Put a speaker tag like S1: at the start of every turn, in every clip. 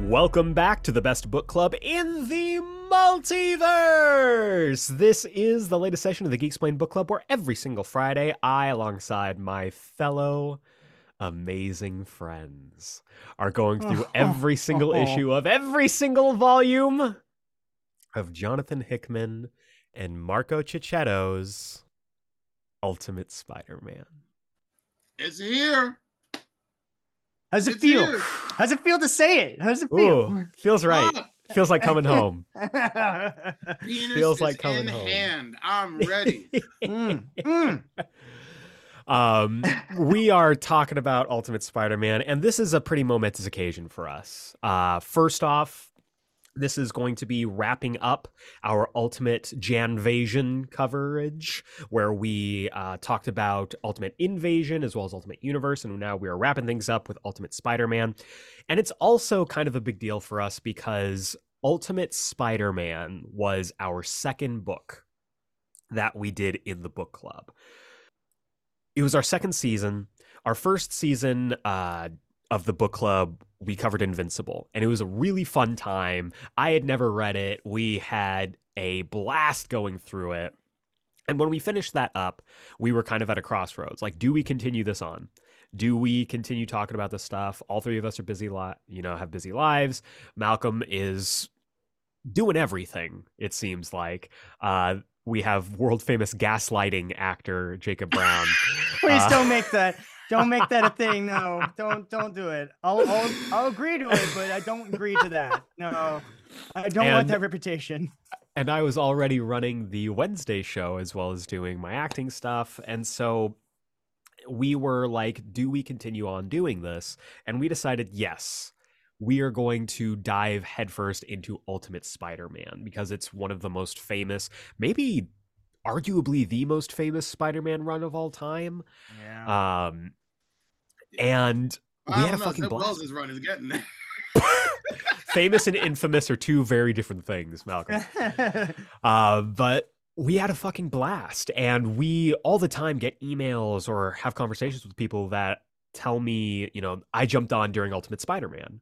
S1: Welcome back to the best book club in the multiverse. This is the latest session of the Geeksplain Book Club, where every single Friday, I, alongside my fellow amazing friends, are going through every single issue of every single volume of Jonathan Hickman and Marco Cicchetto's Ultimate Spider-Man.
S2: It's here.
S3: How's it
S2: It's
S3: feel?
S2: here.
S3: How's it feel to say it? How's it
S1: Ooh,
S3: feel?
S1: feels right.
S2: Ah,
S1: Feels like coming home.
S2: penis
S1: Feels
S2: is
S1: like coming
S2: in
S1: home.
S2: hand. I'm ready.
S3: Mm, mm.
S1: Um, we are talking about Ultimate Spider-Man, and this is a pretty momentous occasion for us. Uh, first off, this is going to be wrapping up our Ultimate Janvasion coverage, where we uh, talked about Ultimate Invasion as well as Ultimate Universe, and now we are wrapping things up with Ultimate Spider-Man. And it's also kind of a big deal for us because Ultimate Spider-Man was our second book that we did in the book club it was our second season. Our first season uh, of the book club, we covered Invincible, and it was a really fun time. I had never read it. We had a blast going through it. And when we finished that up, we were kind of at a crossroads. Like, do we continue this on? Do we continue talking about this stuff? All three of us are busy, li- you know, have busy lives. Malcolm is doing everything, it seems like. Uh, we have world famous gaslighting actor Jacob Brown.
S3: Please
S1: Uh,
S3: don't make that. Don't make that a thing. No, don't don't do it. I'll I'll, I'll agree to it, but I don't agree to that. No, I don't want
S1: And-
S3: that reputation.
S1: and I was already running the Wednesday show as well as doing my acting stuff. And so we were like, do we continue on doing this? And we decided, yes, we are going to dive headfirst into Ultimate Spider Man because it's one of the most famous, maybe arguably the most famous Spider Man run of all time.
S3: Yeah.
S1: Um, and We
S2: I
S1: had
S2: don't
S1: a
S2: know.
S1: fucking
S2: Seth
S1: blast.
S2: Wells's run is getting there.
S1: famous and infamous are two very different things, Malcolm. Uh, but we had a fucking blast. And we all the time get emails or have conversations with people that tell me, you know, I jumped on during Ultimate Spider Man.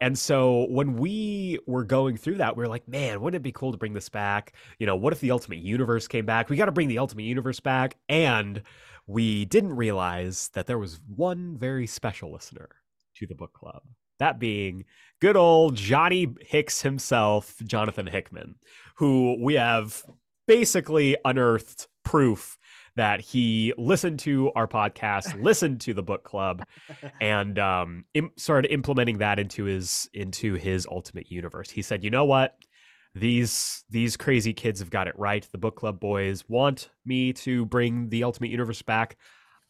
S1: And so when we were going through that, we were like, man, wouldn't it be cool to bring this back? You know, what if the Ultimate Universe came back? We got to bring the Ultimate Universe back. And we didn't realize that there was one very special listener to the book club, that being good old Johnny Hicks himself, Jonathan Hickman who we have basically unearthed proof that he listened to our podcast, listened to the book club, and um, im- started implementing that into his into his ultimate universe. He said, "You know what? These these crazy kids have got it right. The book club boys want me to bring the ultimate universe back.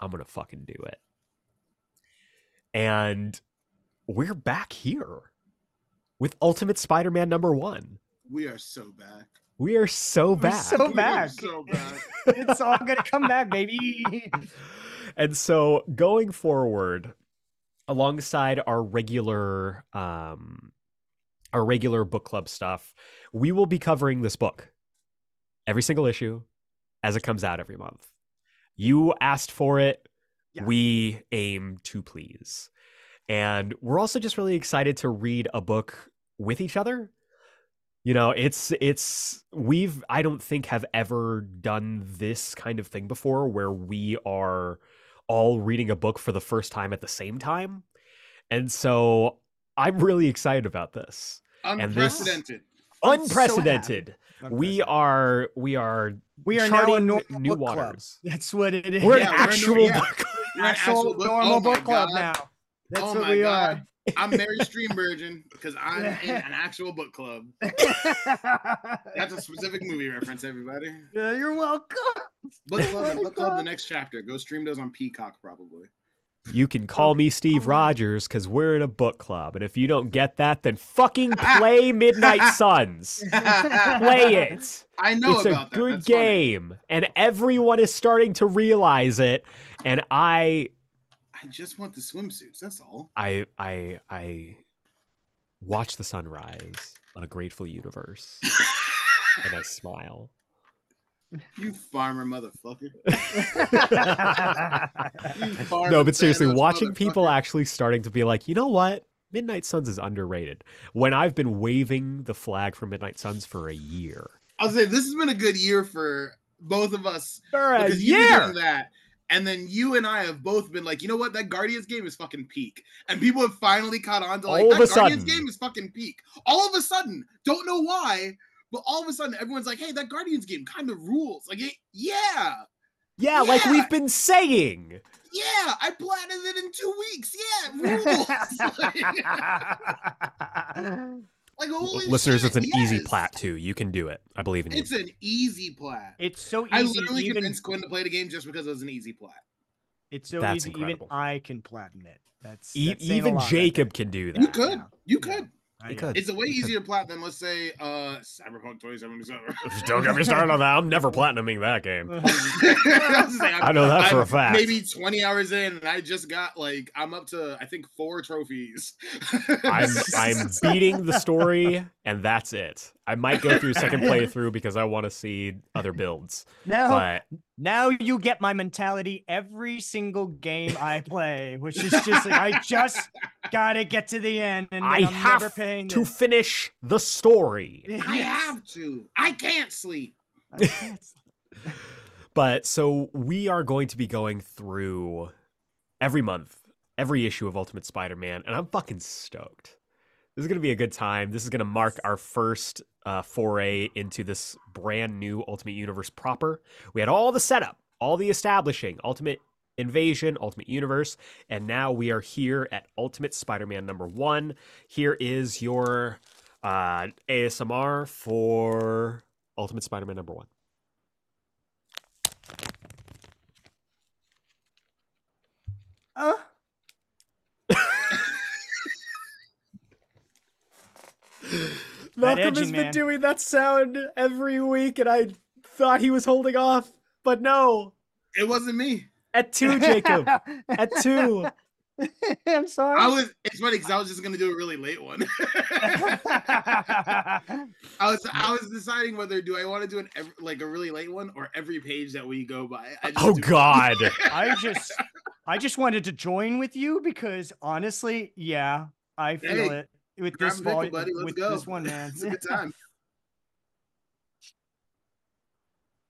S1: I'm gonna fucking do it." And we're back here with Ultimate Spider-Man number one.
S2: We are so back.
S1: We are so
S3: We're
S1: bad.
S3: so
S2: We are
S3: back.
S2: so back.
S3: it's all gonna come back, baby.
S1: and so going forward, alongside our regular um our regular book club stuff, we will be covering this book. Every single issue as it comes out every month. You asked for it.
S3: Yeah.
S1: We aim to please. And we're also just really excited to read a book with each other. You know, it's it's we've I don't think have ever done this kind of thing before where we are all reading a book for the first time at the same time. And so I'm really excited about this. And this-
S2: Unprecedented.
S3: I'm so happy.
S1: Unprecedented. we are we are
S3: we are now a
S1: charting
S3: normal
S1: new
S3: book club.
S1: waters.
S3: That's what it is.
S1: We're an
S2: Yeah, we're new-
S1: actual
S2: yeah.
S1: book club.
S2: You're an
S3: actual
S2: book-
S3: normal
S2: oh my
S3: book club
S2: God.
S3: now. That's
S2: Oh
S3: what
S2: my
S3: we
S2: God.
S3: are.
S2: I'm Mary Stream Virgin because I'm in an actual book club. That's a specific movie reference, everybody.
S3: Yeah, You're welcome.
S2: Book club,
S3: my
S2: book club, the
S3: God.
S2: next chapter. Go stream those on Peacock, probably.
S1: You can call me Steve Rogers because we're in a book club. And if you don't get that, then fucking play Midnight Suns. Play it.
S2: I know
S1: it's a
S2: about that.
S1: good
S2: That's funny.
S1: game. And everyone is starting to realize it. And I
S2: I just want the swimsuits. That's all.
S1: I I I watch the sunrise on a grateful universe. and I smile.
S2: You farmer motherfucker.
S3: yeah,
S2: You farmer
S1: no, but seriously,
S2: Thanos
S1: watching
S2: motherfucker.
S1: people actually starting to be like, you know what? Midnight Suns is underrated. When I've been waving the flag for Midnight Suns for a year.
S2: I'll say this has been a good year for both of us
S1: For a
S2: because you did
S1: year.
S2: that, and then you and I have both been like, you know what, that Guardians game is fucking peak, and people have finally caught on to like
S1: All of
S2: that
S1: a
S2: Guardians
S1: sudden.
S2: game is fucking peak. All of a sudden, don't know why, but all of a sudden everyone's like, hey, that Guardians game kind of rules. Like, it, yeah,
S1: Yeah, like
S2: Yeah.
S1: we've been saying.
S2: yeah, I plotted it in two weeks. Yeah, it rules. like, like, holy
S1: Listeners,
S2: shit,
S1: it's an easy
S2: yes.
S1: plat too. You can do it. I believe in you.
S2: It's an easy plat.
S3: it's so easy.
S2: I literally
S3: even,
S2: convinced Quinn to play the game just because it was an easy plat.
S3: it's so
S1: That's
S3: easy.
S1: incredible.
S3: Even I can platinum it. That's,
S1: E-
S3: that's saying a
S1: even
S3: lot, I
S1: Jacob can
S3: think.
S1: do that.
S2: You could,
S3: Yeah.
S2: you
S3: Yeah.
S2: could.
S3: I
S1: He
S3: know.
S1: could.
S2: It's a way
S1: Because-
S2: easier plat than let's say uh Cyberpunk 2077.
S1: Don't get me started on that. I'm never platinuming that game.
S2: I was just saying,
S1: I know that for a
S2: I'm
S1: fact.
S2: Maybe 20 hours in, and I just got like I'm up to I think four trophies.
S1: I'm I'm beating the story, and that's it. I might go through a second playthrough because I want to see other builds.
S3: now,
S1: But
S3: now you get my mentality every single game I play, which is just like I just gotta get to the end and then
S1: I
S3: I'm never
S1: have
S3: paying
S1: to
S3: this.
S1: finish the story.
S2: I
S3: Yes.
S2: have to. I can't sleep.
S3: I can't
S1: But so we are going to be going through every month, every issue of Ultimate Spider-Man, and I'm fucking stoked. This is gonna be a good time. This is gonna mark our first uh, foray into this brand new Ultimate Universe proper. We had all the setup, all the establishing, Ultimate Invasion, Ultimate Universe, and now we are here at Ultimate Spider-Man number one. Here is your uh, ASMR for Ultimate Spider-Man number one.
S3: Uh,
S1: Malcolm
S3: edging,
S1: has been
S3: man.
S1: doing that sound every week, and I thought he was holding off, but no.
S2: It wasn't me.
S1: At two, Jacob. At two.
S3: I'm sorry.
S2: I was it's funny because I was just gonna do a really late one. I was I was deciding whether do I want to do an ev- like a really late one or every page that we go by. I just
S1: Oh
S2: do-
S1: God.
S3: I just I just wanted to join with you because honestly, yeah, I feel
S2: Hey,
S3: it with
S2: Grab
S3: this
S2: a pickle,
S3: vol-
S2: buddy. Let's
S3: with
S2: go.
S3: this one, man.
S2: it's a good time.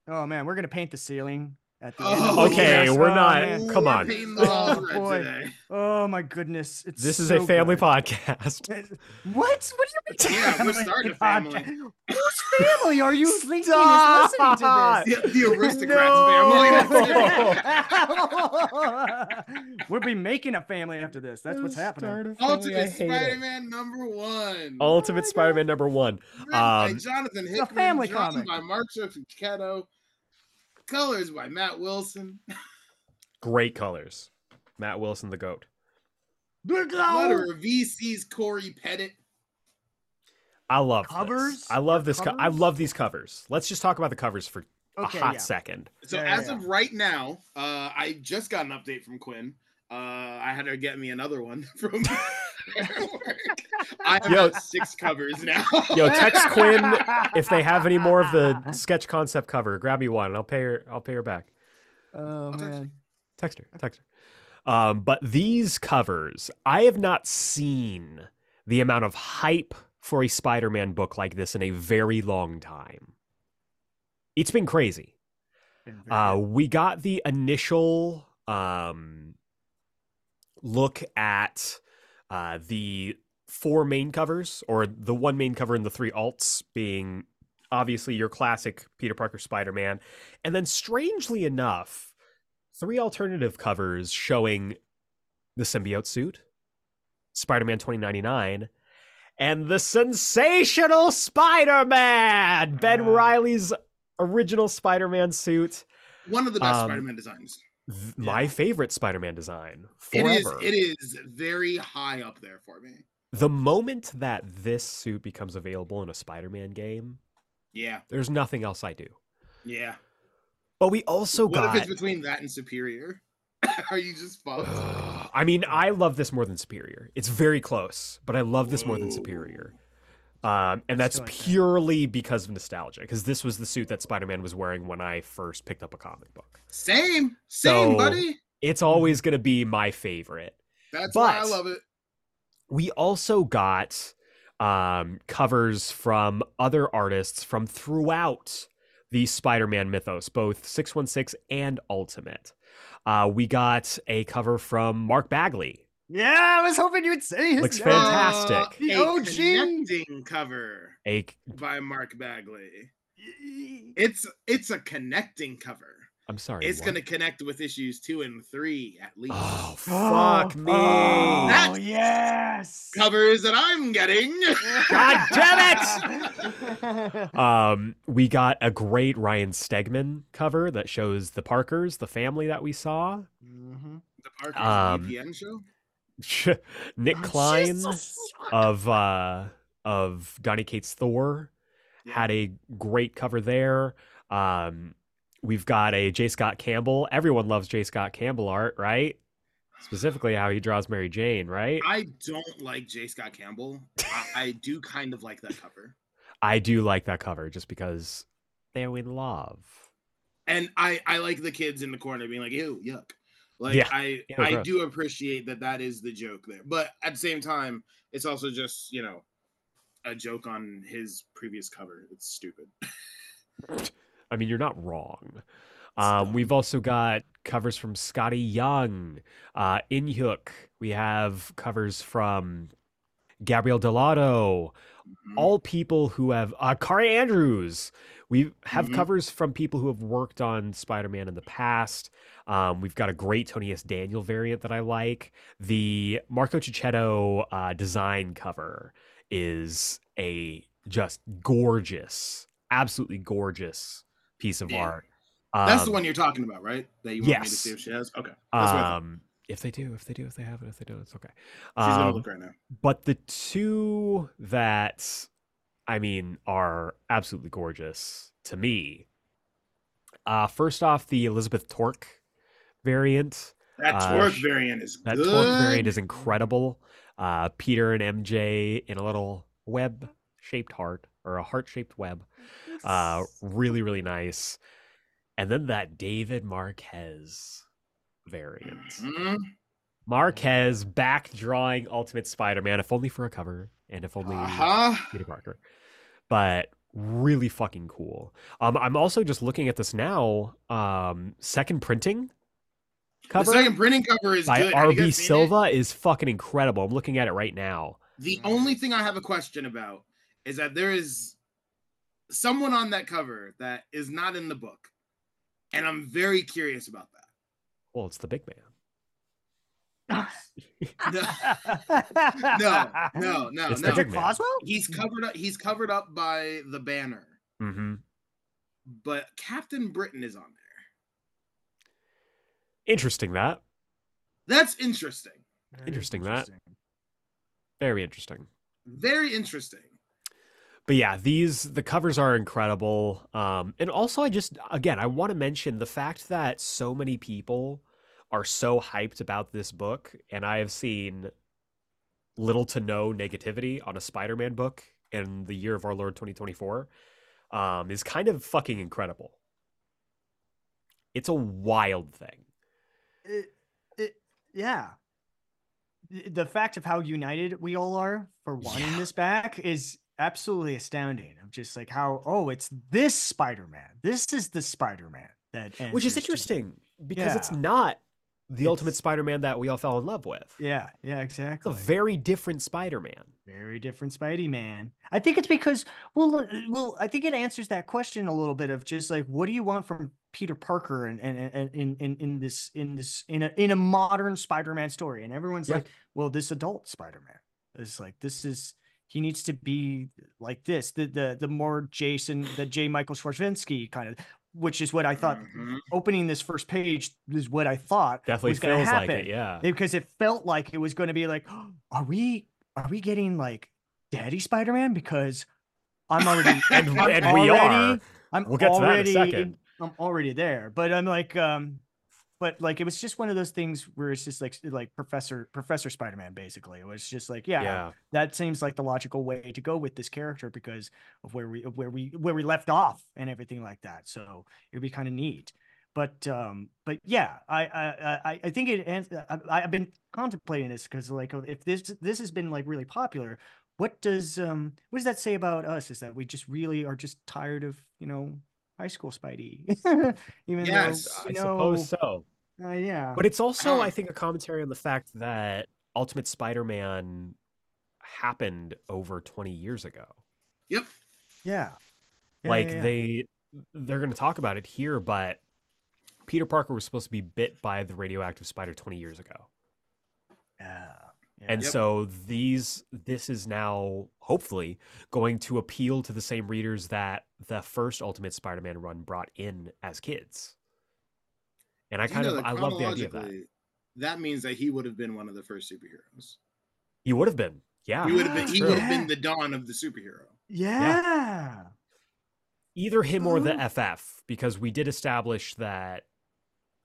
S3: oh man, we're gonna paint the ceiling at the end of
S2: Oh,
S3: the
S1: Okay,
S3: year.
S1: we're
S3: Oh,
S1: not-
S3: man.
S1: come
S2: We're
S1: on.
S2: painting the walls
S3: Oh,
S2: red
S3: boy.
S2: today.
S3: Oh my goodness, it's
S1: This is
S3: so
S1: a family
S3: good.
S1: podcast.
S3: What? What do you mean?
S2: Yeah,
S3: family
S2: we're starting a
S3: podcast?
S2: family.
S3: Whose family are you thinking is listening to
S1: Stop!
S3: this?
S2: The, the aristocrats family.
S3: we'll be making a family after this. That's what's happening.
S2: Ultimate Spider-Man number one.
S1: Ultimate
S3: Oh my
S1: Spider-Man number one.
S2: Written by
S1: um,
S2: Jonathan
S3: a
S2: Hickman.
S3: family
S2: drawn
S3: comic.
S2: By Marcia Fichetto. Colors by Matt Wilson.
S1: Great colors. Matt Wilson, the goat.
S2: Letterer VC's Corey Pettit.
S1: I love this.
S3: Covers?
S1: I love this. Co- I
S3: Covers?
S1: love these covers. Let's just talk about the covers for
S3: Okay,
S1: a hot
S3: yeah.
S1: second.
S2: So
S3: Yeah, yeah,
S2: as
S3: yeah.
S2: of right now, uh, I just got an update from Quinn. Uh, I had her get me another one from. I have
S1: Yo.
S2: got six covers now.
S1: Yo, text Quinn if they have any more of the sketch concept cover, grab me one. and I'll pay her. I'll pay her back.
S3: Oh
S2: text you.
S3: man.
S1: Text her. Text her. Um, but these covers, I have not seen the amount of hype for a Spider-Man book like this in a very long time. It's been crazy. Uh, we got the initial um, look at uh, the four main covers, or the one main cover and the three alts being obviously your classic Peter Parker Spider Man. And then, strangely enough, three alternative covers showing the symbiote suit, Spider Man 2099. And the sensational Spider Man, Ben
S3: Ah.
S1: Riley's original Spider Man suit
S2: One of the best
S1: Um,
S2: Spider-Man designs.
S1: th-
S3: Yeah.
S1: my favorite Spider-Man design
S2: It is.
S1: forever.
S2: It is very high up there for me.
S1: The moment that this suit becomes available in a Spider-Man game,
S2: Yeah.
S1: there's nothing else I do.
S2: Yeah.
S1: But we also
S2: what if
S1: got.
S2: it's oh, between that and Superior? Are you just fucked?
S1: Ugh, I mean, I love this more than Superior. It's very close, but I love this more than
S2: Whoa.
S1: Superior. Um, and that's
S3: Still like that.
S1: purely because of nostalgia, because this was the suit that Spider-Man was wearing when I first picked up a comic book.
S2: Same, same,
S1: So-
S2: buddy.
S1: It's always going to be my favorite.
S2: That's why I
S1: But-
S2: love it.
S1: we also got um, covers from other artists from throughout the Spider-Man mythos, both 616 and Ultimate. Uh, we got a cover from Mark Bagley.
S3: Yeah, I was hoping you'd say his
S1: Looks
S2: Uh,
S3: name.
S1: fantastic.
S3: The
S2: a
S3: OG.
S2: connecting cover
S1: A
S2: by Mark Bagley. It's it's a connecting cover.
S1: I'm sorry.
S2: It's
S1: what?
S2: gonna connect with issues two and three at least.
S1: Oh fuck me.
S3: Oh,
S2: That's-
S3: yes.
S2: Covers that I'm getting.
S1: God damn Um, we got a great Ryan Stegman cover that shows the Parkers, the family that we saw.
S3: Mhm.
S2: the Parker's
S1: Um,
S2: VPN show.
S1: Nick Klein
S3: Jesus.
S1: of uh of Donny Cates Thor had a great cover there. Um, we've got a J. Scott Campbell. Everyone loves J. Scott Campbell art, right? Specifically how he draws Mary Jane, right?
S2: I don't like J. Scott Campbell. I, I do kind of like that cover.
S1: I do like that cover just because they're in love.
S2: And I, I like the kids in the corner being like, ew, yuck. Like
S1: Yeah.
S2: I
S1: Ew,
S2: I
S1: gross.
S2: do appreciate that that is the joke there. But at the same time, it's also just, you know, a joke on his previous cover. It's stupid.
S1: I mean, you're not wrong. Um, we've also got covers from Scotty Young, uh, Inhyuk. We have covers from Gabriel Delato,
S2: Mhm.
S1: all people who have uh, Kari Andrews. We have
S2: Mhm.
S1: covers from people who have worked on Spider-Man in the past. Um, we've got a great Tony S. Daniel variant that I like. The Marco Cicchetto uh, design cover is a just gorgeous, absolutely gorgeous piece of
S2: Yeah.
S1: art.
S2: That's the
S1: Um,
S2: one you're talking about, right? That you want me to see
S1: yes.
S2: if she has? Okay. That's what I thought.
S1: Um, if they do, if they do, if they have it, if they don't, it's okay.
S2: She's gonna
S1: Um,
S2: look right now.
S1: but the two that I mean are absolutely gorgeous to me. Uh, first off, the Elizabeth Torque variant.
S2: That
S1: uh,
S2: twerk
S1: sh-
S2: variant is
S1: That
S2: good.
S1: Torque variant is incredible. Uh, Peter and MJ in a little web shaped heart or a heart shaped web. Uh, really, really nice. And then that David Marquez variant.
S2: Mhm.
S1: Marquez back drawing Ultimate Spider-Man, if only for a cover, and if only
S2: Uh-huh.
S1: Peter Parker. But really fucking cool. Um, I'm also just looking at this now. Um, second printing cover
S2: The second printing cover is
S1: by
S2: good. Have you
S1: RB
S2: guys seen it?
S1: Silva is fucking incredible. I'm looking at it right now.
S2: The only thing I have a question about is that there is someone on that cover that is not in the book, and I'm very curious about that.
S1: Well, it's the big man.
S2: No, no, no,
S1: It's the
S3: Is
S2: no.
S3: it
S1: Big man.
S3: Cosmo?
S2: He's covered up. He's covered up by the banner,
S1: Mm-hmm.
S2: but Captain Britain is on there.
S1: Interesting that.
S2: That's interesting.
S1: Interesting, that. Very interesting.
S2: Very interesting.
S1: but yeah these the covers are incredible um and also i just again i want to mention the fact that so many people are so hyped about this book and i have seen little to no negativity on a spider-man book in the year of our lord 2024 um is kind of fucking incredible it's a wild thing
S3: It, it, yeah. The the fact of how united we all are for wanting
S1: Yeah.
S3: this back is absolutely astounding. Of just like how, oh, it's this Spider Man. This is the Spider Man that.
S1: which is
S3: answers to-
S1: interesting because it's
S3: Yeah.
S1: not the ultimate
S3: It's-
S1: spider-man that we all fell in love with
S3: Yeah, yeah,
S1: it's a
S3: exactly.
S1: very different spider-man
S3: Very different Spidey Man. I think it's because well, uh, well, I think it answers that question a little bit of just like what do you want from Peter Parker and and and in in in this in this in a in a modern Spider-Man story, and everyone's
S1: Yeah.
S3: like, well, this adult Spider-Man is like this is he needs to be like this the the the more Jason the J Michael Schwarzenegger kind of, which is what I thought
S2: Mhm.
S3: opening this first page is what I thought
S1: Mm. definitely
S3: was gonna
S1: feels like
S3: happen
S1: it yeah
S3: because it felt like it was going to be like, are we are we getting like Daddy Spider Man? Because I'm already
S1: and,
S3: I'm
S1: and we are.
S3: already- I'm
S1: We'll get to that in a
S3: already
S1: second.
S3: I'm already there, but I'm like um, but like it was just one of those things where it's just like s- like Professor Professor Spider Man basically. It was just like yeah,
S1: Yeah.
S3: that seems like the logical way to go with this character because of where we of where we where we left off and everything like that. So it'd be kind of neat. but um but yeah i i i, I think it ans- I, i've been contemplating this because like oh, if this this has been like really popular what does um what does that say about us is that we just really are just tired of you know high school spidey even
S2: Yes,
S3: though
S1: I
S3: you know
S1: suppose so.
S3: uh, ah. yeah
S1: But it's also, I
S2: Um,
S1: think, a commentary on the fact that Ultimate Spider-Man happened over 20 years ago.
S2: Yep.
S3: yeah Yeah,
S1: like
S3: yeah, yeah.
S1: they they're going to talk about it here, but Peter Parker was supposed to be bit by the radioactive spider 20 years ago.
S3: Yeah, yeah.
S1: And
S2: Yep.
S1: so these this is now hopefully going to appeal to the same readers that the first Ultimate Spider-Man run brought in as kids. And I
S2: You
S1: kind
S2: know
S1: of
S2: that
S1: I love the idea of that.
S2: chronologically, That means that he would have been one of the first superheroes.
S1: He would have been. Yeah.
S2: He would have been.
S1: that's
S2: He
S1: Ah, true.
S2: would have been the dawn of the superhero.
S3: yeah
S1: either him or
S2: Uh-huh.
S1: the
S3: Oh.
S1: FF, because we did establish that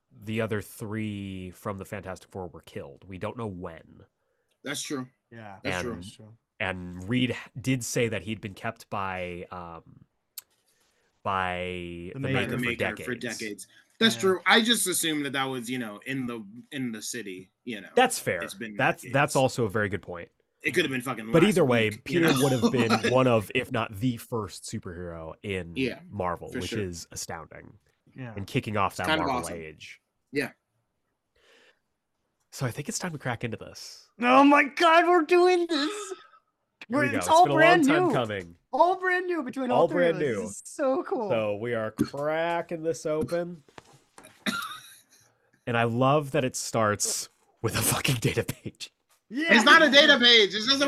S1: the other three from the Fantastic Four were killed. We don't know when.
S2: That's true.
S3: yeah
S1: That's
S3: that's
S1: true.
S3: true,
S1: And-
S3: that's true.
S1: And Reed h- did say that he'd been kept by um, by the,
S3: Maker.
S1: maker,
S2: By the
S1: for,
S2: maker
S1: decades.
S2: for decades. That's
S3: Yeah.
S2: true. I just assumed that that was you know in the in the city. You know,
S1: That's fair.
S2: It's been
S1: That's
S2: decades.
S1: that's also a very good point.
S2: it could have been fucking.
S1: But
S2: last
S1: either way,
S2: week, you
S1: Peter
S2: know?
S1: would have been
S2: Like,
S1: one of, if not the first superhero in
S2: Yeah,
S1: Marvel,
S2: for
S1: which
S2: sure.
S1: is astounding.
S3: yeah
S1: and kicking off that
S2: kind of
S1: Marvel
S2: awesome.
S1: age.
S2: Yeah.
S1: So I think it's time to crack into this.
S3: oh my god we're doing this
S1: Here
S3: we're,
S1: we go.
S3: it's all
S1: been a
S3: brand
S1: long time
S3: new
S1: coming.
S3: all brand new between all,
S1: All
S3: three of
S1: brand
S3: us.
S1: new.
S3: This is so cool
S1: So we are cracking this open. And I love that it starts with a fucking data page.
S3: yeah
S2: it's not a data page. It's just a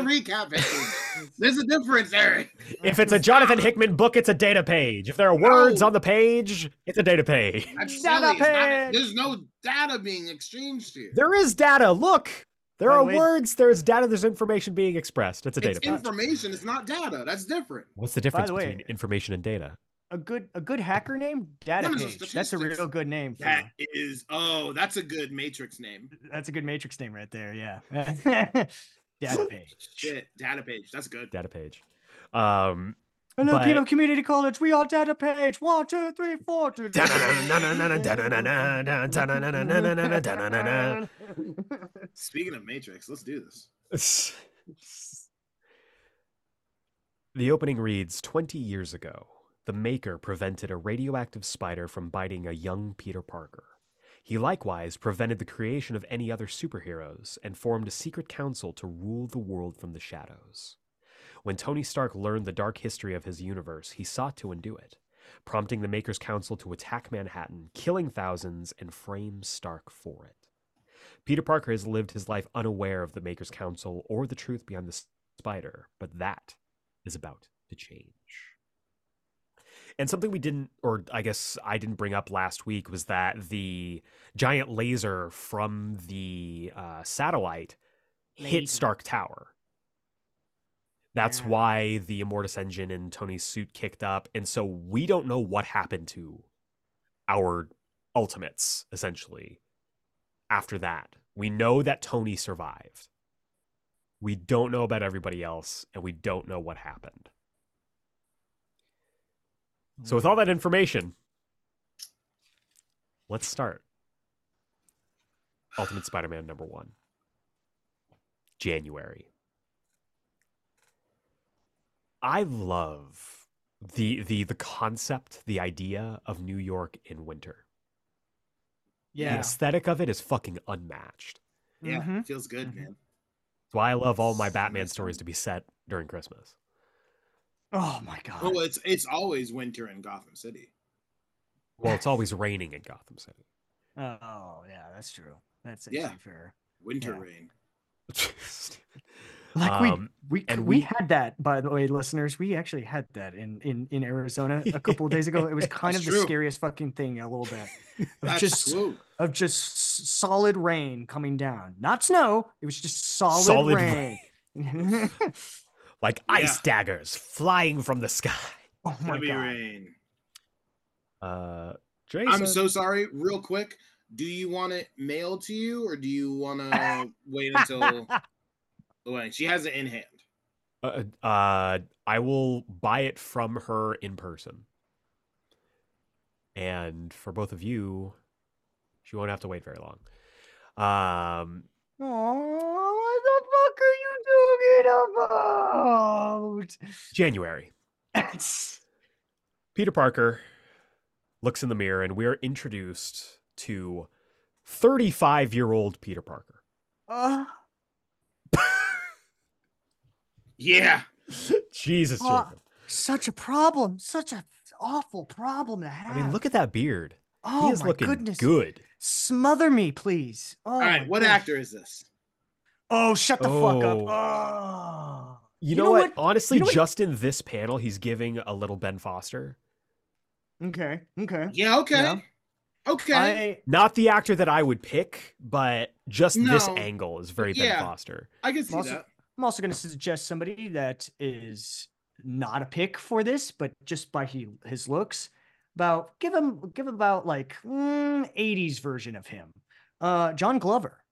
S2: recap page. There's a difference, Eric.
S1: If it's a Jonathan Hickman book, it's a data page. If there are words
S2: No.
S1: on the page, it's a data page.
S2: That's
S3: Data
S2: silly. It's not-
S3: page.
S2: There's no data being exchanged here.
S1: There is data. Look. There
S3: Wait,
S1: are
S3: wait.
S1: words, there's data, there's information being expressed. It's a
S2: It's
S1: data page.
S2: information. It's not data. That's different.
S1: What's the difference
S3: the way-
S1: between information and data?
S3: a good a good hacker name data
S2: No, no,
S3: page. that's a
S2: statistics.
S3: real good name for
S2: That is. Oh, that's a good Matrix name.
S3: that's a good matrix name right there yeah data page
S2: Shit, data page. That's good.
S1: Data page. Um,
S3: Olympia
S1: But-
S3: community college we are data page one two three four two
S1: Dun- dun- dun- dun- dun- dun- dun- dun- dun- dun- dun- dun- dun- dun- dun- dun- dun- dun- dun-
S2: Speaking of Matrix, let's do this.
S1: The opening reads 20 years ago, the Maker prevented a radioactive spider from biting a young Peter Parker. He likewise prevented the creation of any other superheroes and formed a secret council to rule the world from the shadows. When Tony Stark learned the dark history of his universe, he sought to undo it, prompting the Maker's Council to attack Manhattan, killing thousands, and frame Stark for it. Peter Parker has lived his life unaware of the Maker's Council or the truth behind the s- spider, but that is about to change. And something we didn't, or I guess I didn't bring up last week, was that the giant laser from the uh, satellite hit
S3: Laser.
S1: Stark Tower. That's
S3: Yeah.
S1: why the Immortus engine in Tony's suit kicked up. And so we don't know what happened to our ultimates, essentially, after that. We know that Tony survived. We don't know about everybody else, and we don't know what happened. So, with all that information, let's start. Ultimate Spider Man number one, January. I love the the the concept, the idea of New York in winter. The
S3: yeah
S1: aesthetic of it is fucking unmatched.
S2: Yeah,
S1: Mm-hmm.
S3: Mhm.
S2: feels good,
S3: Mhm.
S2: man.
S1: That's why I love all my
S2: Summer
S1: Batman
S2: time.
S1: stories to be set during Christmas.
S3: oh my god
S2: Well, it's it's always winter in Gotham City.
S1: Well, it's always raining in Gotham City.
S3: oh yeah that's true that's actually
S2: Yeah.
S3: fair
S2: Winter
S3: Yeah.
S2: rain.
S3: Like
S1: Um,
S3: we we
S1: and
S3: and we
S1: we-
S3: had that by the way, listeners. We actually had that in in in Arizona a couple of days ago. It was kind of
S2: That's
S3: the
S2: true.
S3: scariest fucking thing a little bit. Of
S2: That's
S3: just Oh
S2: true.
S3: of just s- solid rain coming down, not snow. It was just solid,
S1: Solid
S3: rain.
S1: like
S2: Yeah.
S1: ice daggers flying from the sky.
S3: oh my
S2: Heavy
S3: god!
S2: rain.
S1: Uh, Jason,
S2: I'm so sorry. Real quick, do you want it mailed to you or do you want to wait until? When she has it in hand.
S1: uh, uh, I will buy it from her in person. And for both of you, She won't have to wait very long. Um,
S3: Oh, what the fuck are you talking
S1: January.
S3: about?
S1: Peter Parker looks in the mirror, and we are introduced to 35 year old Peter Parker.
S3: Uh,
S2: Yeah.
S1: Jesus,
S3: Oh.
S1: Jacob.
S3: such a problem. Such an awful problem to have.
S1: I mean, look at that beard.
S3: Oh
S1: he is
S3: my
S1: looking
S3: goodness.
S1: good.
S3: Smother me, please. Oh,
S2: All right.
S3: my
S2: What
S3: gosh.
S2: actor is this?
S3: Oh, shut the fuck up.
S1: Oh.
S3: Oh.
S1: You,
S3: You
S1: know,
S3: know
S1: what? Honestly,
S3: You know what-
S1: just in this panel, he's giving a little Ben Foster.
S3: Okay. Okay.
S2: Yeah. Okay.
S3: Yeah.
S2: Okay. I,
S3: I,
S1: Not the actor that I would pick, but just this
S2: No.
S1: angle is very Ben
S2: Yeah.
S1: Foster.
S2: can see
S3: Also-
S2: that.
S3: I'm also going to suggest somebody that is not a pick for this, but just by he, his looks, about give him give him about like mm, 80s version of him, uh, John Glover.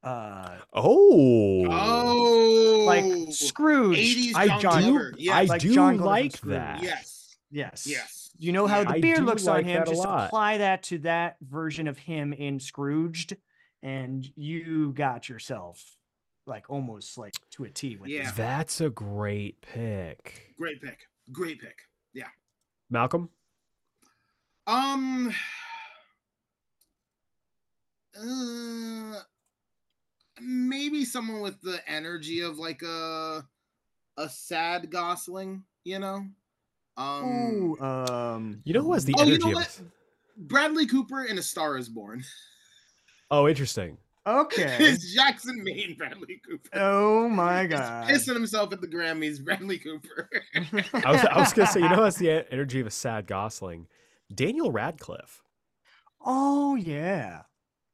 S3: Uh,
S1: Oh.
S2: Oh.
S3: like Scrooge.
S2: 80s
S1: I
S2: John
S1: do,
S2: Glover. Yes.
S1: I
S3: Like
S1: do
S3: John Glover from
S1: like
S3: Scrooge.
S1: that.
S2: Yes.
S3: Yes.
S2: Yes.
S3: You know how
S2: Yeah.
S1: I
S3: the beard
S1: do
S3: looks
S1: like
S3: on him.
S1: that a
S3: Just
S1: lot.
S3: apply that to that version of him in Scrooged, and you got yourself like almost like to a T with
S2: Yeah.
S3: this.
S1: That's a great pick.
S2: Great pick. Great pick.
S1: Malcolm?
S2: Um. uh, maybe someone with the energy of like a a sad Gosling, you know. Um,
S3: Ooh, um,
S1: You know who has the
S2: Oh, you
S1: energy
S2: know
S1: of
S2: what?
S1: us?
S2: Bradley Cooper in A Star Is Born.
S1: Oh, interesting.
S3: okay.
S2: it's Jackson Maine Bradley Cooper.
S3: Oh my
S2: He's
S3: god.
S2: pissing himself at the Grammys. Bradley Cooper.
S1: I was, I was going to say, you know who has the e- energy of a sad Gosling? Daniel Radcliffe.
S3: Oh yeah.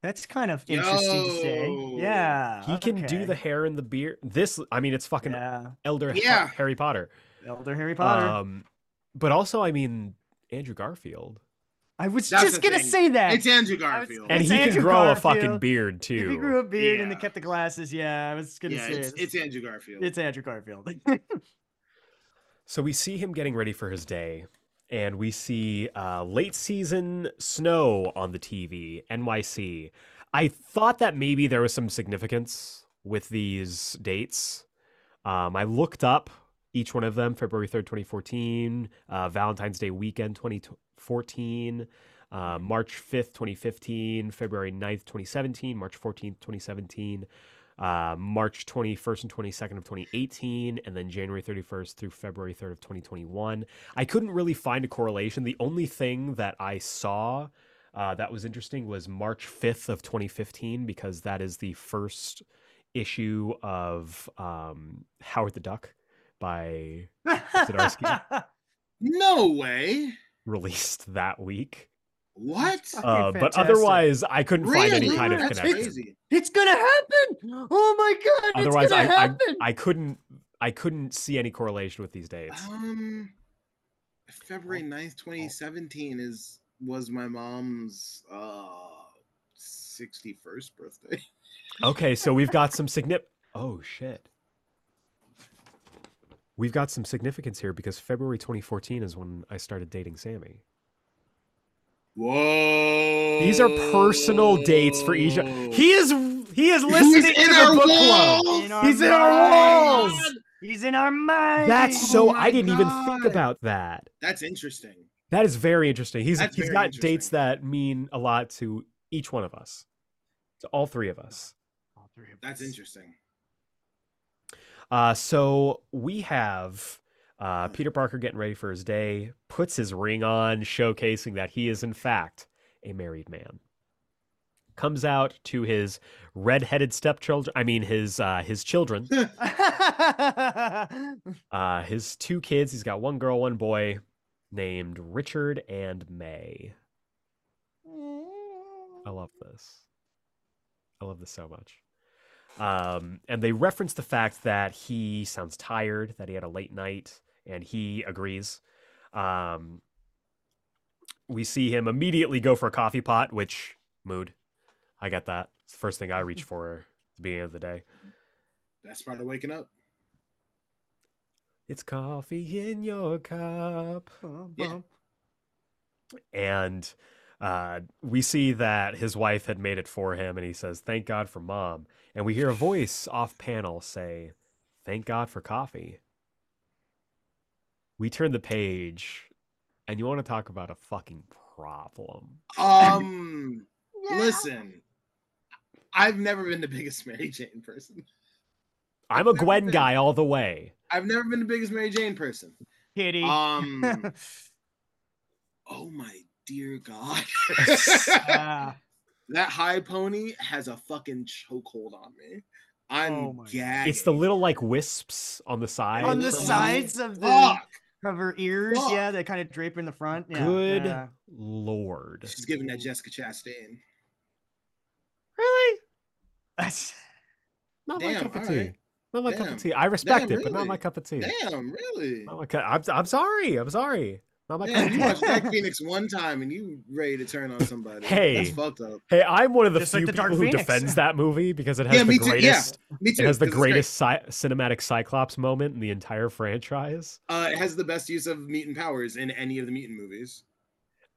S3: That's kind of interesting to say.
S2: Yo.
S3: Yeah.
S1: He can do the
S3: okay.
S1: hair and the beard. This, I mean, it's fucking
S3: yeah.
S1: Elder Ha-
S2: Yeah.
S1: Harry Potter.
S3: Elder Harry Potter.
S1: Um, but also, I mean, Andrew Garfield.
S3: I was
S2: that's
S3: just
S2: the
S3: gonna
S2: thing.
S3: say that.
S2: it's Andrew
S3: I was-
S2: Garfield.
S1: And
S3: It's
S1: he
S3: Andrew
S1: can grow a fucking
S3: Garfield.
S1: beard, too.
S3: If he grew a beard and they
S2: Yeah.
S3: kept the glasses, yeah, I was gonna
S2: yeah,
S3: say
S2: it's,
S3: it.
S2: it's Andrew Garfield.
S3: It's Andrew Garfield.
S1: So we see him getting ready for his day, and we see uh, late season snow on the TV, NYC. I thought that maybe there was some significance with these dates. Um, I looked up each one of them February 3rd, 2014, uh, Valentine's Day weekend 2014. Uh, March 5th, 2015, February 9th, 2017, March 14th, 2017, uh, March 21st and 22nd of 2018, and then January 31st through February 3rd of 2021. I couldn't really find a correlation. The only thing that I saw uh, that was interesting was March 5th of 2015, because that is the first issue of um, Howard the Duck by Zdarsky.
S2: no way.
S1: released that week.
S2: What?
S3: Okay,
S1: Uh, but
S3: fantastic.
S1: otherwise, I couldn't find any
S2: Really?
S1: kind of
S2: That's
S1: connection.
S2: crazy.
S3: it's gonna happen! Oh my god,
S1: Otherwise,
S3: it's gonna
S1: I- I-
S3: happen!
S1: I couldn't. I couldn't see any correlation with these dates.
S2: Um, February 9th, 2017 is was my mom's uh 61st birthday.
S1: Okay, so we've got some signif. Oh shit. We've got some significance here because February 2014 is when I started dating Sammy.
S2: Whoa.
S1: These are personal dates for each. He is he is listening
S2: Mm. He's
S1: to
S2: in
S1: the
S2: our
S1: book club.
S2: walls.
S3: In our
S1: He's in our
S3: minds.
S1: walls.
S3: He's in our mind!
S1: That's
S2: Oh
S1: so.
S2: my
S1: I didn't even think
S2: God.
S1: about that.
S2: That's interesting.
S1: That is very interesting. He's
S2: That's
S1: he's
S2: very
S1: got dates
S2: interesting.
S1: that mean a lot to each one of us, to all three of us.
S3: All three of
S2: That's
S3: us.
S2: interesting.
S1: Uh, so we have uh, Peter Parker getting ready for his day, puts his ring on, showcasing that he is, in fact, a married man. Comes out to his red-headed stepchildren. I mean, his uh, his children, uh, his two kids. He's got one girl, one boy, named Richard and May. I love this. I love this so much. Um, and they reference the fact that he sounds tired, that he had a late night, and he agrees. Um, we see him immediately go for a coffee pot, which mood. I get that. It's the first thing I reach for at the beginning of the day.
S2: That's part of waking up.
S1: It's coffee in your cup.
S3: Bum,
S2: Yeah.
S3: bum.
S1: And uh, uh, we see that his wife had made it for him, and he says, "Thank God for mom." And we hear a voice off panel say, "Thank God for coffee." We turn the page, and you want to talk about a fucking problem?
S2: Um, listen, I've never been the biggest Mary Jane person.
S1: I'm a
S2: never
S1: Gwen
S2: been-
S1: guy all the way.
S2: I've never been the biggest Mary Jane person.
S3: Kitty.
S2: Um, oh my dear God,
S3: Ah,
S2: that high pony has a fucking chokehold on me. I'm
S3: Oh my God.
S2: gagging.
S1: It's the little like wisps on the side.
S3: on the
S2: Fuck.
S3: sides of the
S2: Fuck.
S3: of her ears,
S2: Fuck.
S3: yeah, they kind of drape in the front. Yeah,
S1: Good
S3: yeah.
S1: lord.
S2: She's giving that Jessica Chastain.
S1: Really?
S3: That's-
S1: Not my
S2: Damn,
S1: cup of tea.
S2: alright.
S1: Not my cup
S2: Damn.
S1: of tea. I respect
S2: Damn,
S1: it, but not my
S2: really?
S1: cup of tea.
S2: Damn, really?
S1: Not my cu- I'm, I'm sorry. I'm sorry. Not Oh my cup
S2: Man,
S1: of
S2: you
S1: tea.
S2: watched Dark Phoenix one time and you ready to turn on somebody.
S1: Hey.
S2: that's fucked up.
S1: Hey, I'm one of the
S3: Just
S1: few
S3: like the
S1: people
S3: Dark
S1: who
S3: Phoenix.
S1: defends that movie because it has
S2: Yeah,
S1: the
S2: me too, yeah,
S1: greatest.
S2: Me too.
S1: It has the
S2: 'cause it's great.
S1: greatest cy- cinematic Cyclops moment in the entire franchise.
S2: Uh, it has the best use of mutant powers in any of the mutant movies.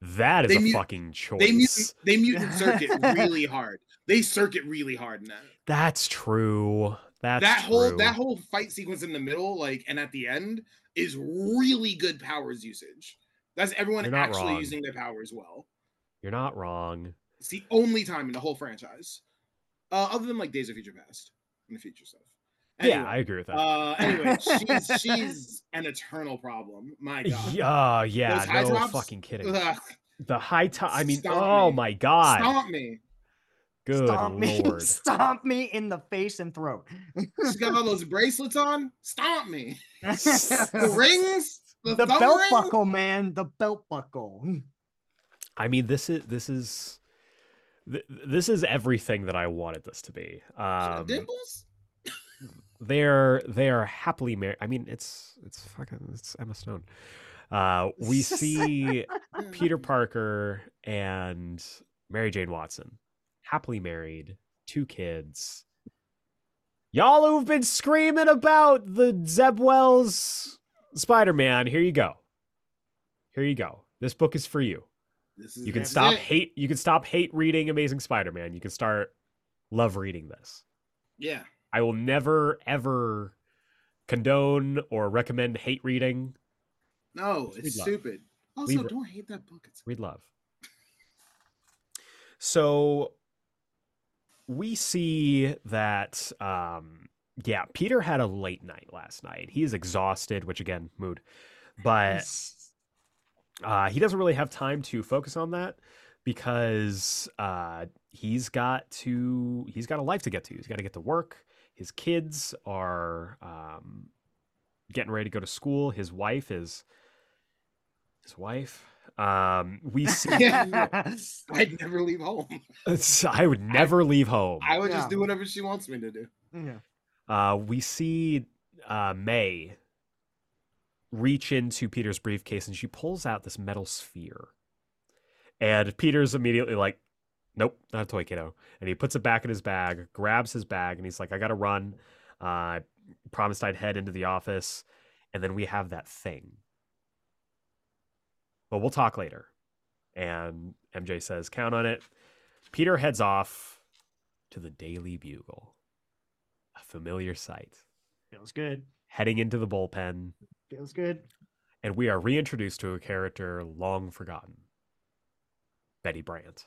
S1: That is
S2: They
S1: a
S2: mu-
S1: fucking choice.
S2: They mutant, they mutant circuit really hard. They circuit really hard in that.
S1: That's true. That's
S2: that whole
S1: true.
S2: that whole fight sequence in the middle, like and at the end, is really good powers usage. That's everyone
S1: You're not
S2: actually
S1: wrong.
S2: using their powers well.
S1: You're not wrong.
S2: It's the only time in the whole franchise, uh, other than like Days of Future Past and the future stuff.
S1: Yeah, I agree with that.
S2: Uh, anyway, she's she's an eternal problem. My God.
S1: yeah, yeah,
S2: Those high
S1: no
S2: tops?
S1: fucking kidding.
S2: Ugh,
S1: The high top. I mean,
S2: Stomp
S1: oh
S2: me.
S1: my god.
S2: stomp me.
S1: Good
S3: stomp me,
S1: lord.
S3: stomp me in the face and throat.
S2: She's got all those bracelets on. Stomp me. The
S3: the
S2: rings. The, thumb
S3: belt
S2: ring?
S3: buckle, man. The belt buckle.
S1: I mean, this is this is th- this is everything that I wanted this to be. Um,
S2: Dimples.
S1: they're they are happily married. I mean, it's it's fucking it's Emma Stone. Uh, we see Peter Parker and Mary Jane Watson happily married, two kids. Y'all who've been screaming about the Zeb Wells Spider Man, here you go. Here you go. This book is for you.
S2: This is-
S1: You can
S2: this is
S1: stop
S2: it.
S1: hate. You can stop hate reading Amazing Spider-Man. You can start love reading this.
S2: Yeah.
S1: I will never ever condone or recommend hate reading.
S2: No,
S1: Just
S2: it's
S1: read love.
S2: stupid. Also,
S1: Leave her-
S2: don't hate that book. It's
S1: Read love. So we see that um yeah, Peter had a late night last night. He is exhausted, which again, mood. But uh, he doesn't really have time to focus on that because uh, he's got to he's got a life to get to. He's got to get to work. His kids are um, getting ready to go to school. His wife is his wife. Um, we see.
S2: I'd never leave home.
S1: I would never leave home.
S2: I would just
S3: Yeah.
S2: do whatever she wants me to do.
S3: Yeah.
S1: Uh, we see uh, May reach into Peter's briefcase and she pulls out this metal sphere. And Peter's immediately like, nope, not a toy kiddo. And he puts it back in his bag, grabs his bag, and he's like, I got to run. Uh, I promised I'd head into the office. And then we have that thing. But we'll talk later. And MJ says, count on it. Peter heads off to the Daily Bugle a familiar sight.
S3: Feels good.
S1: Heading into the bullpen,
S3: Feels good.
S1: and we are reintroduced to a character long forgotten Betty Brant.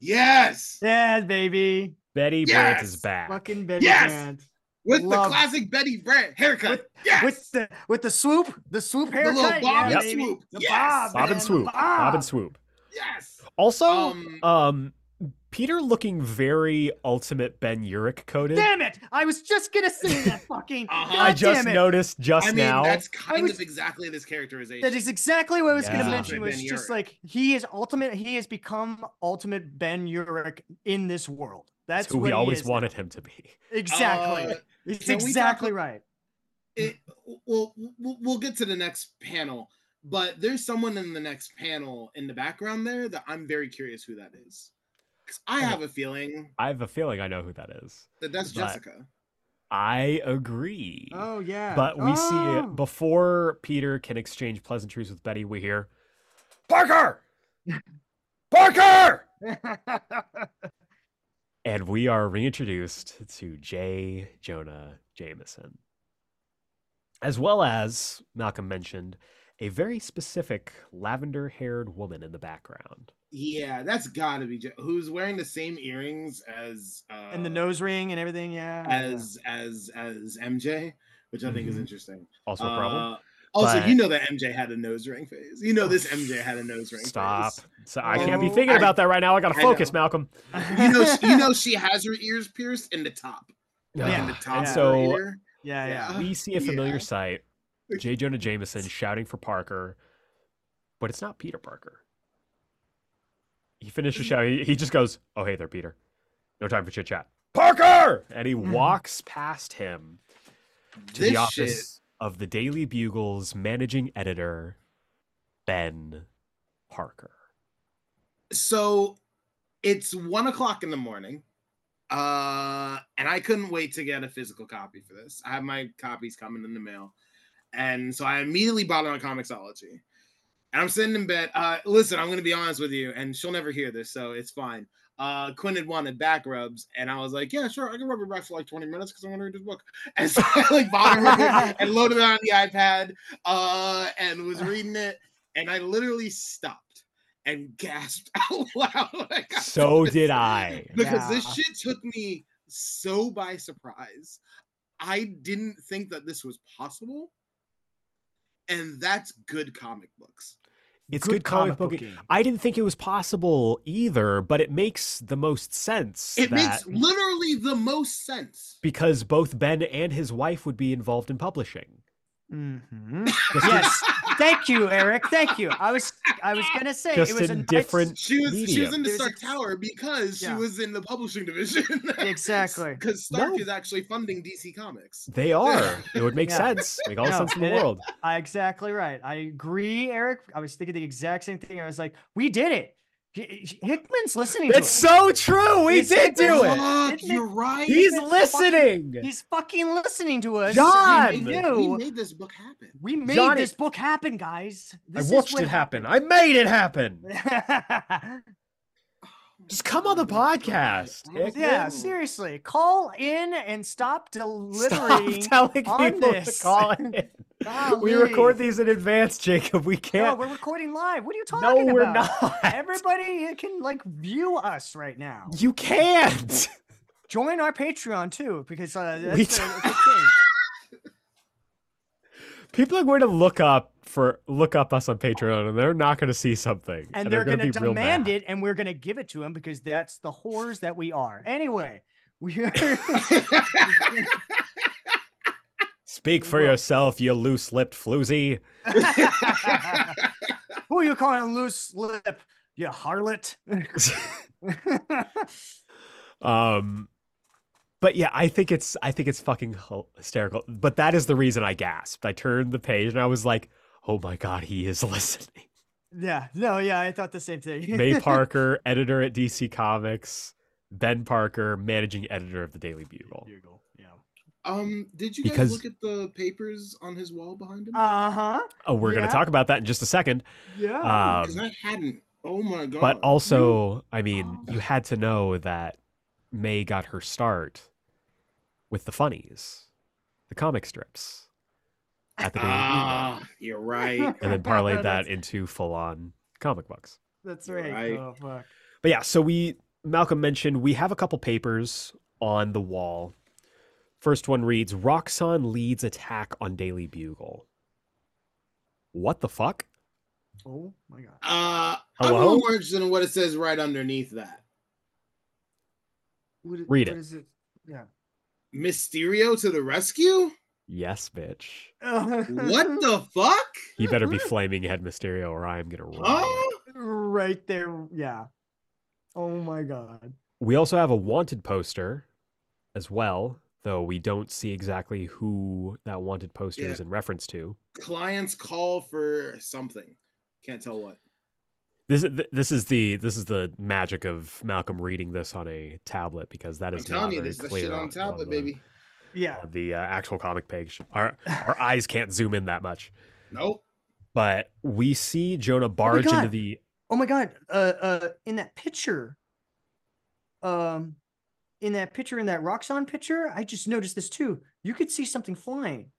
S2: Yes,
S3: Yeah, baby.
S1: Betty Brant is
S2: Yes!
S1: back.
S3: Fucking Betty
S2: Yes!
S3: Brand.
S2: with
S3: Love.
S2: the classic Betty Brant haircut. yes,
S3: With the with the swoop, the swoop haircut.
S2: little bob
S3: yeah,
S1: and
S3: baby.
S2: swoop.
S3: The
S2: Yes!
S3: bob,
S1: Bob
S3: man,
S1: and
S3: the
S1: swoop. Bob and swoop.
S2: yes.
S1: Also,
S3: Oh,
S1: um,
S2: Um,
S1: Peter looking very ultimate Ben Urich coded.
S3: Damn it! I was just gonna say that fucking.
S2: Uh-huh.
S3: God
S1: I just
S3: damn it.
S1: noticed just
S2: I mean,
S1: now.
S2: that's kind
S3: was-
S2: of exactly this characterization.
S3: That is exactly what I was going
S1: Yeah.
S3: to mention.
S2: Ultimate
S3: Was
S2: Ben
S3: just
S2: Urich.
S3: like he is ultimate. He has become ultimate Ben Urich in this world. That's
S1: who
S3: what
S1: we
S3: he
S1: always
S3: is now.
S1: wanted him to be.
S3: Exactly.
S2: Uh,
S3: it's
S2: can we talk
S3: exactly
S2: a-
S3: right.
S2: it, we'll, we'll we'll get to the next panel, but there's someone in the next panel in the background there that I'm very curious who that is. 'Cause I
S1: Oh.
S3: Uh,
S2: have a feeling
S1: I have a feeling I know who that is.
S2: that that's
S1: But-
S2: Jessica.
S1: I agree.
S3: Oh yeah.
S1: But we see
S3: oh.
S1: it before Peter can exchange pleasantries with Betty. We hear, Parker!
S2: Parker. Oh.
S1: And we are reintroduced to J. Jonah Jameson, as well as, Malcolm mentioned, a very specific lavender haired woman in the background.
S2: Yeah, that's gotta be Jo- who's wearing the same earrings as uh,
S3: and the nose ring and everything. Yeah.
S2: as as as MJ, which I think is
S1: Mhm.
S2: interesting.
S1: Also, a problem.
S2: Uh, also,
S1: but-
S2: you know that MJ had a nose ring phase. You know this MJ had a nose ring.
S1: Stop.
S2: Phase.
S1: So I can't be
S3: Oh,
S1: thinking
S2: I-
S1: about that right now. I got to
S2: I know.
S1: focus, Malcolm.
S2: You know, she, you know she has her ears pierced in the top.
S3: Yeah,
S2: in the
S1: Ugh.
S2: top.
S1: And so
S2: right
S3: yeah, yeah.
S2: yeah.
S1: we see a familiar
S2: Uh, Yeah.
S1: sight J. Jonah Jameson shouting for Parker, but it's not Peter Parker. He finishes
S2: Mm.
S1: shouting. he- He just goes, Oh, hey there, Peter. No time for chit chat. Parker! And he
S3: Mhm.
S1: walks past him
S2: there.
S1: to
S2: Mm. this
S1: the office
S2: shit.
S1: of the Daily Bugle's managing editor, Ben Parker.
S2: So it's one o'clock in the morning. Uh, and I couldn't wait to get a physical copy for this. I have my copies coming in the mail. And so I immediately bought it on Comixology. And I'm sitting in bed. Uh, listen, I'm going to be honest with you, and she'll never hear this, so it's fine. Uh, Quinn had wanted back rubs, and I was like, "Yeah, sure, I can rub your back for like 20 minutes because I want to read this book." And so I like bought her and loaded it on the iPad, uh, and was reading it, and I literally stopped and gasped out loud. when I got
S1: So
S2: to this
S1: did I.
S2: because this
S3: Yeah.
S2: shit took me so by surprise. I didn't think that this was possible. And that's good comic books.
S1: It's good, comic, book.
S3: booking.
S1: I didn't think it was possible either, but it makes the most sense.
S2: It
S1: that
S2: makes literally the most sense.
S1: because both Ben and his wife would be involved in publishing.
S3: Mhm.
S1: Just in-
S3: Yes. Thank you, Eric. Thank you. I was I was gonna say
S1: Just
S3: it was
S1: in
S3: a nice-
S1: different-
S2: She was she was
S1: Medium.
S2: in the
S3: There's
S2: Stark
S3: ex-
S2: Tower because
S3: Yeah.
S2: she was in the publishing division.
S3: Exactly.
S2: Because Stark
S1: No.
S2: is actually funding DC Comics.
S1: They are. It would make
S3: Yeah.
S1: sense. Make all the
S3: No,
S1: sense in the
S3: it-
S1: world.
S3: I exactly right. I agree, Eric. I was thinking the exact same thing. I was like, we did it. H- H- Hickman's listening. to us.
S1: so true.
S3: We It's did do it.
S2: Fuck,
S3: Didn't it-
S2: you're right.
S1: He's
S3: Fucking-
S1: listening.
S3: He's fucking listening to us.
S1: John!
S3: we
S2: We made- we
S3: knew-
S2: made this book happen. Oh
S3: we made
S1: Johnny-
S3: this book happen, guys.
S1: I
S3: This is
S1: watched
S3: what
S1: it happen. I made it happen.
S3: happened.
S1: Just come on the podcast.
S2: I
S3: yeah,
S2: know.
S3: seriously. Call in and stop delivering.
S1: Stop telling
S3: on
S1: people
S3: this.
S1: to call in. we
S3: Golly.
S1: record these in advance, Jacob. We
S3: No,
S1: can't.
S3: we're recording live. What are you
S1: No,
S3: talking
S1: we're
S3: about?
S1: not.
S3: Everybody can like view us right now.
S1: You can't.
S3: Join our Patreon too, because uh, that's
S1: We
S3: the,
S1: don't-
S3: the thing.
S1: People are going to look up for look up us on Patreon, and they're not going to see something,
S3: and, they're, going to
S1: be real mad.
S3: demand it, and we're going to give it to them because that's the whores that we are. Anyway, we are.
S1: Speak for
S3: Well-
S1: yourself, you loose-lipped floozy.
S3: Who are you calling loose lip? You harlot.
S1: Um, but yeah, I think it's I think it's fucking hel- hysterical. But that is the reason I gasped. I turned the page and I was like, "Oh my god, he is listening."
S3: yeah, no, yeah, I thought the same thing.
S1: May Parker, editor at DC Comics. Ben Parker, managing editor of the Daily Bugle.
S3: Bugle, yeah.
S2: um, did you guys
S1: Because-
S2: look at the papers on his wall behind him?
S3: Uh huh.
S1: Oh, we're going
S3: Yeah.
S1: to talk about that in just a second.
S3: Yeah.
S1: Um,
S2: Because I hadn't. Oh my god.
S1: but also, I mean,
S2: Oh.
S1: you had to know that May got her start with the funnies, the comic strips at the Daily Bugle.
S2: ah, you're right.
S1: and then parlayed
S3: That's-
S1: that into full on comic books.
S3: That's
S2: You're
S3: right.
S2: right.
S3: Oh fuck.
S1: But yeah, so we Malcolm mentioned we have a couple papers on the wall. First one reads Roxon leads attack on Daily Bugle. What the fuck?
S3: Oh my god.
S2: Uh, I'm a
S1: Hello?
S2: little more interested in what it says right underneath that.
S3: What, i-
S1: Read
S3: what
S1: it.
S3: is it? Yeah.
S2: Mysterio to the rescue?
S1: Yes, bitch.
S2: What the fuck?
S1: He better be flaming head Mysterio or I'm gonna run.
S2: Huh?
S3: right there. Yeah. Oh my god.
S1: We also have a wanted poster as well, though we don't see exactly who that wanted poster
S2: Yeah.
S1: is in reference to.
S2: Clients call for something. Can't tell what.
S1: This is th- this is the this is the magic of Malcolm reading this on a tablet because that
S2: I'm
S1: is not
S2: telling you,
S1: very
S2: there's the
S1: clear
S2: shit on tablet,
S1: the,
S2: baby.
S3: Yeah.
S1: on the uh, actual comic page. Our our eyes can't zoom in that much,
S2: Nope.
S1: but we see Jonah barge
S3: God.
S1: into the
S3: oh my god uh uh in that picture um in that picture in that roxon picture i just noticed this too you could see something flying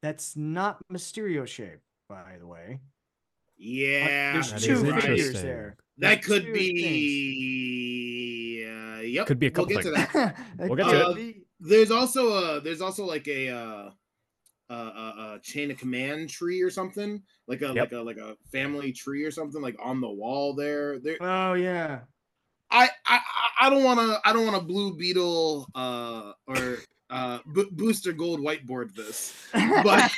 S3: that's not mysterio shaped by the way Uh,
S2: Yeah,
S3: there's
S1: That
S3: two
S1: is
S3: figures
S1: interesting.
S3: there
S2: That
S3: There's
S2: could
S3: two
S2: be. Uh, yep.
S1: Could be a couple
S2: we'll get to
S1: things.
S2: that.
S3: things.
S1: We'll
S3: That
S1: get to
S3: could
S2: it.
S3: be-
S2: There's also a. There's also like a. Uh, a, a, a chain of command tree or something like a
S1: Yep.
S2: like a like a family tree or something like on the wall there. There,
S3: oh yeah
S2: I I I- I don't want to I don't want to blue beetle uh or uh bo- booster gold whiteboard this, but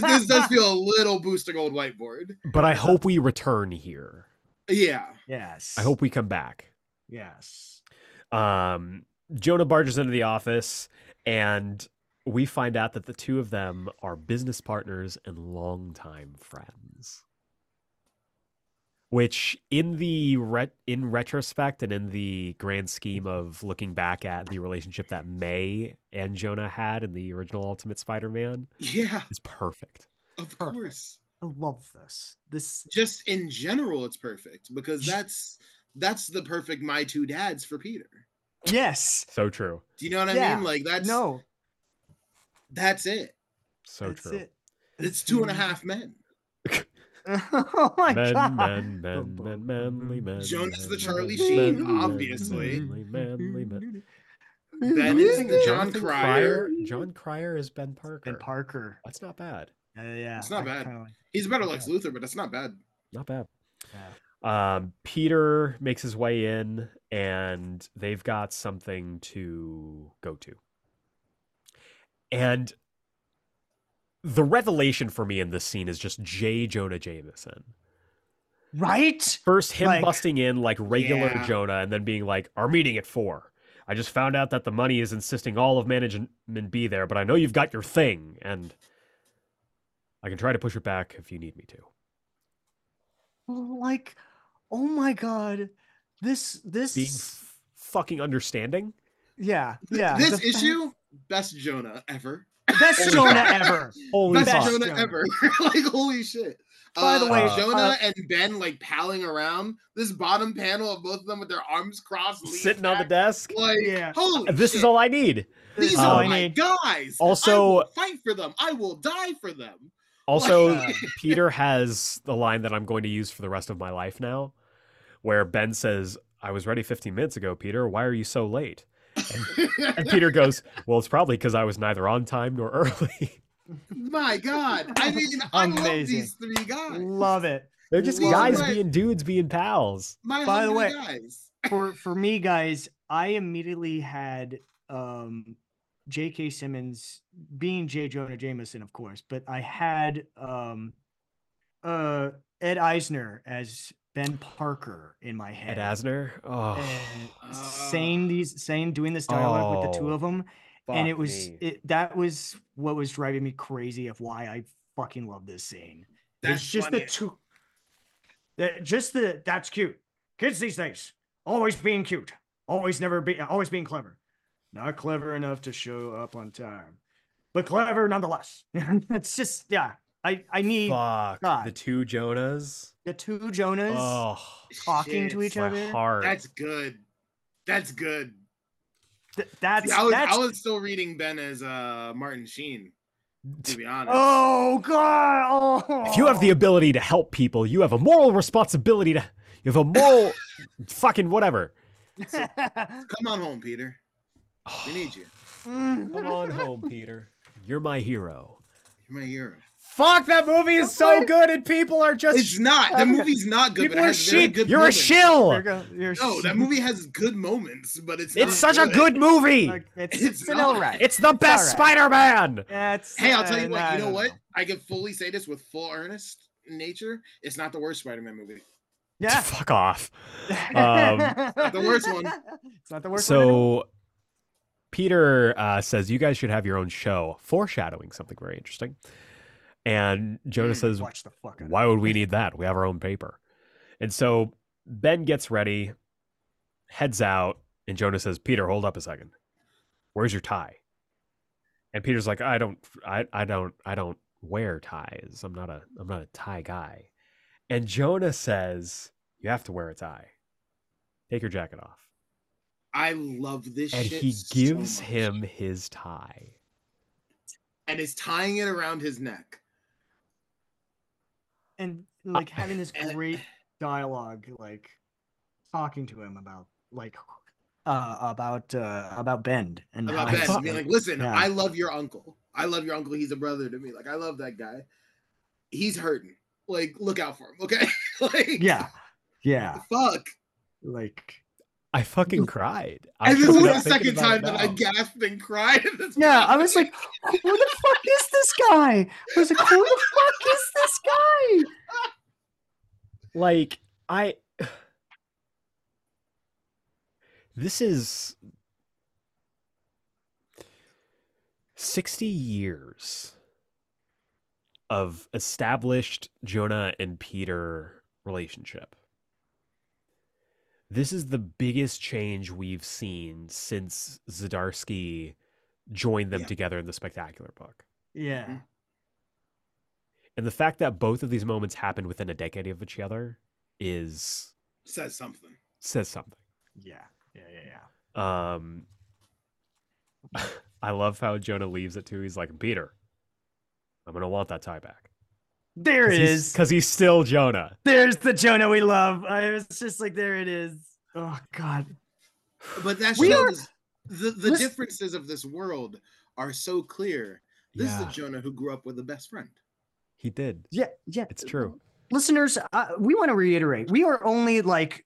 S2: this does feel a little booster gold whiteboard.
S1: But I hope we return here.
S2: Yeah,
S3: yes
S1: I hope we come back.
S3: yes
S1: Um, Jonah barges into the office and we find out that the two of them are business partners and longtime friends. Which, in the ret- in retrospect and in the grand scheme of looking back at the relationship that May and Jonah had in the original Ultimate Spider-Man,
S2: yeah,
S1: is perfect.
S2: of
S3: Perfect.
S2: course.
S3: i love this this
S2: Just in general, it's perfect because that's that's the perfect my two dads for Peter.
S3: yes
S1: So true.
S2: Do you know what I
S3: Yeah.
S2: mean? Like that's
S3: no
S2: that's it.
S1: So
S3: that's
S1: true.
S3: it
S2: It's two and a half men.
S3: oh my
S1: men,
S3: god
S1: men, men, men, manly men.
S2: Jonas the
S1: men, men,
S2: Charlie Sheen,
S1: manly men,
S2: obviously.
S1: Manly, manly men.
S2: Ben is the John Cryer.
S1: John Cryer is Ben Parker.
S3: Ben Parker.
S1: That's not bad.
S3: Uh, yeah,
S2: It's not
S3: I
S2: bad.
S3: kinda like-
S2: He's better Lex Luthor, but that's not bad.
S1: Not bad.
S3: yeah.
S1: Um, Peter makes his way in, and they've got something to go to. And the revelation for me in this scene is just J. Jonah Jameson.
S3: Right?
S1: First, him
S3: Like-
S1: busting in like regular
S2: Yeah.
S1: Jonah, and then being like, "Our meeting at four. I just found out that the money is insisting all of management be there, but I know you've got your thing, and I can try to push it back if you need me to."
S3: Like, oh my god. This this
S1: Being f- fucking understanding.
S3: yeah,
S2: Th-
S3: yeah.
S2: This
S3: the fact-
S2: issue, Oh best Jonah ever.
S3: best Jonah ever.
S1: Holy
S2: Best
S3: Best
S1: fuck!
S2: Jonah,
S3: Jonah.
S2: ever. like holy shit.
S3: By the
S2: Uh,
S3: way,
S1: uh,
S2: Jonah and Ben like palling around. This bottom panel of both of them with their arms crossed, leaning
S1: Sitting on the
S2: back,
S1: desk.
S2: Like,
S3: Yeah.
S2: holy
S1: This is
S2: shit.
S1: all I need.
S2: These
S3: This
S1: Um,
S3: all
S2: are
S3: I
S2: my
S3: need.
S2: guys. I
S1: Also-
S2: will fight for them. I will die for them.
S1: Also,
S3: Like, uh,
S1: Peter has the line that I'm going to use for the rest of my life now, where Ben says, "I was ready 15 minutes ago, Peter. Why are you so late?" And Peter goes, "Well, it's probably because I was neither on time nor early.
S2: my God. I mean, I love
S3: Amazing.
S2: these three guys.
S3: Love it.
S1: They're just
S2: Well,
S1: guys
S2: right.
S1: being dudes, being pals.
S2: My
S3: By the
S2: hungry
S3: way-
S2: guys.
S3: For for me guys, I immediately had um J.K. Simmons being J. Jonah Jameson, of course, but I had um uh Ed Eisner as Ben Parker in my head.
S1: Ed Asner. Oh,
S3: and
S2: Ah.
S3: saying these saying doing this dialogue with the two
S1: Oh,
S3: of them and it
S1: fuck
S3: was
S1: me.
S3: it, that was what was driving me crazy of why i fucking love this scene
S2: That's
S3: it's just
S2: funny.
S3: the two that just the that's cute kids these days always being cute always never be always being clever not clever enough to show up on time but clever nonetheless it's just yeah i i need
S1: fuck
S3: God.
S1: the two Jonas.
S3: the two jonas
S1: Oh,
S3: talking to
S2: Shit.
S3: each
S1: my
S3: other
S1: heart.
S2: That's good. That's good.
S3: Th- that's
S2: See, I was
S3: that's
S2: I was still reading Ben as uh Martin Sheen, to be honest.
S3: Oh God! Oh.
S1: If you have the ability to help people, you have a moral responsibility to. You have a moral, fucking whatever.
S2: Come on home, Peter. We need you.
S1: Come on home, Peter. You're my hero.
S2: You're my hero.
S1: Fuck that movie is so good, and people are just
S2: It's not. The
S3: I'm-
S2: movie's not good. but
S1: people
S2: it
S1: are
S2: has very
S1: shit.
S2: good
S1: You're
S2: moments.
S1: a shill.
S3: There go- there's-
S2: No, that movie has good moments, but it's
S1: It's
S2: not
S1: such a good movie.
S3: Like, it's,
S2: It's
S3: it's, an L
S2: not.
S3: ride.
S1: It's the best
S3: all right.
S1: Spider-Man.
S3: That's-
S2: Hey, I'll tell
S3: uh,
S2: you
S3: nah,
S2: what.
S3: I
S2: You know
S3: don't
S2: what? I can fully say this with full earnest nature. It's not the worst Spider-Man movie.
S3: Yeah.
S1: Fuck off. Um,
S2: not the worst one.
S3: It's not the worst one. at all.
S1: so Peter uh, says you guys should have your own show, foreshadowing something very interesting. And Jonah
S2: Mm,
S1: says,
S3: watch the fuck out of
S1: Why
S3: it.
S1: would we need that? We have our own paper. And so Ben gets ready, heads out, and Jonah says, Peter, hold up a second. Where's your tie? And Peter's like, I don't I, I don't I don't wear ties. I'm not a I'm not a tie guy. And Jonah says, You have to wear a tie. Take your jacket off.
S2: I love this
S1: And
S2: shit
S1: he
S2: so
S1: gives
S2: much.
S1: him his tie.
S2: and is tying it around his neck.
S3: and like having this
S2: and-
S3: great dialogue, like talking to him about like uh about uh about Bend and how
S2: About
S1: I
S2: Ben,
S3: he's,
S1: thought-
S2: being like, listen,
S3: yeah.
S2: I love your uncle. I love your uncle. He's a brother to me. Like, I love that guy. He's hurting. Like, look out for him, okay? like,
S3: yeah, yeah,
S2: fuck.
S3: like
S1: I fucking cried. I
S2: And this
S1: can't
S2: is
S1: stop
S2: the
S1: thinking
S2: second
S1: about it
S2: time that
S1: now.
S2: I gasped and cried. At this
S3: yeah. I
S2: moment.
S3: was like, who the fuck is this guy? I was like, who the fuck is this guy?
S1: like i this is 60 years of established jonah and peter relationship this is the biggest change we've seen since zadarsky joined them
S2: Yeah.
S1: together in the spectacular book
S3: Yeah,
S2: Mhm.
S1: and the fact that both of these moments happened within a decade of each other is
S2: says something.
S1: says something
S3: yeah, yeah, yeah, yeah.
S1: Um, I love how Jonah leaves it too. He's like, Peter, I'm gonna want that tie back.
S3: There it is.
S1: because he's still Jonah.
S3: There's the Jonah we love. I was just like, there it is. Oh God.
S2: But that
S3: We are-
S2: shows the, the
S3: Listen-
S2: differences of this world are so clear. This is the Jonah who grew up with a best friend.
S1: he did.
S3: Yeah, yeah.
S1: It's true.
S3: Listeners, uh, we want to reiterate: we are only like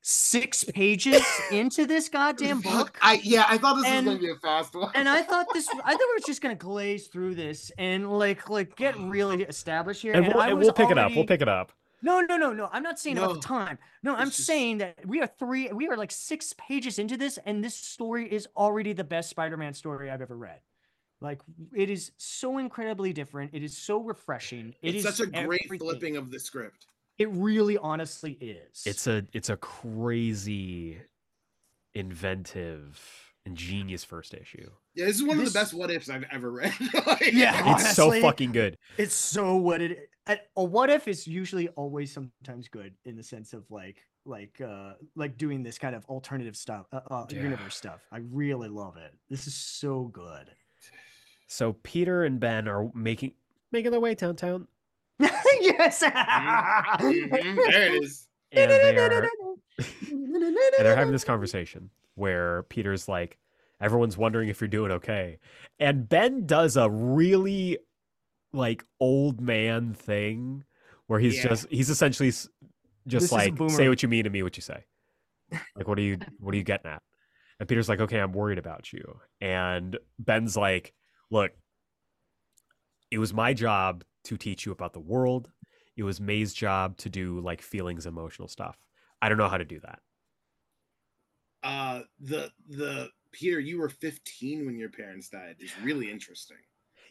S3: six pages into this goddamn
S2: Fuck,
S3: book,
S2: I yeah, I thought this
S3: And-
S2: was gonna be a fast one.
S3: and I thought this. I thought we were just gonna glaze through this and like like get really established here.
S1: And we'll,
S3: I
S1: and
S3: was
S1: we'll pick it up. We'll
S3: already-
S1: pick it up.
S3: No, no, no, no. I'm not saying about
S2: No,
S3: the time. No, I'm
S2: it's just-
S3: saying that we are three. We are like six pages into this, and this story is already the best Spider-Man story I've ever read. Like it is so incredibly different. It is so refreshing. It
S2: it's
S3: is
S2: such a great
S3: everything.
S2: flipping of the script.
S3: It really, honestly is.
S1: It's a it's a crazy, inventive, ingenious first issue.
S2: Yeah, this is one of
S3: This-
S2: the best what ifs I've ever read. Like,
S3: Yeah.
S1: It's so
S3: Honestly,
S1: fucking good.
S3: It's so what it a a what if is usually always sometimes good in the sense of like like uh like doing this kind of alternative stuff uh, uh
S1: Yeah.
S3: universe stuff. I really love it. This is so good.
S1: So Peter and Ben are making making their way downtown,
S3: yes.
S2: Mhm, there it is.
S1: and Mm-hmm. they are and they're having this conversation where Peter's like, everyone's wondering if you're doing okay. And Ben does a really like old man thing where he's
S2: Yeah.
S1: just he's essentially s-
S3: This
S1: just
S3: is a
S1: like say
S3: boomerang.
S1: what you mean to me what you say. Like what are you what are you getting at? And Peter's like, "Okay, I'm worried about you." And Ben's like, "Look, it was my job to teach you about the world. It was May's job to do like feelings, emotional stuff. I don't know how to do that."
S2: Uh the the Peter, you were 15 when your parents died is really interesting.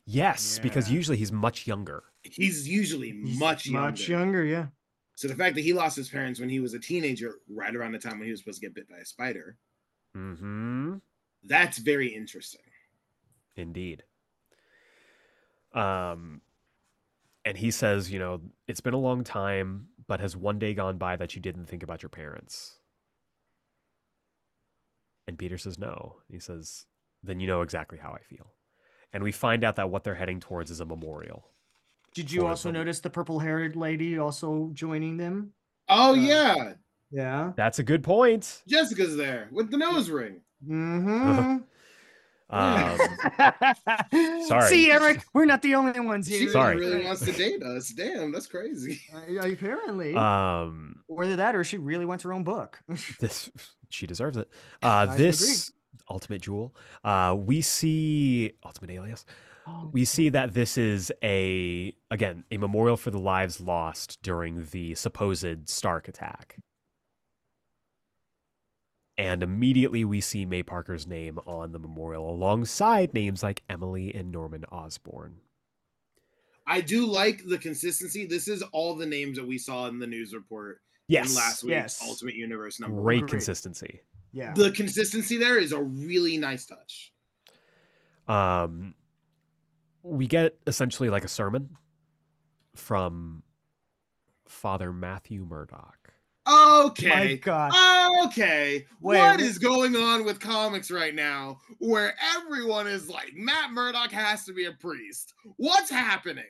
S1: Yes, because
S3: Yeah.
S1: usually he's much younger.
S2: He's usually much younger.
S3: much younger, yeah.
S2: So the fact that he lost his parents when he was a teenager, right around the time when he was supposed to get bit by a spider,
S1: Mm-hmm.
S2: that's very interesting.
S1: Indeed. Um, and he says, you know, it's been a long time, but has one day gone by that you didn't think about your parents? And Peter says, no. He says, then you know exactly how I feel. And we find out that what they're heading towards is a memorial.
S3: Did you
S1: Or
S3: also
S1: something.
S3: notice the purple-haired lady also joining them?
S2: Oh
S3: Uh,
S2: yeah,
S3: Yeah.
S1: That's a good point.
S2: Jessica's there with the nose ring.
S1: Uh-huh.
S3: hmm
S1: Um, sorry.
S3: See, Eric, we're not the only ones
S2: She
S3: here.
S1: Sorry.
S2: really wants to date us. Damn, that's crazy.
S3: Uh, apparently,
S1: um,
S3: or either that, or she really wants her own book.
S1: this she deserves it. Uh,
S3: agree.
S1: this ultimate jewel. Uh, we see ultimate alias. We see that this is a again a memorial for the lives lost during the supposed Stark attack. And immediately we see May Parker's name on the memorial alongside names like Emily and Norman Osborn.
S2: I do like the consistency. This is all the names that we saw in the news report in
S1: Yes.
S2: last week's
S3: yes.
S2: Ultimate Universe number. one.
S1: Great
S3: Great.
S1: consistency.
S3: yeah.
S2: The consistency there is a really nice touch.
S1: um we get essentially like a sermon from father matthew murdoch
S3: My
S2: Okay.
S3: God.
S2: Okay,
S3: Wait,
S2: what
S3: wh-
S2: is going on with comics right now where everyone is like, Matt Murdock has to be a priest? What's happening?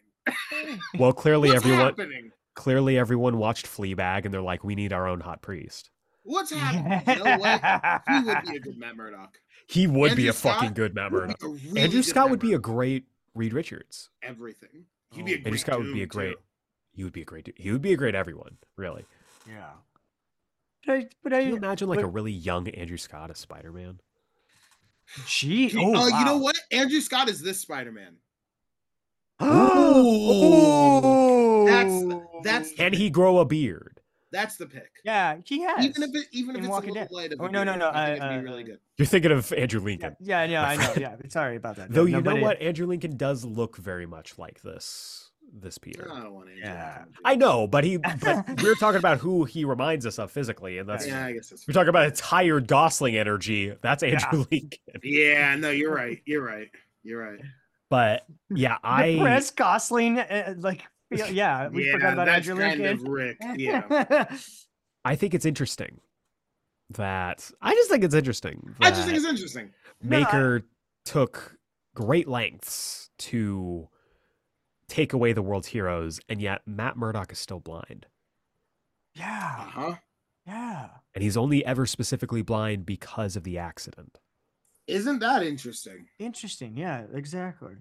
S1: Well, clearly
S2: What's
S1: everyone
S2: happening?
S1: clearly everyone watched Fleabag and they're like, we need our own hot priest.
S2: What's happening? You know what? He would be a good Matt Murdock.
S1: He would be
S2: Andrew
S1: a fucking
S2: Scott
S1: good Matt
S2: He would
S1: Murdock.
S2: be a really
S1: Andrew
S2: good
S1: Scott
S2: Matt
S1: would be a
S2: Murdock.
S1: great Reed Richards.
S2: everything. He'd be a
S3: Oh,
S2: great
S1: Andrew Scott would be a
S2: Doom,
S1: great.
S2: too.
S1: He would be a great. dude. He would be a great everyone. Really.
S3: yeah. But I, but
S1: Can you
S3: I,
S1: imagine like a
S3: but-
S1: really young Andrew Scott as Spider Man?
S3: gee,
S2: He-
S3: oh,
S2: uh, you know
S3: wow.
S2: what? Andrew Scott is this Spider-Man.
S3: Ooh.
S2: That's- that's-
S1: Can he grow a beard?
S2: That's the pick.
S3: yeah, he has.
S2: Even if it, even if
S3: In
S2: it's a
S3: Walking
S2: little
S3: Dead.
S2: light of
S3: Oh,
S2: a
S3: no, no,
S2: beard,
S3: no,
S2: I think
S3: I-
S2: it'd
S3: I-
S2: be
S3: I-
S2: really good.
S1: You're thinking of Andrew Lincoln.
S3: yeah, I know, I know. Yeah, sorry about that.
S1: Though
S3: No,
S1: you
S3: but
S1: know
S3: it-
S1: what, Andrew Lincoln does look very much like this this Peter.
S2: I don't want Andrew.
S3: Yeah.
S1: I know, but he but we're talking about who he reminds us of physically, and that's
S2: Yeah, I guess that's.
S1: we're talking about a tired Gosling energy. That's Andrew Lincoln.
S2: Yeah, no, you're right. You're right. You're right.
S1: But yeah,
S3: the
S1: I
S3: Perez Gosling, uh, like, feel- yeah, we
S2: yeah,
S3: forgot about
S2: that's
S3: Andrew
S2: kind
S3: Lincoln.
S2: of Rick. Yeah.
S1: I think it's interesting that I just think it's interesting.
S2: I just think
S1: that-
S2: it's interesting.
S3: No, I-
S1: Maker took great lengths to take away the world's heroes, and yet Matt Murdock is still blind.
S2: Uh
S3: yeah,
S2: huh.
S3: yeah.
S1: And he's only ever specifically blind because of the accident.
S2: Isn't that interesting?
S3: Interesting. Yeah, exactly.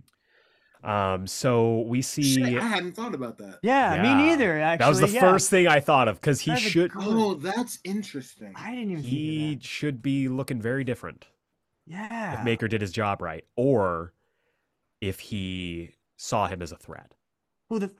S1: Um, so we see
S2: Shit, I hadn't thought about that.
S3: Yeah,
S1: Yeah.
S3: me neither. Actually,
S1: that was the
S3: yeah.
S1: first thing I thought of because he
S3: That's a
S1: should
S3: gr-
S2: Oh, that's interesting.
S3: I didn't even.
S1: he
S3: Think
S1: should be looking very different
S3: of that. Yeah.
S1: if Maker did his job right, or if he saw him as a threat.
S3: Well, the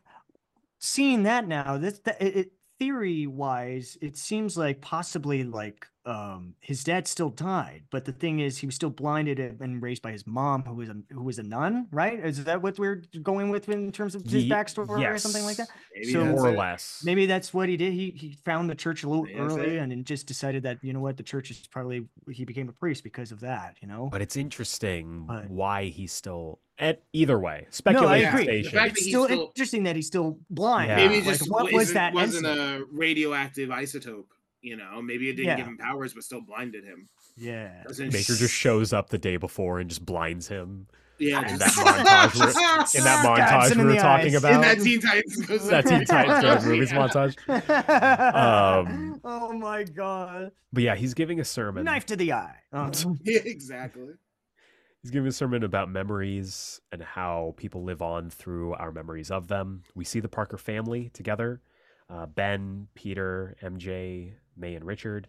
S3: seeing that now, this that, it, it theory wise, it seems like possibly like um his dad still died, but the thing is, he was still blinded and and raised by his mom, who was a who was a nun, right? Is that what we're going with in terms of his
S1: Ye-
S3: backstory or something like that?
S1: yes,
S2: Maybe
S3: So-
S2: that's
S1: more or
S2: it.
S1: less.
S3: Maybe that's what he did. He he found the church a little
S2: Maybe that's
S3: early
S2: it.
S3: and then just decided that you know what the church is probably he became a priest because of that. You know,
S1: But it's interesting
S3: But-
S1: why he's still at either way. Speculation
S3: agree. The
S1: station.
S2: fact
S3: it's
S2: he's
S3: still,
S2: still-
S3: interesting that he's still blind.
S1: Yeah.
S2: Maybe
S1: Yeah.
S2: it just
S3: like, what was
S2: isn't-
S3: that?
S2: wasn't
S3: incident?
S2: a radioactive isotope. You know, maybe it didn't
S3: Yeah.
S2: give him powers, but still blinded him.
S3: Yeah.
S2: That's
S1: Maker just shows up the day before and just blinds him.
S2: yeah,
S1: in
S2: just-
S1: that montage in that
S3: Stabs
S1: montage
S3: him
S1: we
S3: in
S1: were
S3: the
S1: talking
S3: eyes.
S1: about.
S2: in that Teen Titans goes.
S1: that Teen Titans Go to the movies
S2: Yeah.
S1: montage. Um,
S3: oh my god!
S1: But yeah, he's giving a sermon.
S3: Knife to the eye. Oh,
S2: Yeah, exactly.
S1: He's giving a sermon about memories and how people live on through our memories of them. We see the Parker family together uh, Ben, Peter, MJ, May, and Richard.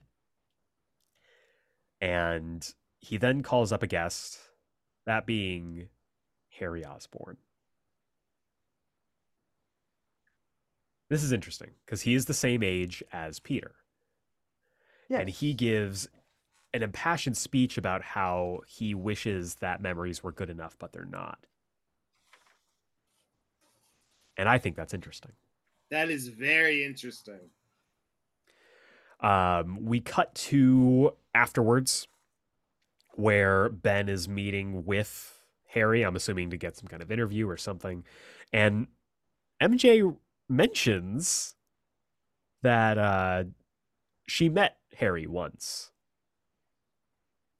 S1: And he then calls up a guest, that being Harry Osborne. This is interesting because he is the same age as Peter. And
S3: Yes.
S1: he gives an impassioned speech about how he wishes that memories were good enough, but they're not. And I think that's interesting.
S2: That is very interesting.
S1: Um, we cut to afterwards where Ben is meeting with Harry, I'm assuming to get some kind of interview or something. And MJ mentions that uh, she met Harry once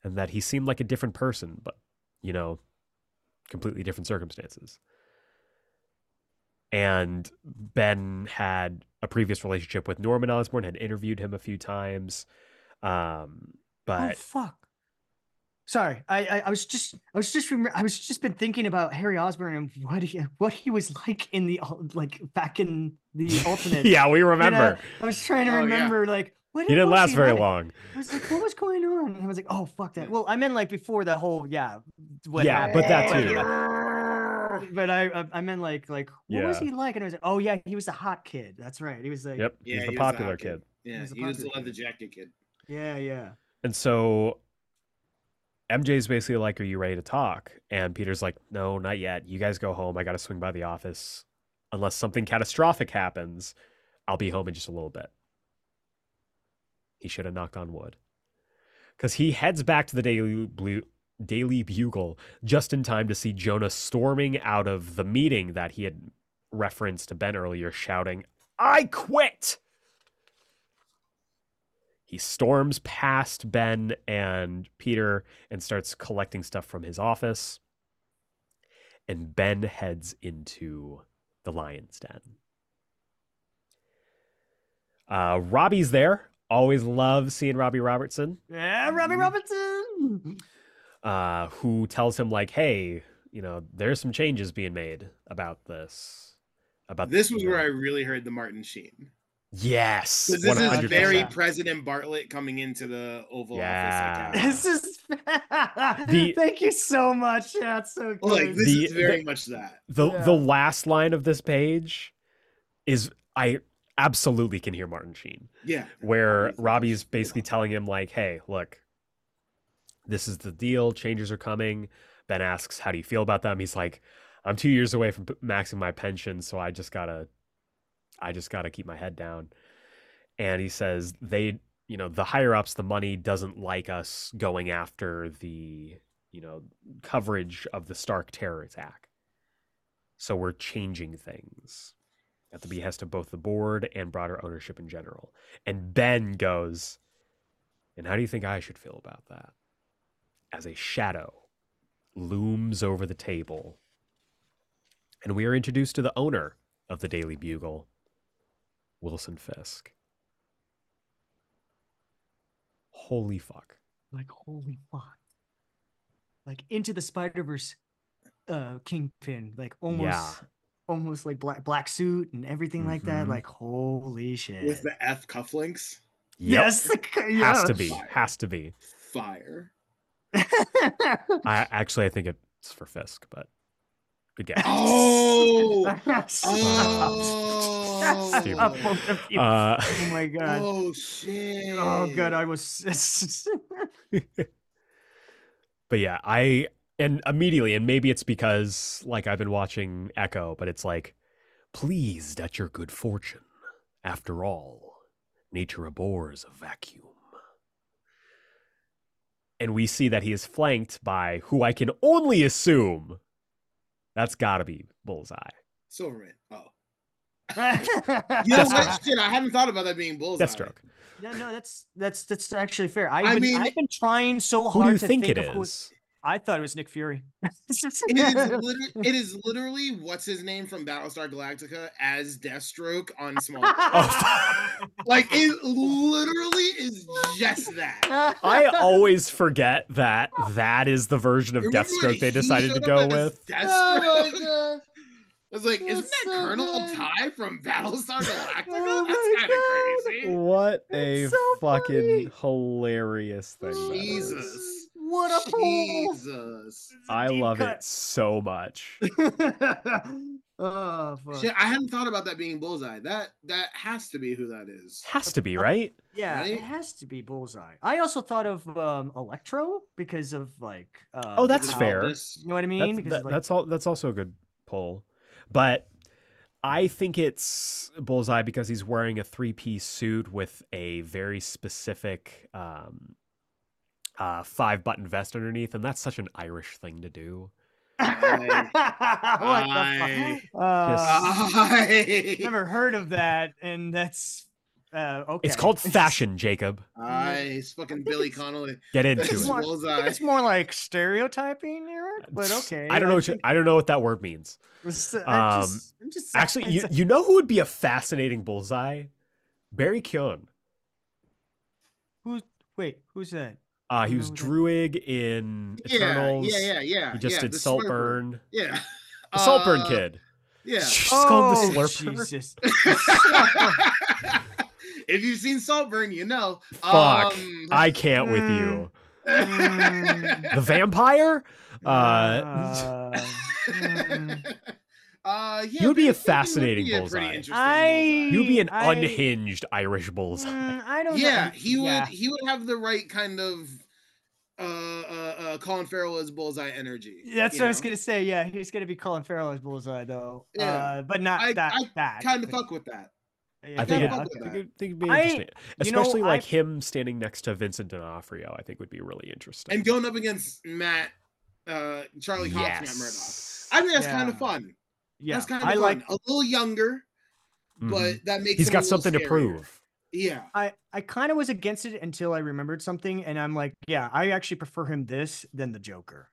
S1: and that he seemed like a different person, but, you know, completely different circumstances. And Ben had a previous relationship with Norman Osborn, had interviewed him a few times. Um,
S3: oh
S1: but
S3: fuck! Sorry, I, I I was just I was just remem- I was just been thinking about Harry Osborn and what he what he was like in the ul- like back in the alternate.
S1: yeah, we remember.
S3: I was trying to
S2: Oh, yeah.
S3: remember like what
S1: he didn't
S3: what was
S1: last very
S3: like?
S1: long.
S3: I was like, what was going on? And I was like, oh fuck that. Well, I meant like before the whole yeah. What
S1: Yeah, but that
S3: happened,
S1: too.
S3: but- But I, I I meant like like what was
S1: Yeah.
S3: he like? And I was like, oh yeah, he was the hot kid. That's right. He was like,
S1: Yep,
S2: Yeah,
S1: he's the
S2: he was
S1: popular
S2: hot
S1: kid.
S2: Yeah, he
S3: was
S2: was,
S3: the
S2: the
S3: popular
S2: leather
S3: kid.
S2: jacket kid.
S3: yeah, yeah.
S1: And so MJ's basically like, "Are you ready to talk?" And Peter's like, "No, not yet. You guys go home. I got to swing by the office. Unless something catastrophic happens, I'll be home in just a little bit." He should have knocked on wood, because he heads back to the Daily Blue. Daily Bugle just in time to see Jonah storming out of the meeting that he had referenced to Ben earlier, shouting, I quit! He storms past Ben and Peter and starts collecting stuff from his office. And Ben heads into the lion's den. Uh, Robbie's there. Always love seeing Robbie Robertson
S3: Yeah, Robbie
S1: Mm-hmm.
S2: Mhm.
S3: Robinson.
S1: uh, who tells him like, "Hey, you know, there's some changes being made about this." About
S2: This was
S1: you
S2: where I
S1: know."
S2: really heard the Martin Sheen.
S1: yes,
S2: 'Cause This is
S1: 100%.
S2: very President Bartlett coming into the Oval
S1: Yeah.
S2: Office. like,
S3: This is
S1: The-
S3: thank you so much. That's so good.
S2: Like this
S1: The-
S2: is very much that.
S1: the
S3: Yeah.
S1: the last line of this page is I absolutely can hear Martin Sheen,
S2: Yeah.
S1: where
S2: Robbie's-
S1: Robbie's basically telling him like, "Hey, look, this is the deal. Changes are coming." Ben asks, "How do you feel about them?" He's like, "I'm two years away from p- maxing my pension, so I just gotta, I just gotta keep my head down." And he says, "They, you know, the higher ups, the money doesn't like us going after the, you know, coverage of the Stark terror attack. So we're changing things." At the behest of both the board and broader ownership in general. And Ben goes, And how do you think I should feel about that? As a shadow looms over the table. And we are introduced to the owner of the Daily Bugle, Wilson Fisk. Holy fuck.
S3: like holy fuck. Like into the Spider Verse, uh, Kingpin. Like almost, almost like black black suit and everything like that.
S1: Mhm.
S3: Like holy shit.
S2: With the F cufflinks.
S3: Yes,
S1: Has
S3: yeah.
S1: to be. Has to be.
S2: Fire.
S1: I actually I think it's for Fisk, but good guess.
S2: Oh.
S3: Stop.
S2: Oh.
S1: Stupid.
S3: Stop, both of you.
S1: Uh,
S3: oh my god.
S2: Oh shit.
S3: Oh god, I was.
S1: but yeah, I and immediately, and maybe it's because like I've been watching Echo, but it's like pleased at your good fortune. After all, nature abhors a vacuum. And we see that he is flanked by who I can only assume that's gotta be Bullseye.
S2: Silverman. Oh. You know
S1: That's
S2: what?
S1: Deathstroke.
S2: Shit, I hadn't thought about that being bullseye.
S1: Deathstroke.
S3: No, no, that's that's that's actually fair. I've
S2: I
S3: been,
S2: mean-
S3: I've been trying so
S1: Who
S3: hard
S1: do you
S3: to
S1: think, it
S3: of who-
S1: is?
S3: I thought it was Nick Fury.
S2: It is, liter- it is literally what's his name from Battlestar Galactica as Deathstroke on Small.
S1: Oh,
S2: like it literally is just that.
S1: Oh, I always forget that that is the version of
S2: Remember when
S1: Deathstroke they
S2: he
S1: decided to
S2: showed
S1: go
S2: up as
S1: with.
S3: Oh
S2: Deathstroke. I was like,
S3: That's
S2: isn't that
S3: so
S2: Colonel
S3: good.
S2: Ty from Battlestar Galactica?
S3: Oh my
S2: That's kind of
S1: What
S3: That's so funny.
S1: hilarious thing. that is.
S2: Jesus.
S3: What a
S2: crazy.
S3: fool!
S2: Jesus.
S1: I love it so much.
S3: oh fuck.
S2: Shit, I hadn't thought about that being Bullseye. That that has to be who that is.
S1: Has to be, right?
S3: Yeah,
S2: Right?
S3: it has to be Bullseye. I also thought of um, Electro because of like. Uh,
S1: Oh, that's
S2: How
S1: fair.
S2: this-
S3: You know what I mean?
S1: That's,
S3: because
S1: that-
S3: like,
S1: that's all that's also a good pull. But I think it's Bullseye because he's wearing a three-piece suit with a very specific um uh, five button vest underneath, and that's such an Irish thing to do.
S3: what the fuck? Uh,
S2: I,
S3: never heard of that, and that's uh, okay.
S1: It's called fashion, Jacob.
S2: I, it's fucking
S3: think
S2: Billy
S3: it's-
S2: Connolly.
S1: Get
S2: This
S1: into
S2: is
S1: it.
S3: more- I think
S2: Bullseye.
S3: it's more like stereotyping, Eric. But okay,
S1: I don't know. What you,
S3: think
S1: I don't know what that word means.
S3: it's-
S1: um,
S3: I'm just- I'm just saying
S1: Actually, you,
S3: it's-
S1: you know who would be a fascinating bullseye? Barry Keoghan.
S3: wait, who's that?
S1: Uh,
S3: don't
S1: he was
S3: know who that-
S1: druid in
S2: Oh, Yeah,
S1: Eternals.
S2: yeah, yeah, yeah.
S1: He just
S2: yeah,
S1: did
S2: the slurper.
S1: Saltburn.
S2: Yeah.
S1: The Saltburn
S2: Uh,
S1: kid.
S2: Yeah.
S1: Just call him the
S3: Oh,
S1: Slurper.
S3: Jesus.
S2: if you've seen Saltburn, you know.
S1: Fuck.
S2: Um, mm.
S1: I can't with you.
S3: mm,
S1: The vampire? Uh,
S3: Uh, mm.
S2: uh, yeah,
S1: You'd be a
S2: Barry Keoghan would
S1: fascinating
S2: be a pretty
S1: bullseye.
S2: interesting
S3: I-
S1: You'd be an
S3: I-
S1: unhinged Irish bullseye.
S3: Mm, I don't know.
S2: yeah, he would.
S3: Yeah.
S2: He would have the right kind of uh, uh, uh Colin Farrell as bullseye energy.
S3: That's
S2: you
S3: what I was
S2: know?
S3: gonna say. Yeah, he's gonna be Colin Farrell as Bullseye though.
S2: Yeah.
S3: Uh, but not
S2: I-
S3: that.
S2: I
S3: that.
S2: Kind of
S3: but-
S2: fuck with that.
S3: yeah,
S1: I think,
S2: Yeah,
S1: it,
S2: fuck
S1: I
S2: with
S1: think
S2: that.
S1: it- think it'd be
S3: I-
S1: interesting.
S3: you know,
S1: Especially like
S3: I-
S1: him standing next to Vincent D'Onofrio, I think would be really interesting.
S2: And going up agast Matt, uh, Charlie Cox, Matt Murdock.
S1: Yes.
S2: I think that's kind of
S3: Yeah.
S2: fun.
S3: yeah.
S2: That's kind of
S3: I
S2: fun.
S3: like.
S2: a little younger,
S1: Mhm.
S2: but that makes
S1: he's
S2: him a
S1: got
S2: little
S1: something to
S2: scarier.
S1: prove. Oh,
S2: Yeah.
S3: I, I kind of was against it until I remembered something, and I'm like, yeah, I actually prefer him this than the Joker.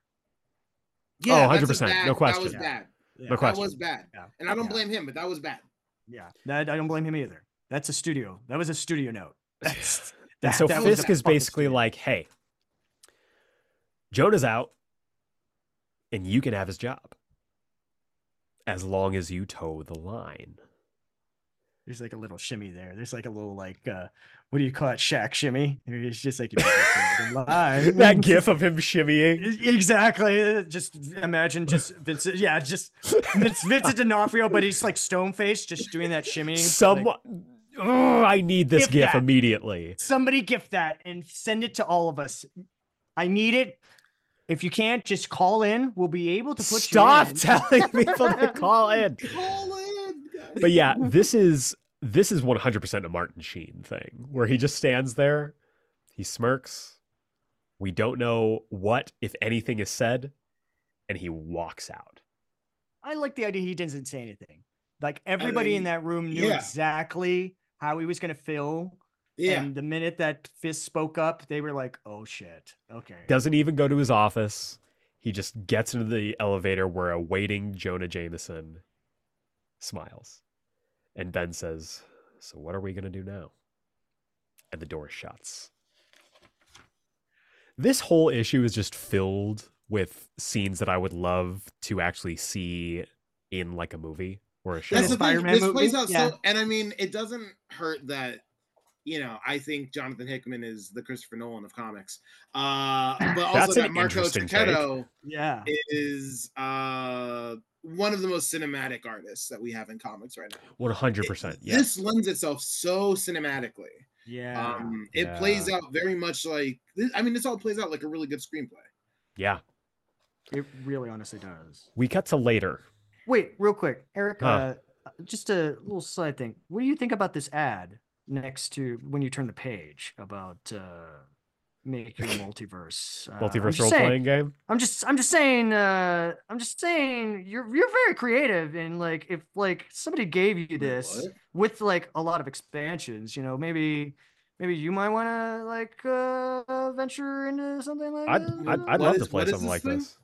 S2: Yeah, that's a
S1: 100%,
S2: bad-
S1: no
S2: That was
S1: question.
S2: bad.
S3: Yeah,
S1: No
S2: That
S1: question.
S2: was bad.
S3: Yeah.
S2: And I don't
S3: Yeah.
S2: blame him, but that was bad.
S3: yeah. That, I don't blame him either. That's a studio. That was a studio note. That's,
S1: And so
S2: that was
S1: Fisk
S2: a
S1: is basically like, hey, Jonah's out and you can have his job as long as you toe the line.
S3: There's like a little shimmy there. There's like a little like uh what do you call it? Shack shimmy. It's just like you
S1: that gif of him shimmying.
S3: Exactly. Just imagine just Vince. Yeah, just it's Vincent D'Onofrio, but he's like stone faced, just doing that shimmy. like,
S1: Someone. Oh, I need this
S3: If
S1: gif
S3: that-
S1: immediately.
S3: somebody gift that and send it to all of us. I need it. If you can't, just call in. We'll be able to put
S1: Stop
S3: you in.
S1: telling people to call in.
S2: Call in, guys.
S1: But yeah, this is this is 100% a Martin Sheen thing where he just stands there, he smirks. We don't know what if anything is said and he walks out.
S3: I like the idea he doesn't say anything. Like everybody in
S2: mean,
S3: that room knew
S2: yeah.
S3: exactly how he was going to feel.
S2: yeah.
S3: And the minute that Fist spoke up, they were like, "Oh shit, okay."
S1: Doesn't even go to his office. He just gets into the elevator where a waiting Jonah Jameson smiles. And Ben says, So what are we going to do now? And the door shuts. This whole issue is just filled with scenes that I would love to actually see in like a movie or a show.
S2: That's the thing.
S3: Spider-Man
S2: This
S3: movie?
S2: plays out
S3: Yeah.
S2: so, and I mean, it doesn't hurt that you know. I think Jonathan Hickman is the Christopher Nolan of comics, uh, but also
S1: That's
S2: that
S1: an
S2: Marco
S1: interesting take.
S2: Cicchetto
S3: yeah,
S2: is uh, one of the most cinematic artists that we have in comics right now.
S1: 100%. Yeah.
S2: This lends itself so cinematically.
S3: yeah.
S2: Um, it plays
S1: Yeah.
S2: out very much like. This, I mean, this all plays out like a really good screenplay.
S1: Yeah.
S3: it really, honestly does.
S1: We cut to later.
S3: Wait, real quick, Eric.
S1: Huh.
S3: Uh, just a little side thing. What do you think about this ad next to when you turn the page about uh, make your multiverse? Uh, I'm
S1: Multiverse
S3: just
S1: role
S3: saying-
S1: playing game.
S3: I'm just, I'm just saying, uh, I'm just saying, you're, you're very creative, and like, if like somebody gave you this
S2: What?
S3: with like a lot of expansions, you know, maybe, maybe you might want to like uh, venture into something like
S1: I'd,
S3: that.
S1: I'd, I'd
S2: What
S1: love
S2: is-
S1: to play
S2: what is
S1: something
S2: this
S1: like
S2: thing?
S1: this.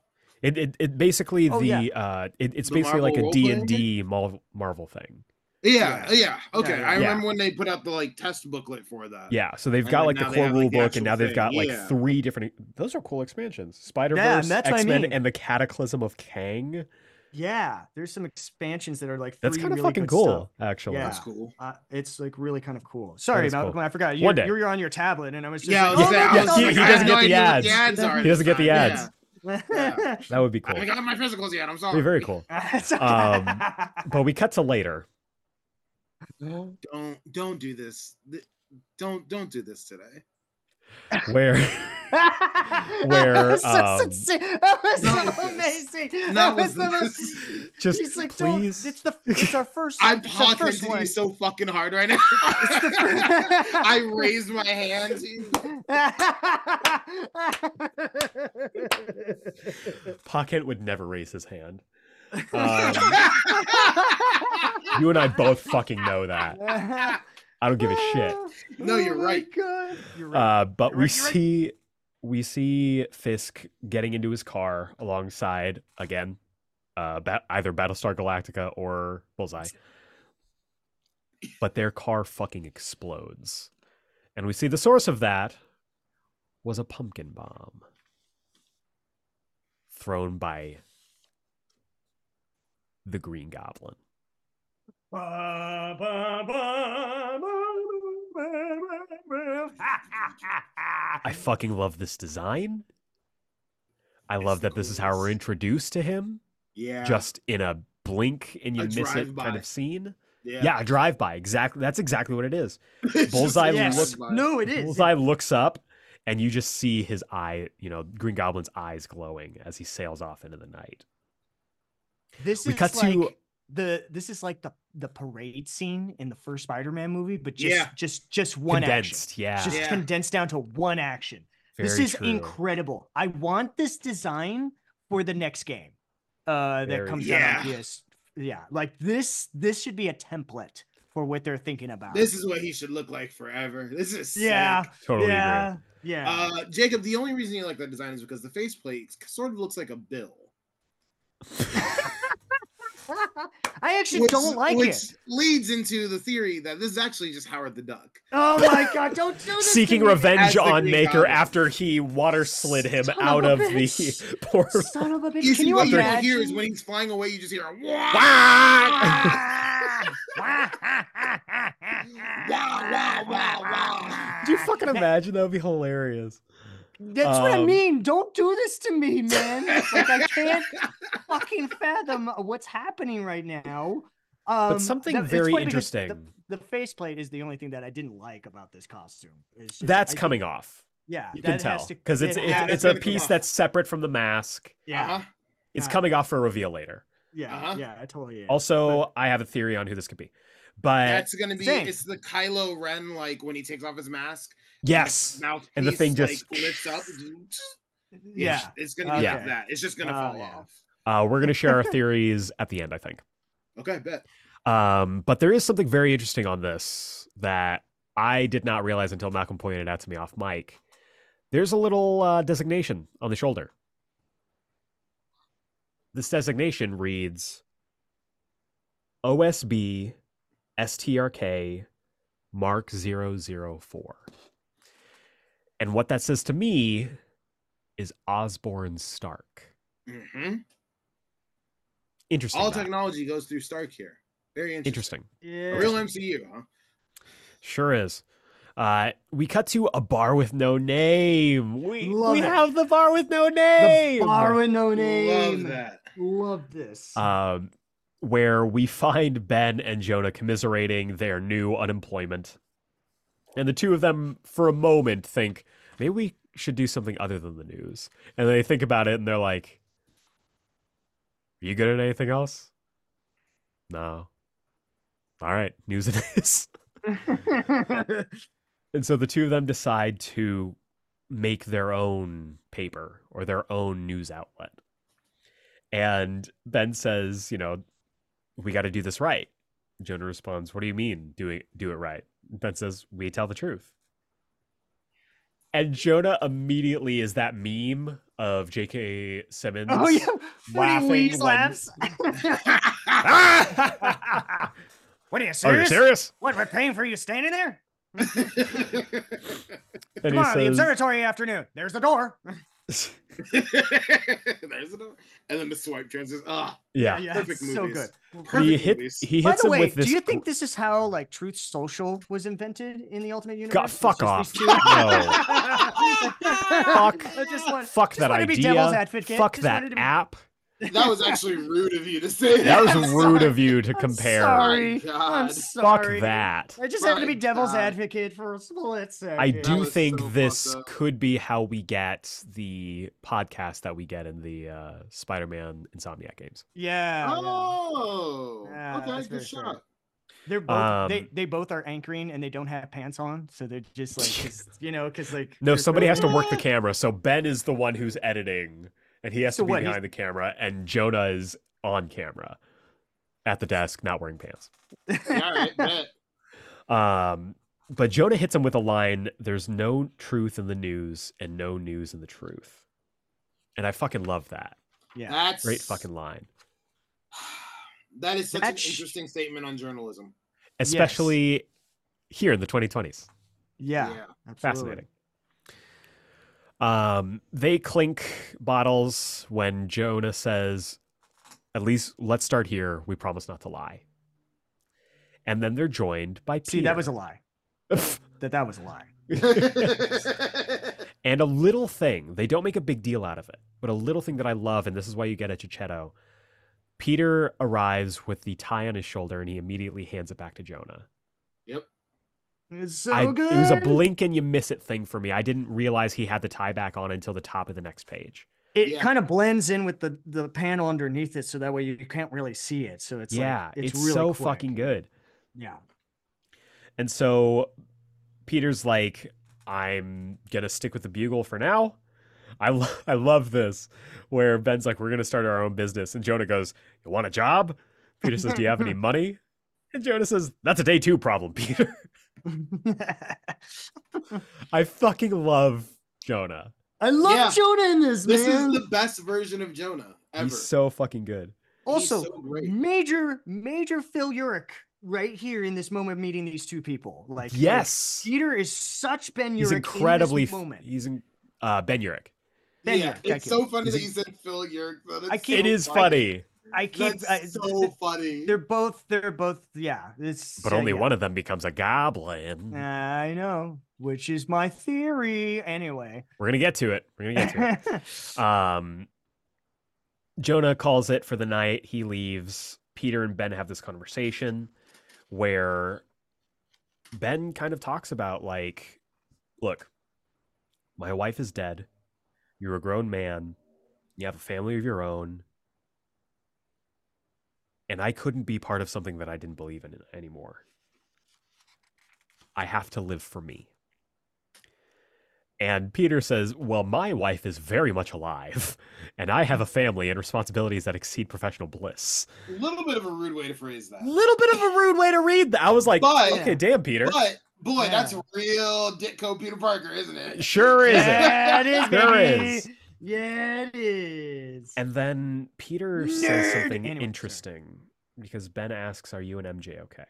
S1: It, it, it basically
S3: Oh,
S1: the
S3: yeah.
S1: uh it, it's
S2: The
S1: basically like a
S2: Marvel
S1: D
S2: role-playing
S1: and D Marvel Marvel thing.
S2: Yeah,
S3: Yeah.
S2: yeah. Okay,
S3: yeah,
S2: I
S1: yeah.
S2: remember when they put out the like test booklet for that.
S1: Yeah, so they've
S2: Uh, And
S1: got
S2: then
S1: like the
S2: now they
S1: core
S2: have, like,
S1: rule book,
S2: the
S1: and
S2: actual
S1: now they've
S2: thing,
S1: got like
S2: yeah.
S1: three different. e, Those are cool expansions: Spider Verse,
S3: that's what I
S1: X Men,
S3: mean.
S1: and the Cataclysm of Kang.
S3: Yeah, there's some expansions that are like
S1: That's
S3: three
S1: kind of
S3: really
S1: fucking
S3: good stuff.
S1: cool, actually.
S3: Yeah.
S2: That's cool.
S3: Uh, it's like really kind of cool. Sorry,
S1: is cool.
S3: Malcolm, I forgot. You,
S1: One day.
S3: you were on your tablet, and I was just
S2: Yeah, I
S3: like,
S2: was
S1: oh
S2: saying,
S1: my
S2: I was
S1: God,
S2: like,
S1: he
S2: I
S1: doesn't
S2: have
S1: get
S2: no
S1: the
S2: idea what
S1: ads.
S2: are
S1: He doesn't
S2: this
S1: get the
S2: time.
S1: ads.
S2: Yeah.
S3: yeah.
S1: That would be cool.
S2: I haven't
S1: That'd
S2: gotten my physicals yet. I'm sorry.
S1: be very cool.
S3: It's
S1: Um,
S3: okay.
S1: But we cut to later.
S2: Don't don't do this. Th- Don't don't do this today.
S1: Where where,
S3: that was so
S1: um,
S3: sincere. That was
S2: No,
S3: so
S2: it's-
S3: amazing. That
S2: Not
S3: was
S2: with
S3: the most.
S2: this.
S1: just
S3: She's like, "Don't-
S1: please.
S3: It's the. It's our first.
S2: I'm
S3: it's our
S2: talking
S3: first
S2: to you
S3: one.
S2: so fucking hard right now.
S3: It's the fir-
S2: I raised my hand. to you.
S1: Pocket would never raise his hand. Um, you and I both fucking know that. I Uh, don't give a shit.
S2: No, you're
S3: Oh my
S2: right.
S3: God. You're right.
S1: Uh, but
S3: You're
S1: we
S3: right, you're right.
S1: see we see Fisk getting into his car alongside again, uh, ba- either Battlestar Galactica or Bullseye. But their car fucking explodes, and we see the source of that was a pumpkin bomb thrown by the Green Goblin. I
S3: I
S1: fucking love this design. I love
S2: the
S1: that this is how we're
S2: coolest.
S1: introduced to him.
S2: Yeah.
S1: just in a blink and you
S2: A
S1: miss it kind
S2: drive-by.
S1: of scene.
S2: yeah.
S1: Yeah, a drive by. Exactly. That's exactly what it is.
S2: It's just
S1: Bullseye
S2: a
S1: Yes.
S2: drive-by.
S1: looks-
S3: No, it is.
S1: Bullseye looks up and you just see his eye, you know, Green Goblin's eyes glowing as he sails off into the night.
S3: This
S1: We
S3: is
S1: cut
S3: like
S1: to-
S3: the this is like the the parade scene in the first Spider-Man movie, but just
S2: Yeah.
S3: just just one
S1: Condensed. Yeah.
S3: action, just
S2: Yeah.
S3: condensed down to one action. this
S1: very
S3: is
S1: true.
S3: incredible. I want this design for the next game uh, that
S1: Very
S3: comes out on
S2: Yeah.
S3: PS. Yeah, like this. This should be a template for what they're thinking about.
S2: This is what he should look like forever. This is sick.
S3: yeah,
S1: Totally
S3: yeah,
S1: agree.
S3: yeah.
S2: Uh, Jacob, the only reason you like that design is because the faceplate sort of looks like a bill. Uh,
S3: I actually
S2: Which-
S3: don't like
S2: which
S3: it.
S2: leads into the theory that this is actually just Howard the Duck.
S3: Oh my god, don't do this.
S1: Seeking
S3: to me.
S2: As
S1: revenge
S2: the
S1: on
S2: Green
S1: Maker
S2: Goblin.
S1: after he water slid him
S3: Son of
S1: out
S3: a
S1: of
S3: bitch.
S1: the poor.
S3: Son of a bitch.
S2: You
S3: Can
S2: see,
S3: you
S2: what you
S3: imagine?
S2: don't hear is when he's flying away, you just hear a wah, wah, wah, wah, wah.
S1: Do you fucking imagine? That would be hilarious.
S3: That's what I
S1: Um,
S3: mean. Don't do this to me, man. Like I can't fucking fathom what's happening right now. Um,
S1: But something
S3: that- it's
S1: very
S3: funny because the-
S1: interesting.
S3: The, faceplate is the only thing that I didn't like about this costume. It's just-
S1: That's
S3: I think-
S1: coming off.
S3: Yeah,
S1: You
S3: that
S1: can
S3: has
S1: tell
S3: to-
S1: because it's
S3: it
S1: it's,
S3: has-
S2: that's
S1: it's a
S2: gonna come
S1: piece
S2: off.
S1: that's separate from the mask.
S3: yeah,
S2: Uh-huh.
S1: It's
S3: Yeah.
S1: coming off for a reveal later.
S3: yeah,
S2: Uh-huh.
S3: yeah. I totally. am.
S1: Also, I have a theory on who this could be, but
S2: That's gonna be
S3: Same.
S2: it's the Kylo Ren like when he takes off his mask,
S1: yes,
S2: mouthpiece,
S1: And the thing just-
S2: like, lifts up.
S3: yeah.
S2: it's, it's gonna be
S1: Yeah.
S2: like that. It's just gonna
S3: Oh,
S2: fall
S3: yeah.
S2: off.
S1: uh, we're gonna share our theories at the end. I think.
S2: Okay, bet.
S1: Um, but there is something very interesting on this that I did not realize until Malcolm pointed it out to me off mic. There's a little uh, designation on the shoulder. This designation reads OSB STRK Mark 004. And what that says to me is Osborne Stark.
S2: hmm
S1: Interesting.
S2: All
S1: that.
S2: technology goes through Stark here. Very interesting.
S1: Interesting.
S3: Yeah.
S2: A real MCU, huh?
S1: Sure is. Uh, we cut to a bar with no name. We
S3: Love
S1: we
S3: it.
S1: have the bar with no name.
S3: The bar with no
S2: Love
S3: name.
S2: that.
S3: Love this.
S1: um, where we find Ben and Jonah commiserating their new unemployment, and the two of them for a moment think maybe we should do something other than the news, and they think about it and they're like, "Are you good at anything else? No. All right, news it is." And so the two of them decide to make their own paper or their own news outlet. And Ben says, you know, we got to do this right. Jonah responds, "What do you mean doing do it right?" Ben says, "We tell the truth." And Jonah immediately is that meme of J.K. Simmons.
S3: oh yeah,
S1: laughing
S3: laughing Louise
S1: when-
S3: laughs.
S1: Ah!
S3: what are you
S1: Are you serious?
S3: What we're paying for you standing there?
S1: And
S3: Come on, the observatory afternoon. There's the door.
S1: says,
S2: There's another. And then the swipe transition. Ah,
S1: "Yeah."
S2: perfect
S3: it's so
S2: movies.
S3: good.
S2: perfect
S1: He hit.
S2: movies.
S1: He
S3: By
S1: hits
S3: the
S1: him
S3: way,
S1: with this.
S3: do you think
S1: gr-
S3: this is how like Truth Social was invented in the Ultimate Universe?
S1: God,
S3: It's
S1: fuck off!
S3: just these two-
S1: No.
S3: fuck. I just want.
S1: Fuck
S3: just
S1: that
S3: wanted to
S1: idea.
S3: be devil's advocate.
S1: Fuck
S3: Just
S1: that
S3: wanted to be-
S1: app.
S2: That was actually rude of you to say that.
S1: That was
S2: I'm
S1: rude
S2: sorry.
S1: of you to
S3: I'm
S1: compare.
S3: Sorry. I'm
S2: God.
S1: Fuck
S3: sorry.
S1: that.
S3: I just had to
S2: My
S3: be devil's
S2: God.
S3: advocate for a split second.
S1: I
S2: That
S1: do
S2: was
S1: think
S2: so
S1: this
S2: fucked up.
S1: could be how we get the podcast that we get in the uh, Spider-Man Insomniac games.
S3: Yeah. yeah.
S2: Oh,
S3: Yeah,
S2: okay,
S3: that's
S2: good
S3: very
S2: shot.
S3: fair. They're both
S1: Um,
S3: they they both are anchoring and they don't have pants on, so they're just like 'cause, you know because like
S1: No,
S3: they're
S1: somebody has to
S3: filming.
S1: work the camera. So Ben is the one who's editing, and he has
S3: So
S1: to be
S3: what, he's-
S1: behind the camera, and Jonah is on camera at the desk, not wearing pants.
S2: Yeah, All right, bet.
S1: Um, but Jonah hits him with a line there's no truth in the news and no news in the truth. And I fucking love that.
S3: yeah.
S2: That's
S1: Great fucking line.
S2: That is such
S3: That
S2: an
S3: sh-
S2: interesting statement on journalism.
S3: Yes.
S1: Especially here in the 2020s.
S3: yeah
S1: Fascinating.
S3: absolutely.
S1: Um, they clink bottles when Jonah says, at least let's start here. We promise not to lie. And then they're joined by Peter.
S3: See, that was a lie. That that was a lie.
S1: And a little thing, they don't make a big deal out of it, but a little thing that I love, and this is why you get a Chichetto. Peter arrives with the tie on his shoulder and he immediately hands it back to Jonah.
S3: It's so
S1: I-
S3: good.
S1: It was a blink and you miss it thing for me. I didn't realize he had the tie back on until the top of the next page.
S3: It
S2: Yeah.
S3: kind of blends in with the the panel underneath it, so that way you can't really see it. So it's like,
S1: yeah,
S3: it's,
S1: it's,
S3: really
S1: so
S3: quick.
S1: fucking good.
S3: yeah.
S1: And so Peter's like, I'm gonna stick with the bugle for now. I, lo- I love this where Ben's like, we're gonna start our own business. And Jonah goes, You want a job? Peter says, Do you have any money? And Jonah says, That's a day two problem, Peter. I fucking love Jonah.
S3: I love
S2: Yeah.
S3: Jonah in this,
S2: This
S3: man.
S2: is the best version of Jonah ever.
S1: He's so fucking good.
S2: He's
S3: also,
S2: so great.
S3: major, major Phil Urich right here in this moment meeting these two people. Like, like,
S1: yes.
S3: Peter is such Ben Urich.
S1: He's incredibly.
S3: in
S1: f-
S3: this moment.
S1: He's in, uh, Ben Urich.
S3: Ben
S2: yeah,
S3: Urich, thank
S2: it's
S3: you.
S2: so funny
S1: Is
S2: that
S1: it-
S2: you said Phil Yerk. That is
S3: I
S2: so
S3: keep-
S1: It is funny,
S3: I keep.
S2: That's
S3: I- th-
S2: so
S3: th-
S2: funny.
S3: they're both. They're both. Yeah. It's.
S1: but
S3: uh,
S1: only
S3: yeah.
S1: one of them becomes a goblin.
S3: I know, which is my theory. Anyway.
S1: We're gonna get to it. We're gonna get to it. Um, Jonah calls it for the night. He leaves. Peter and Ben have this conversation where Ben kind of talks about, like, look, my wife is dead. You're a grown man. You have a family of your own. And I couldn't be part of something that I didn't believe in anymore. I have to live for me. And Peter says, Well, my wife is very much alive, and I have a family and responsibilities that exceed professional bliss.
S2: a little bit of a rude way to phrase that.
S1: Little bit of a rude way to read that. I was like,
S2: But-
S1: Okay, damn, Peter.
S2: But boy,
S3: Yeah.
S2: that's real Ditko Peter Parker, isn't it?
S1: Sure is it.
S3: yeah, it is.
S1: Sure
S3: baby.
S1: is.
S3: Yeah, it is.
S1: And then Peter says
S3: Nerd!
S1: something
S3: Anyway, sorry.
S1: interesting because Ben asks, Are you and MJ okay?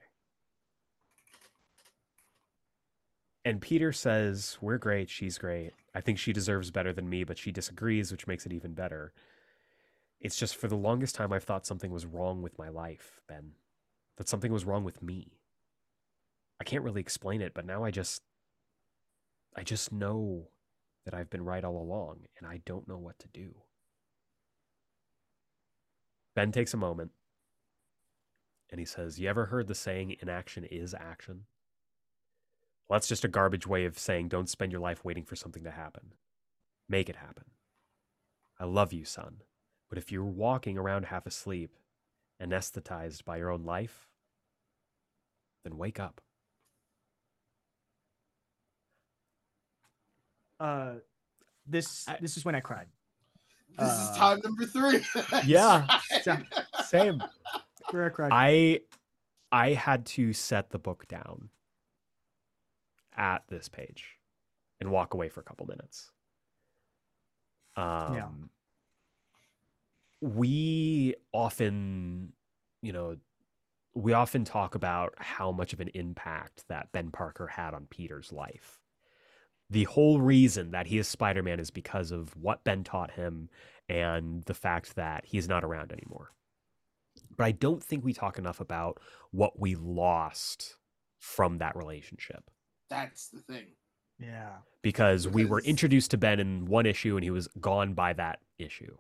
S1: And Peter says, We're great. She's great. I think she deserves better than me, but she disagrees, which makes it even better. It's just for the longest time, I've thought something was wrong with my life, Ben. That something was wrong with me. I can't really explain it, but now I just. I just know that I've been right all along, and I don't know what to do. Ben takes a moment and he says, You ever heard the saying, inaction is action? Well, that's just a garbage way of saying, don't spend your life waiting for something to happen. Make it happen. I love you, son, but if you're walking around half asleep, anesthetized by your own life, then wake up.
S3: uh, this
S1: I-
S3: this is when I cried.
S2: This
S3: Uh,
S2: is time number three. That's
S1: yeah.
S2: right.
S1: Same.
S3: Where I cried.
S1: I I had to set the book down at this page and walk away for a couple minutes. Um we often, you know, we often talk about how much of an impact that Ben Parker had on Peter's life. The whole reason that he is Spider Man is because of what Ben taught him and the fact that he's not around anymore. But I don't think we talk enough about what we lost from that relationship
S2: That's the thing.
S3: yeah.
S1: because we were
S2: Because-
S1: introduced to Ben in one issue and he was gone by that issue.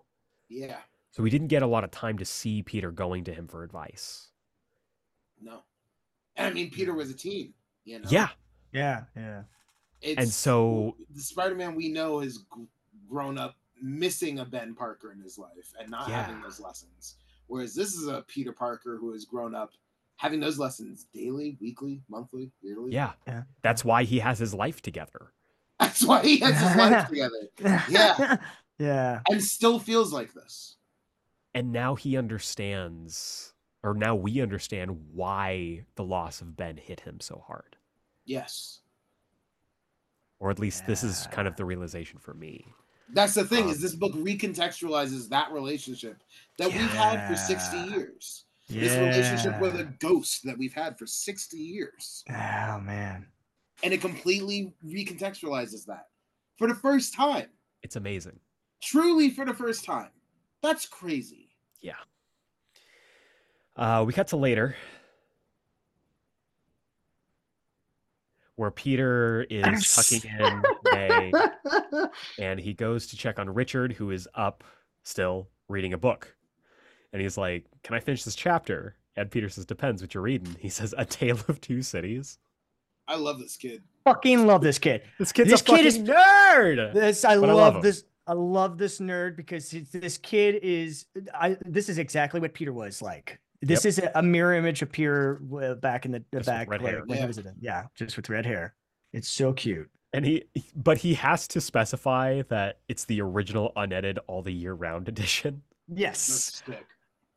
S2: Yeah.
S1: So we didn't get a lot of time to see Peter going to him for advice.
S2: No. And I mean, Peter was a teen. You know?
S1: Yeah.
S3: Yeah. Yeah.
S2: It's,
S1: And so-
S2: the Spider-Man we know is gr- grown up missing a Ben Parker in his life and not having
S1: Yeah.
S2: those lessons. Whereas this is a Peter Parker who has grown up having those lessons daily, weekly, monthly, yearly.
S1: Yeah.
S3: Yeah.
S1: That's why he has his life together.
S2: That's why he has his life together Yeah.
S3: yeah.
S2: and still feels like this.
S1: And now he understands, or now we understand why the loss of Ben hit him so hard.
S2: Yes.
S1: Or at least this is kind of
S3: Yeah.
S1: the realization for me.
S2: That's the thing is this
S1: Um,
S2: book recontextualizes that relationship that we've had for 60
S3: Yeah.
S2: years.
S3: Yeah.
S2: This relationship with a ghost that we've had for 60 years.
S3: Oh man.
S2: And it completely recontextualizes that for the first time.
S1: It's amazing.
S2: Truly for the first time. That's crazy.
S1: Uh, we cut to later, where Peter is tucking in May, and he goes to check on Richard, who is up still reading a book. And he's like, Can I finish this chapter? And Peter says, Depends what you're reading. He says, A Tale of Two Cities.
S2: I love this kid.
S3: Fucking love this kid.
S1: This kid's
S3: This
S1: a
S3: kid
S1: fucking
S3: is-
S1: nerd.
S3: This I
S1: But I
S3: love,
S1: love him.
S3: this. I love this nerd because it's- this kid is. I this is exactly what Peter was like. This is a, a mirror image of Peter uh, back in the
S1: with
S3: back
S1: red
S3: where-
S1: hair.
S3: when he
S2: Yeah.
S3: was in it. Yeah, just with red hair. It's so cute.
S1: And he, but he has to specify that it's the original unedited all the year round edition.
S3: Yes,
S2: That's sick.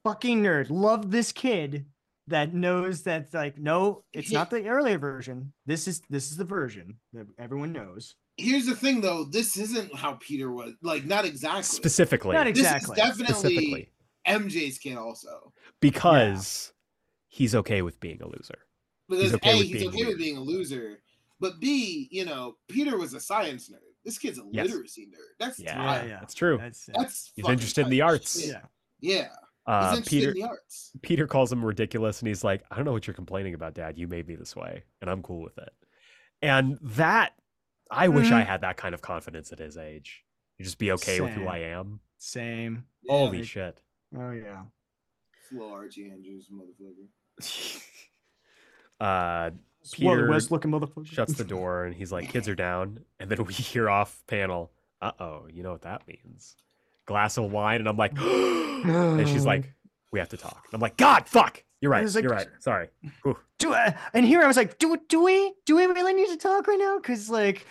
S3: fucking nerd. Love this kid. that knows that like no, it's not the earlier version. This is this is the version that everyone knows.
S2: Here's the thing, though. This isn't how Peter was. Like, not exactly.
S1: Specifically,
S3: Not
S2: This
S3: Exactly.
S2: is definitely
S1: specifically
S2: MJ's kid also.
S1: because he's okay with being a loser.
S2: Because
S1: okay
S2: A,
S1: with
S2: he's
S1: being
S2: okay
S1: weird.
S2: with being a loser. But B, you know, Peter was a science nerd. This kid's a
S1: Yes.
S2: literacy nerd. That's
S1: Yeah,
S2: wild.
S3: yeah.
S1: that's true.
S3: That's uh,
S2: That's
S1: He's
S2: fucking
S1: interested in
S2: tight
S1: the arts.
S2: shit.
S3: yeah.
S2: Yeah. He's
S1: Uh,
S2: interested
S1: Peter
S2: in the arts.
S1: Peter calls him ridiculous, and he's like, "I don't know what you're complaining about, Dad. You made me this way, and I'm cool with it." And that, I wish I had that kind of confidence at his age. You just be okay with who
S3: Mm-hmm.
S1: I
S3: Same.
S1: am.
S3: Same.
S1: Holy
S2: Yeah,
S1: shit!
S3: Oh yeah.
S2: Little Archie Andrews, motherfucker.
S1: uh, Peter
S3: Peter West looking motherfucker
S1: shuts the door, and he's like, "Kids are down." And then we hear off panel, "Uh oh, you know what that means?" Glass of wine, and I'm like, and she's like, "We have to talk." And I'm like, "God, fuck." You're right.
S3: It's Oh. like-
S1: you're right. Sorry.
S3: do I, and here I was like, do do we do we really need to talk right now? Because like,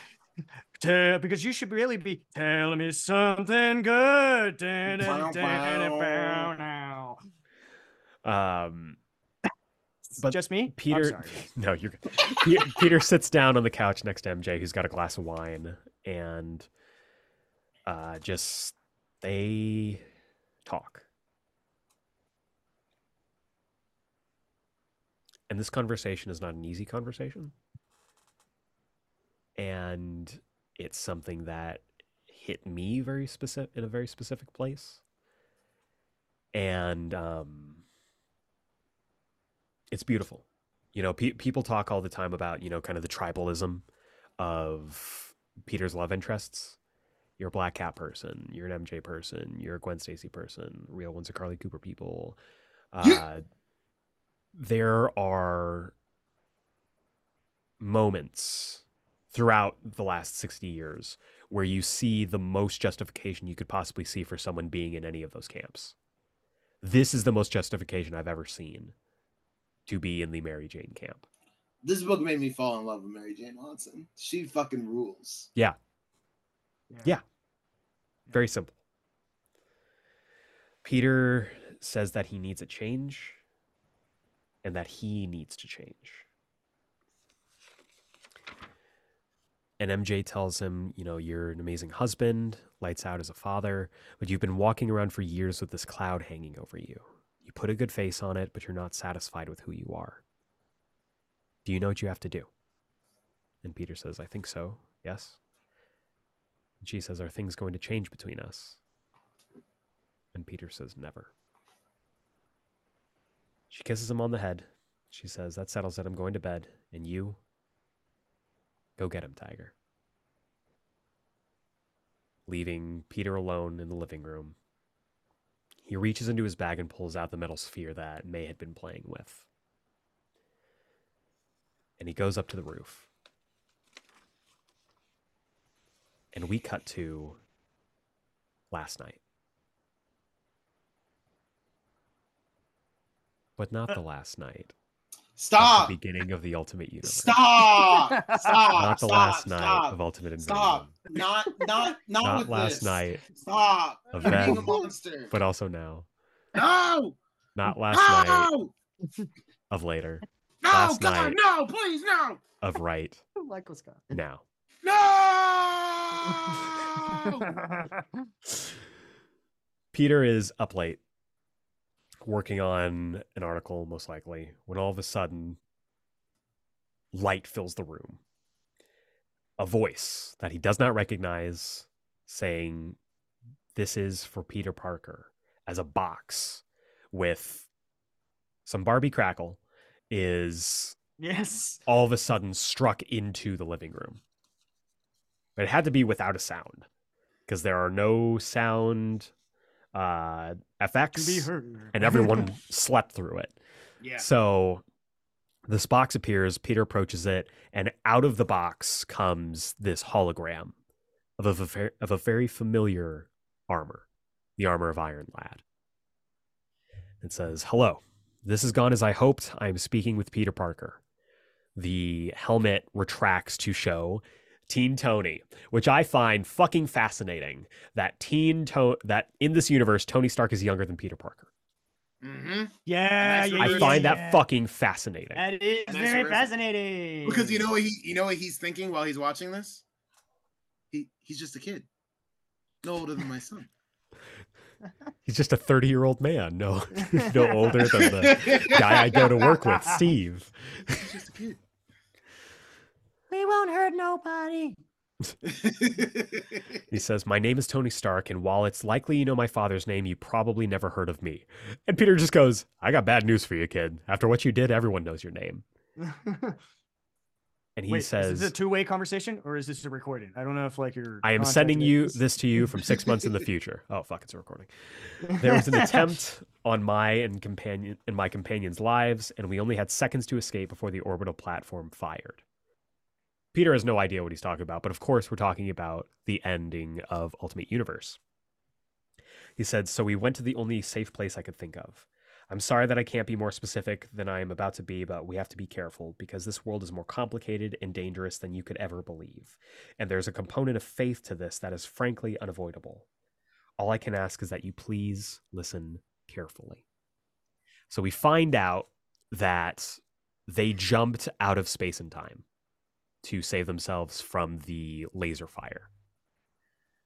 S3: tell, because you should really be telling me something good. Dun, dun, dun, dun,
S2: Wow, wow.
S3: bow, now.
S1: Um, But
S3: But just me, I'm
S1: Peter,
S3: sorry.
S1: no, you're. good. Pe- Peter sits down on the couch next to MJ, who's got a glass of wine, and uh, just they talk. And this conversation is not an easy conversation, and it's something that hit me very specific in a very specific place, and um, it's beautiful you know pe- people talk all the time about you know kind of the tribalism of peter's love interests you're a black cat person you're an mj person you're a gwen stacy person real ones are carly cooper people
S2: Yeah.
S1: uh, there are moments throughout the last 60 years where you see the most justification you could possibly see for someone being in any of those camps this is the most justification i've ever seen to be in the mary jane camp
S2: This book made me fall in love with Mary Jane Watson. She fucking rules.
S1: yeah. Very simple. Peter says that he needs a change and that he needs to change. And MJ tells him, you know, you're an amazing husband, lights out as a father, but you've been walking around for years with this cloud hanging over you. You put a good face on it, but you're not satisfied with who you are. Do you know what you have to do? And Peter says, I think so. Yes. And she says, Are things going to change between us? And Peter says, Never. She kisses him on the head. She says, That settles it. I'm going to bed. And you, go get him, Tiger. Leaving Peter alone in the living room, he reaches into his bag and pulls out the metal sphere that May had been playing with. And he goes up to the roof. and we cut to last night. But not the last night. of
S2: Uh, Stop!
S1: The beginning of the Ultimate Universe.
S2: Stop! Ah, Stop!
S1: Not the
S2: stop,
S1: last night
S2: stop,
S1: of Ultimate Invasion.
S2: Stop! Not not not,
S1: Not
S2: with
S1: last
S2: this.
S1: night
S2: Stop!
S1: of
S2: You're being a
S1: then,
S2: monster.
S1: but also now.
S2: no!
S1: Not last night
S2: No!
S1: of later,
S2: No!
S1: last
S2: God!
S1: night.
S2: No! Please! No!
S1: of right
S3: Michael Scott.
S1: now.
S2: No!
S1: Peter is up late working on an article, most likely, when all of a sudden light fills the room. A voice that he does not recognize saying, This is for Peter Parker as a box with some Barbie crackle is
S3: yes.
S1: all of a sudden struck into the living room. But it had to be without a sound because there are no sound uh,
S3: To be
S1: FX,
S3: heard.
S1: and everyone slept through it.
S2: yeah.
S1: So this box appears, Peter approaches it, and out of the box comes this hologram of a, ver- of a very familiar armor, the armor of Iron Lad. It says, Hello, this has gone as I hoped. I am speaking with Peter Parker. The helmet retracts to show Teen Tony, which I find fucking fascinating that Teen to- that in this universe, Tony Stark is younger than Peter Parker.
S2: hmm
S3: Yeah,
S2: that's
S3: yeah,
S2: what
S1: I
S3: yeah,
S1: find
S3: yeah.
S1: that fucking fascinating.
S3: That is
S2: That's
S3: very
S2: really-
S3: fascinating.
S2: Because you know what he you know what he's thinking while he's watching this? He he's just a kid. No older than my son.
S1: He's just a 30 year old man, no, no older than the guy I go to work with, Steve.
S2: He's just a kid.
S3: we won't hurt nobody.
S1: He says, My name is Tony Stark, and while it's likely you know my father's name, you probably never heard of me. And Peter just goes, I got bad news for you, kid. After what you did, everyone knows your name. And he
S3: Wait, is
S1: says,
S3: this a two-way conversation or is this a recording? I don't know if like you're.
S1: I am sending you this to you from six months in the future. Oh fuck, it's a recording. There was an attempt on my and companion and my companions' lives, and we only had seconds to escape before the orbital platform fired. Peter has no idea what he's talking about, but of course we're talking about the ending of Ultimate Universe. He said, So we went to the only safe place I could think of. I'm sorry that I can't be more specific than I am about to be, but we have to be careful because this world is more complicated and dangerous than you could ever believe and there's a component of faith to this that is frankly unavoidable. All I can ask is that you please listen carefully. So we find out that they jumped out of space and time to save themselves from the laser fire.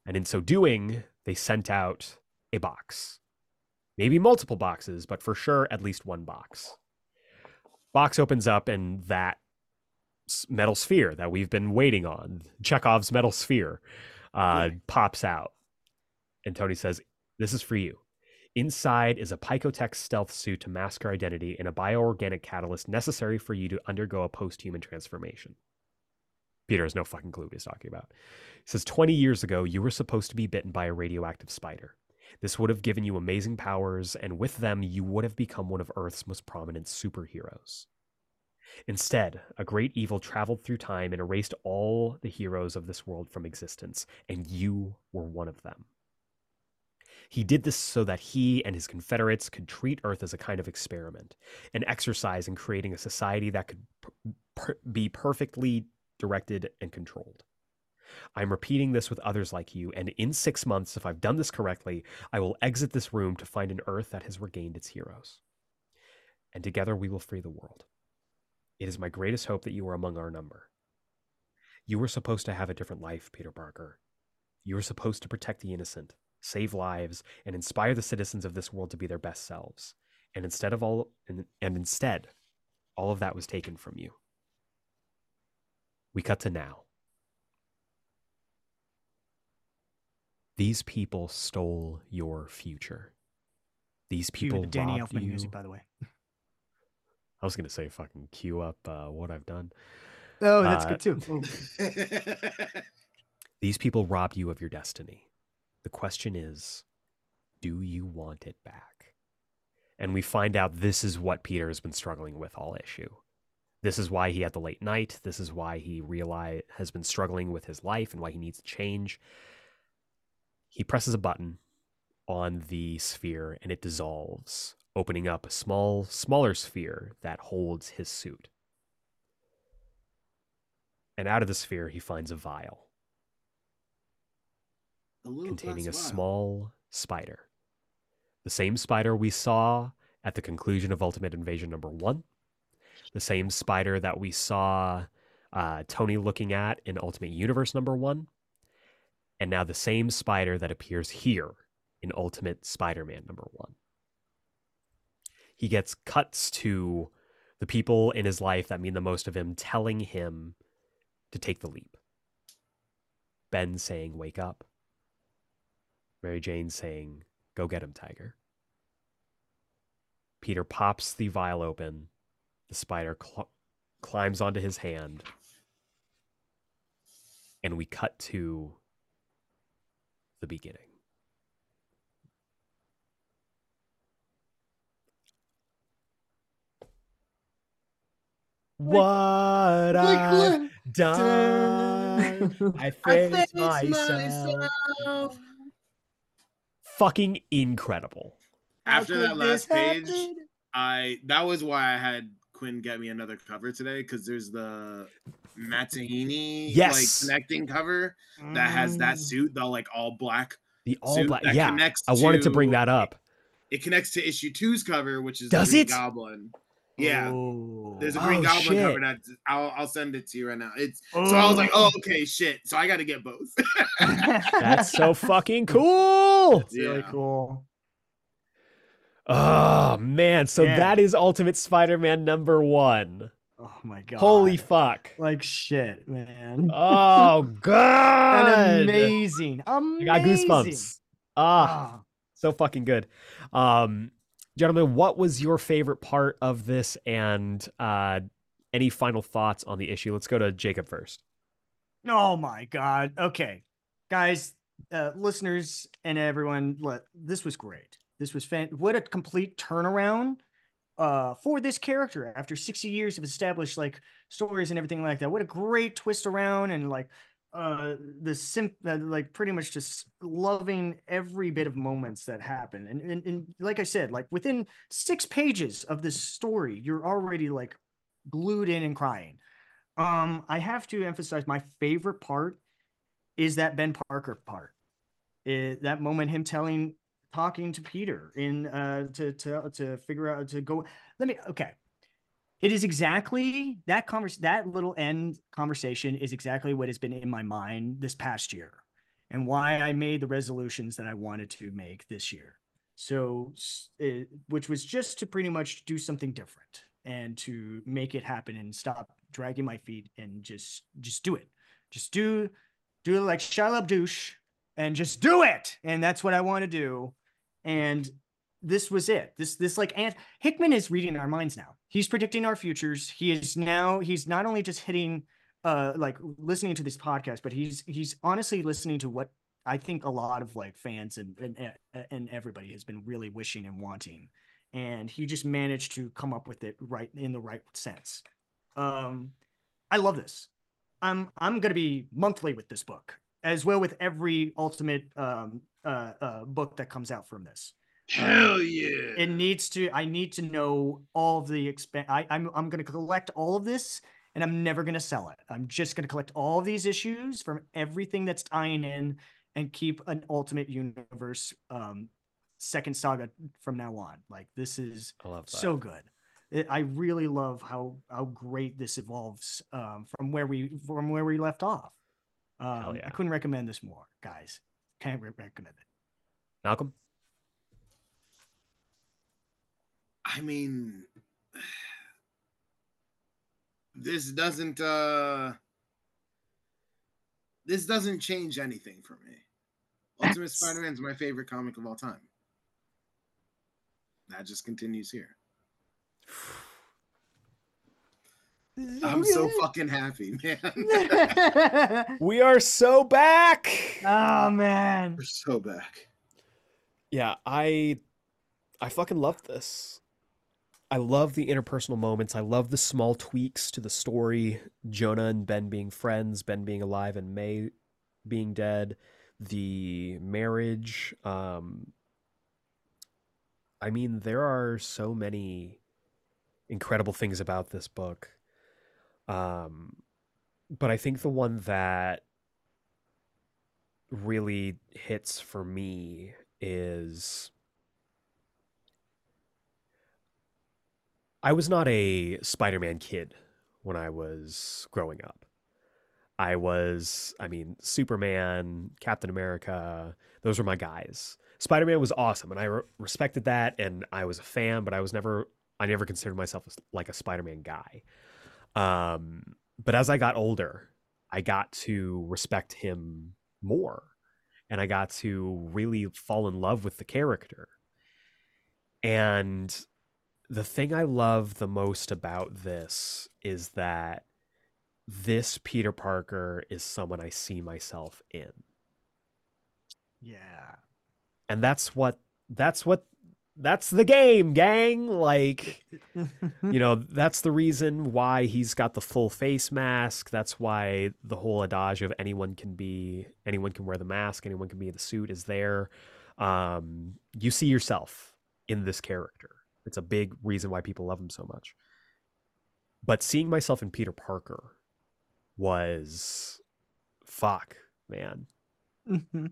S1: And in so doing, they sent out a box. Maybe multiple boxes, but for sure, at least one box. Box opens up, and that s- metal sphere that we've been waiting on, Chekhov's metal sphere, uh, pops out. And Tony says, This is for you. Inside is a Picotech stealth suit to mask your identity and a bioorganic catalyst necessary for you to undergo a post human transformation. Peter has no fucking clue what he's talking about. He says, 20 years ago, you were supposed to be bitten by a radioactive spider. This would have given you amazing powers, and with them, you would have become one of Earth's most prominent superheroes. Instead, a great evil traveled through time and erased all the heroes of this world from existence, and you were one of them. He did this so that he and his confederates could treat Earth as a kind of experiment, an exercise in creating a society that could per- per- be perfectly directed and controlled. I'm repeating this with others like you, and in six months, if I've done this correctly, I will exit this room to find an Earth that has regained its heroes. And together we will free the world. It is my greatest hope that you are among our number. You were supposed to have a different life, Peter Parker. You were supposed to protect the innocent, save lives, and inspire the citizens of this world to be their best selves. And instead of all and, and instead, all of that was taken from you. We cut to now. These people stole your future. These
S3: Cue
S1: people
S3: the Danny
S1: robbed
S3: Elfman
S1: you.
S3: music, by the way.
S1: I was gonna say fucking queue up uh, what I've done.
S3: Oh, that's
S1: Uh,
S3: good too. Oh,
S1: These people robbed you of your destiny. The question is, do you want it back? And we find out this is what Peter has been struggling with all issue. This is why he had the late night. This is why he realized has been struggling with his life and why he needs change. He presses a button on the sphere and it dissolves, opening up a small, smaller sphere that holds his suit. And out of the sphere, he finds a vial
S2: A little
S1: containing a
S2: glass vial.
S1: small spider. The same spider we saw at the conclusion of Ultimate Invasion number one, the same spider that we saw uh, Tony looking at in Ultimate Universe number one, and now the same spider that appears here in Ultimate Spider Man number one. He gets cuts to the people in his life that mean the most of him telling him to take the leap. Ben saying, Wake up. Mary Jane saying, Go get him, Tiger. Peter pops the vial open. The spider cl- climbs onto his hand. And we cut to the beginning. What
S2: Like,
S1: I've
S2: look,
S1: done. I
S2: I
S1: face myself.
S2: myself.
S1: Fucking incredible.
S3: How
S2: After that
S3: could this
S2: last page,
S3: happen?
S2: I that was why I had Quinn get me another cover today because there's the Mattahini
S1: Yes.
S2: like connecting cover that has that
S3: Mm.
S2: suit, the like all black
S1: The all
S2: suit
S1: black.
S2: that
S1: Yeah.
S2: connects
S1: I wanted to bring
S2: to-
S1: that up.
S2: It connects to issue two's cover, which is
S1: Does
S2: the Green
S1: it?
S2: Goblin. Yeah,
S3: Oh.
S2: there's a Green
S1: Oh,
S2: Goblin cover
S1: shit.
S2: that I'll, I'll send it to you right now. It's so I was like, oh okay, shit. So I got to get both.
S1: That's so fucking cool.
S3: It's really
S2: Yeah.
S3: cool.
S1: Oh man, so
S3: Yeah.
S1: that is Ultimate Spider-Man number 1.
S3: Oh my god.
S1: Holy fuck.
S3: like shit, man.
S1: Oh
S3: And
S1: god.
S3: amazing.
S1: I
S3: Amazing.
S1: got goosebumps. Ah,
S3: Ah,
S1: so fucking good. Um gentlemen, what was your favorite part of this and uh any final thoughts on the issue? Let's go to Jacob first.
S3: oh my god. Okay. Guys, uh, listeners and everyone, let, this was great. This was fan- what a complete turnaround uh for this character after 60 years of established like stories and everything like that. What a great twist around and like uh the sim uh, like pretty much just loving every bit of moments that happen and, and and like i said like within six pages of this story you're already like glued in and crying um i have to emphasize my favorite part is that ben parker part Eh, that moment him telling talking to peter in uh to to to figure out to go let me okay it is exactly that convers that little end conversation is exactly what has been in my mind this past year and why I made the resolutions that I wanted to make this year. So s- eh, which was just to pretty much do something different and to make it happen and stop dragging my feet and just just do it. Just do do it like Shia LaBeouf and just do it. And that's what I want to do. And this was it. This this like and Hickman is reading our minds now. He's predicting our futures. He is now he's not only just hitting uh like listening to this podcast, but he's he's honestly listening to what I think a lot of like fans and and and- and everybody has been really wishing and wanting. And he just managed to come up with it right in the right sense. Um I love this. I'm I'm gonna be monthly with this book, as well with every ultimate um uh, uh book that comes out from this
S2: Hell yeah.
S3: it needs to i need to know all of the expen- I, i'm i'm going to collect all of this and i'm never going to sell it i'm just going to collect all of these issues from everything that's tying in and keep an ultimate universe um second saga from now on like this is
S1: I love that.
S3: so good It- i really love how how great this evolves um from where we from where we left off um,
S1: yeah.
S3: i couldn't recommend this more guys can't re- recommend it
S1: Malcolm?
S2: I mean, this doesn't uh this doesn't change anything for me. Ultimate Spider-Man's my favorite comic of all time. That just continues here. I'm so fucking happy, man.
S1: We are so back.
S3: oh man
S2: We're so back.
S1: yeah i i fucking love this i love the interpersonal moments i love the small tweaks to the story jonah and ben being friends ben being alive and may being dead the marriage um i mean there are so many incredible things about this book um but i think the one that really hits for me is I was not a Spider Man kid when I was growing up. I was, I mean, Superman, Captain America, those were my guys. Spider Man was awesome and I re- respected that and I was a fan, but I was never, I never considered myself as, like a Spider Man guy. Um, but as I got older, I got to respect him more and I got to really fall in love with the character. And the thing I love the most about this is that this Peter Parker is someone I see myself in.
S3: yeah
S1: And that's what that's what that's the game, gang. Like you know that's the reason why he's got the full face mask that's why the whole adage of anyone can be anyone can wear the mask anyone can be in the suit is there um you see yourself in this character it's a big reason why people love him so much but seeing myself in peter parker was fuck man
S3: Mhm.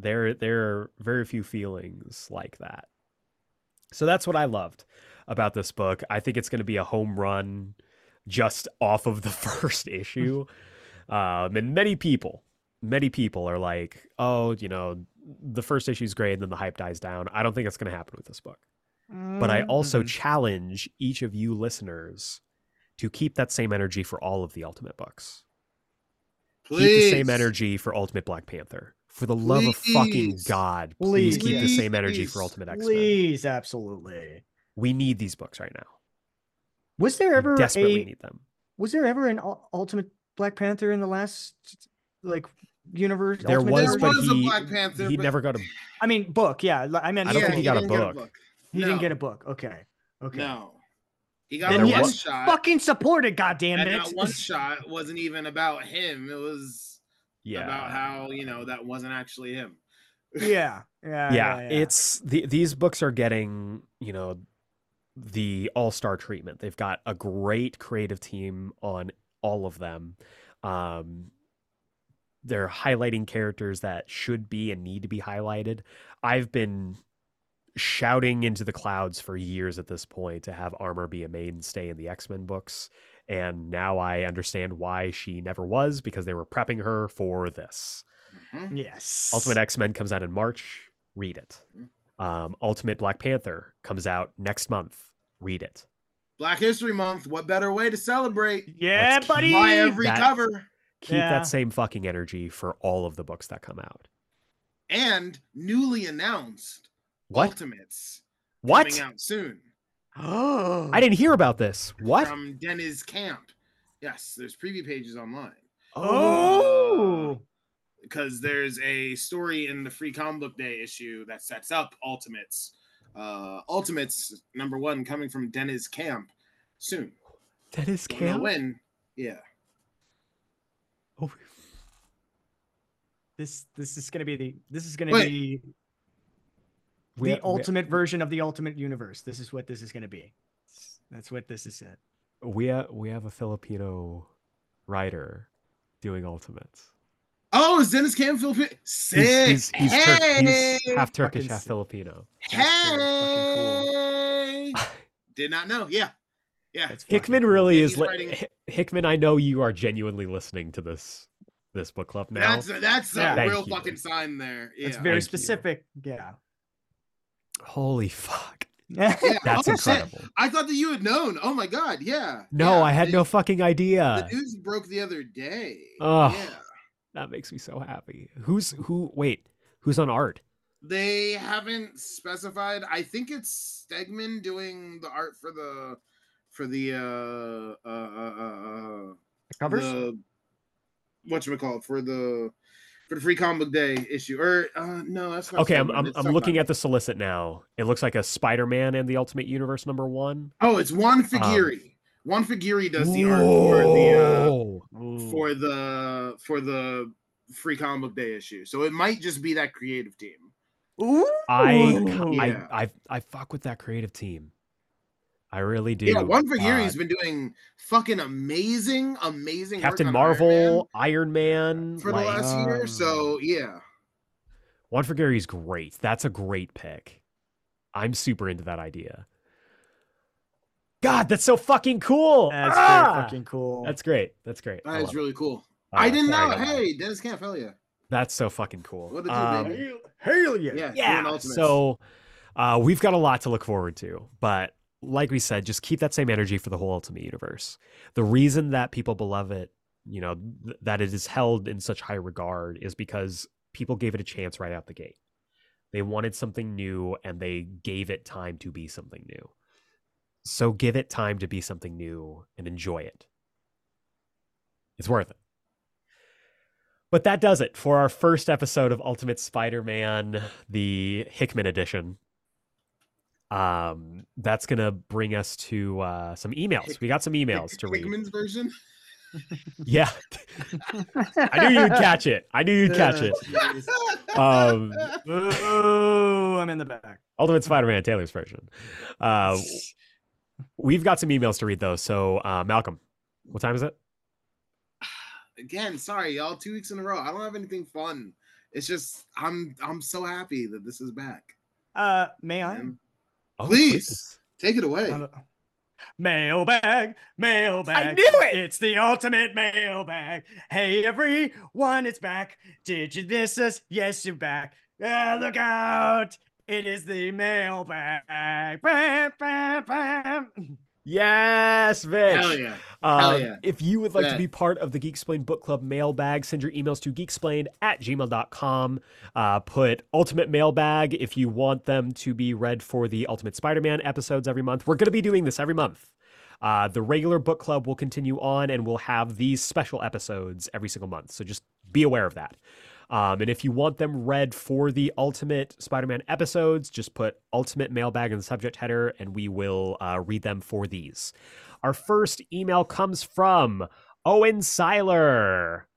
S1: there there are very few feelings like that So that's what I loved about this book. I think it's going to be a home run just off of the first issue. um, and many people, many people are like, oh, you know, the first issue's great and then the hype dies down. I don't think that's going to happen with this book. But I also
S3: Mhm.
S1: challenge each of you listeners to keep that same energy for all of the Ultimate books. Keep the same
S2: Please.
S1: energy for Ultimate Black Panther. For the love of fucking
S2: Please.
S1: God, please, keep the same energy
S2: Please.
S1: for Ultimate X Men.
S3: please, absolutely.
S1: We need these books right now.
S3: Was there
S1: We
S3: ever
S1: desperately
S3: a
S1: need them.
S3: was there ever an ul- Ultimate Black Panther in the last like universe?
S1: There
S3: Ultimate
S1: was,
S2: There
S1: but
S2: was
S3: Universe?
S2: a
S1: he
S2: Black Panther,
S1: he
S2: but-
S1: never got a.
S3: I mean book. Yeah, li- I meant
S1: I don't
S2: Yeah,
S1: think he got a
S2: didn't get
S1: book.
S3: he didn't get
S2: no.
S3: a book. Okay, okay.
S2: No, he got
S1: Then
S2: a
S1: yes,
S2: one shot.
S3: Fucking support it, goddammit.
S2: and that one shot wasn't even about him. It was
S1: Yeah.
S2: about how you know that wasn't actually him.
S3: yeah, yeah,
S1: yeah,
S3: yeah.
S1: it's the, these books are getting you know the all-star treatment they've got a great creative team on all of them um they're highlighting characters that should be and need to be highlighted i've been shouting into the clouds for years at this point to have armor be a mainstay in the x-men books and now i understand why she never was because they were prepping her for this
S3: Mm-hmm.
S2: Mhm.
S3: yes.
S1: Ultimate X Men comes out in March. Read it. Um, Ultimate Black Panther comes out next month. Read it.
S2: Black History Month. What better way to celebrate?
S3: Yeah,
S1: keep-
S3: buddy.
S2: Buy every
S1: That-
S2: cover
S1: Keep
S3: Yeah.
S1: that same fucking energy for all of the books that come out.
S2: and newly announced
S1: What?
S2: Ultimates
S1: what?
S2: coming out soon
S3: Oh,
S1: I didn't hear about this. What?
S2: from Dennis Camp. Yes, there's preview pages online. Oh.
S3: Oh.
S2: because there's a story in the free comic book day issue that sets up ultimates uh ultimates number one coming from dennis camp soon
S1: That is
S2: Don't know
S1: camp.
S2: when yeah
S1: Oh,
S3: This this is gonna be the this is gonna
S2: Wait.
S3: be
S1: we-
S3: the
S1: we-
S3: ultimate version of the ultimate universe. This is what this is gonna be. That's what this is. It.
S1: We ha- we have a Filipino writer doing Ultimates.
S2: oh is dennis camp Filipino?
S1: He's,
S2: sick
S1: he's, he's,
S2: hey!
S1: Tur- he's half Turkish,
S3: Fucking
S1: half
S3: sick.
S1: Filipino.
S2: hey did not know yeah yeah
S3: That's fucking
S1: Hickman
S3: cool.
S1: really
S2: Yeah,
S1: is.
S2: he's
S1: Li-
S2: writing-
S1: Hi- Hickman, I know you are genuinely listening to this this book club now.
S2: that's a, that's a
S3: Yeah.
S1: Thank
S2: real
S1: you.
S2: fucking sign there yeah
S3: That's very
S1: Thank you.
S3: specific. Yeah.
S1: Holy fuck!
S2: Yeah,
S1: That's
S2: oh, shit.
S1: incredible.
S2: i thought that you had known oh my god yeah
S1: No,
S2: yeah.
S1: I had
S2: The-
S1: no fucking
S2: the
S1: idea.
S2: news broke the other day
S1: Ugh.
S2: yeah
S1: That makes me so happy. Who's who? Wait, who's on art?
S2: They haven't specified. I think it's Stegman doing the art for the for the uh uh uh, uh, uh
S3: Covers.
S2: the whatchamacallit for the for the free comic book day issue. Or uh no, that's not
S1: Okay, I'm
S2: Stegman,
S1: I'm,
S2: it's
S1: I'm looking
S2: somebody.
S1: at the solicit now. It looks like a Spider-Man and the Ultimate Universe number one.
S2: Oh, it's Juan Figueri.
S1: Um,
S2: Juan Figueri does the art for the
S1: Whoa.
S2: uh, for the for the free comic book day issue. So it might just be that creative team.
S3: Ooh.
S1: I,
S2: Yeah.
S1: I I I fuck with that creative team. I really do.
S2: yeah, Juan
S1: Uh,
S2: Figueri's been doing fucking amazing, amazing work
S1: Captain
S2: on Iron Man.
S1: Marvel, Iron Man.
S2: for the
S1: like, um,
S2: last year. So yeah,
S1: Juan Gary is great. That's a great pick. I'm super into that idea. God, that's so fucking cool.
S3: That's
S1: Ah!
S3: very fucking cool.
S1: That's great. That's great. I
S2: that is
S1: love it.
S2: really cool.
S1: Uh,
S2: I didn't
S1: sorry
S2: know.
S1: about that.
S2: Hey, Dennis Camp, hell yeah.
S1: That's so fucking cool.
S2: What a dude,
S1: Um,
S2: baby.
S3: Hail, hail yeah.
S2: Yeah. doing
S1: yeah.
S2: Ultimates.
S1: So uh, we've got a lot to look forward to, but like we said, just keep that same energy for the whole Ultimate Universe. The reason that people beloved it, you know, th- that it is held in such high regard is because people gave it a chance right out the gate. They wanted something new and they gave it time to be something new. So give it time to be something new and enjoy it. It's worth it. But that does it for our first episode of Ultimate Spider-Man, the Hickman edition. Um, that's gonna bring us to uh, some emails. We got some emails to read.
S2: Hickman's version.
S1: Yeah, I knew you'd catch it. I knew you'd catch it. Um,
S3: Ooh, I'm in the back.
S1: Ultimate Spider-Man Taylor's version. Uh, we've got some emails to read though. So uh, Malcolm, what time is it?
S2: Again, sorry, y'all. Two weeks in a row. I don't have anything fun. It's just I'm I'm so happy that this is back.
S3: Uh, may I?
S2: man.
S1: Oh,
S2: Please. Take it away.
S3: Uh, Mailbag, mailbag.
S4: knew it!
S3: It's the ultimate mailbag. Hey, everyone, it's back. Did you miss us? Yes, you're back. Ah, look out. It is the mailbag. Bam, bam, bam.
S1: Yes, Vince.
S2: Hell yeah.
S1: Uh,
S2: yeah.
S1: If you would like
S2: Yeah.
S1: to be part of the Geeksplain Book Club mailbag, send your emails to geeksplained at gmail.com. Uh, put Ultimate Mailbag if you want them to be read for the Ultimate Spider Man episodes every month. We're going to be doing this every month. Uh, the regular book club will continue on and we'll have these special episodes every single month. So just be aware of that. Um, and if you want them read for the Ultimate Spider Man episodes, just put Ultimate Mailbag in the subject header and we will uh, read them for these. Our first email comes from Owen Seiler,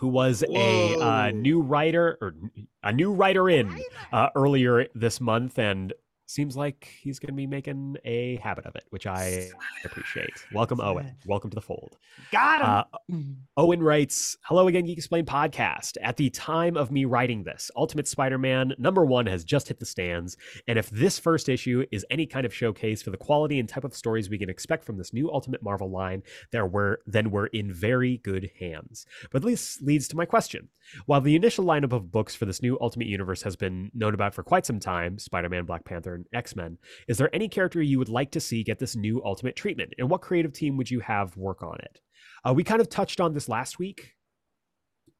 S1: who was a uh,
S2: Whoa.
S1: new writer or a new writer in uh, earlier this month, and seems like he's going to be making a habit of it, which I appreciate. Welcome, Owen. Welcome to the fold.
S3: Got him.
S1: Uh, Owen writes, Hello again, Geek Explain podcast. At the time of me writing this, Ultimate Spider Man number one has just hit the stands. And if this first issue is any kind of showcase for the quality and type of stories we can expect from this new Ultimate Marvel line, there were, then we're in very good hands. But this leads to my question. While the initial lineup of books for this new Ultimate Universe has been known about for quite some time Spider Man, Black Panther, and X Men is there any character you would like to see get this new Ultimate treatment? And what creative team would you have work on it? Uh, we kind of touched on this last week,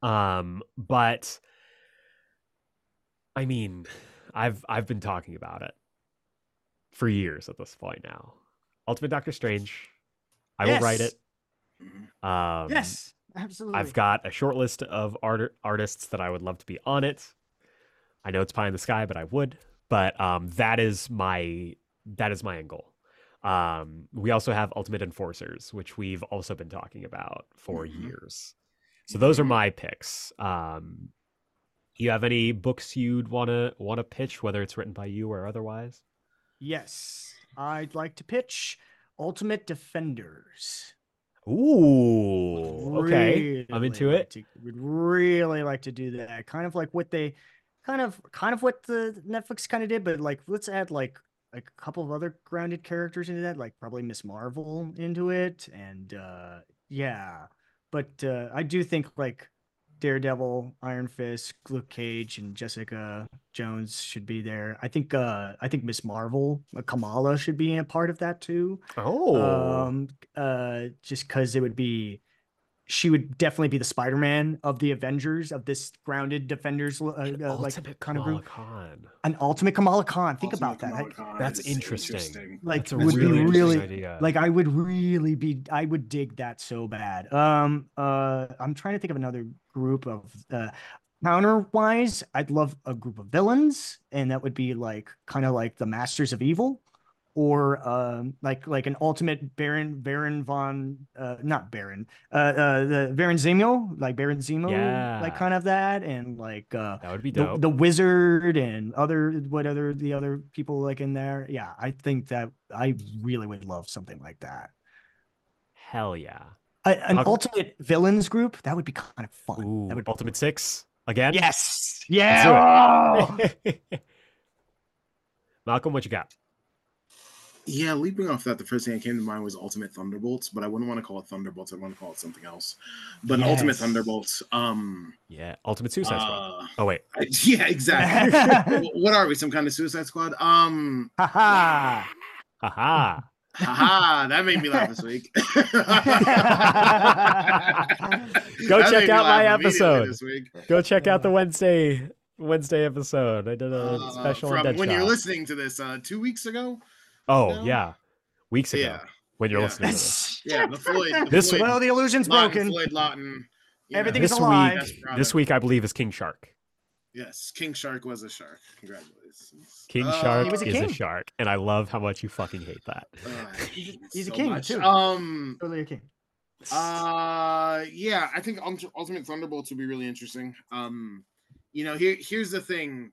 S1: um, but I mean, I've I've been talking about it for years at this point now. Ultimate Doctor Strange, I will write
S3: Yes.
S1: it. Um,
S3: yes, absolutely.
S1: I've got a short list of art- artists that I would love to be on it. I know it's pie in the sky, but I would. But um, that is my that is my end goal. Um, we also have Ultimate Enforcers, which we've also been talking about for
S2: Mhm.
S1: years. So those are my picks. Um, you have any books you'd wanna wanna pitch, whether it's written by you or otherwise?
S3: Yes, I'd like to pitch Ultimate Defenders.
S1: Ooh, okay, I'm into
S3: really
S1: it.
S3: like to- would really like to do that. Kind of like what they, kind of, kind of what the Netflix kind of did, but like let's add like like a couple of other grounded characters into that, like probably Miss Marvel into it, and uh yeah. But uh I do think like Daredevil, Iron Fist, Luke Cage, and Jessica Jones should be there. I think uh I think Miss Marvel, uh, Kamala should be a part of that too
S1: Oh,
S3: um uh just because it would be she would definitely be the spider-man of the avengers of this grounded defenders l- uh,
S1: an
S3: uh, like
S1: ultimate
S3: kind of
S1: Kamala
S3: group
S1: Khan.
S3: an ultimate kamala khan think
S2: Ultimate
S3: about that I-
S2: Kamala Khan
S1: That's
S2: is
S1: interesting.
S3: like
S1: That's a
S3: would
S1: really
S3: be
S1: interesting
S3: really
S1: idea.
S3: like i would really be i would dig that so bad um uh i'm trying to think of another group of uh counter wise i'd love a group of villains and that would be like kind of like the masters of evil or um like like an ultimate baron baron von uh not baron uh uh the baron zemo like baron zemo like
S1: Yeah.
S3: kind of that and like uh
S1: that would be
S3: the,
S1: dope.
S3: the wizard and other what other the other people like in there yeah i think that i really would love something like that
S1: Hell yeah.
S3: A- an
S1: Ugh.
S3: ultimate villains group that would be kind of fun
S1: Ooh,
S3: that would
S1: Ultimate Six again.
S3: yes
S1: do it.
S3: yeah oh!
S1: Malcolm, what you got?
S2: Yeah, leaping off that, the first thing that came to mind was Ultimate Thunderbolts, but I wouldn't want to call it Thunderbolts. I'd want to call it something else. But an Ultimate
S3: Yes.
S2: Thunderbolts. Um,
S1: Yeah, Ultimate Suicide Squad.
S2: uh,
S1: Oh wait,
S2: yeah, exactly. Wh- what are we? Some kind of Suicide Squad? Um,
S3: Haha.
S1: haha.
S2: haha, that made me laugh this week. Go
S1: check out my episode.
S2: this week.
S1: Go check out the Wednesday Wednesday episode. I did a
S2: Uh,
S1: special on
S2: from when you're
S1: Deadshot.
S2: listening to this, uh, two weeks ago.
S1: oh
S2: now?
S1: yeah, weeks ago
S2: Yeah,
S1: when you're
S2: yeah.
S1: listening to this.
S2: yeah. The Floyd. The
S1: This-
S2: Floyd,
S3: well the illusion's
S2: Lawton,
S3: broken
S2: Floyd Lawton. you know.
S3: Everything is
S1: This
S3: alive.
S1: week,
S2: Best
S1: this
S2: brother.
S1: week I believe is King Shark.
S2: Yes, King Shark was a shark. Congratulations.
S1: King
S2: Uh,
S1: Shark
S3: Oh. He was a
S1: is
S3: king.
S1: a shark, and I love how much you fucking hate that.
S2: uh, I hate it
S3: he's a
S2: so
S3: king,
S2: much.
S3: too.
S2: Um.
S3: Totally okay.
S2: Uh. Yeah, I think Ult- Ultimate Thunderbolts would be really interesting. Um. You know, here here's the thing.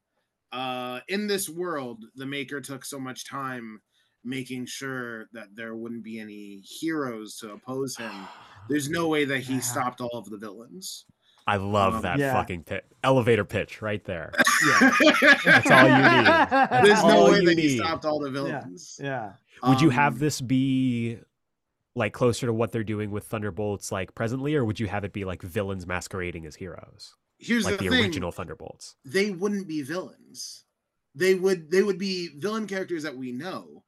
S2: Uh, in this world, the maker took so much time making sure that there wouldn't be any heroes to oppose him. There's no way that he
S3: Yeah.
S2: stopped all of the villains.
S1: I love
S2: Um,
S1: that
S3: yeah.
S1: fucking pit. elevator pitch right there.
S3: Yeah.
S1: That's all you need. That's
S2: There's no
S1: all
S2: way
S1: you
S2: that
S1: need.
S2: he stopped all the villains.
S3: Yeah.
S1: Would you have
S2: Um,
S1: this be like closer to what they're doing with Thunderbolts like presently, or would you have it be like villains masquerading as heroes?
S2: Here's
S1: Like the,
S2: thing.
S1: original Thunderbolts.
S2: they wouldn't be villains. They would they would be villain characters that we know,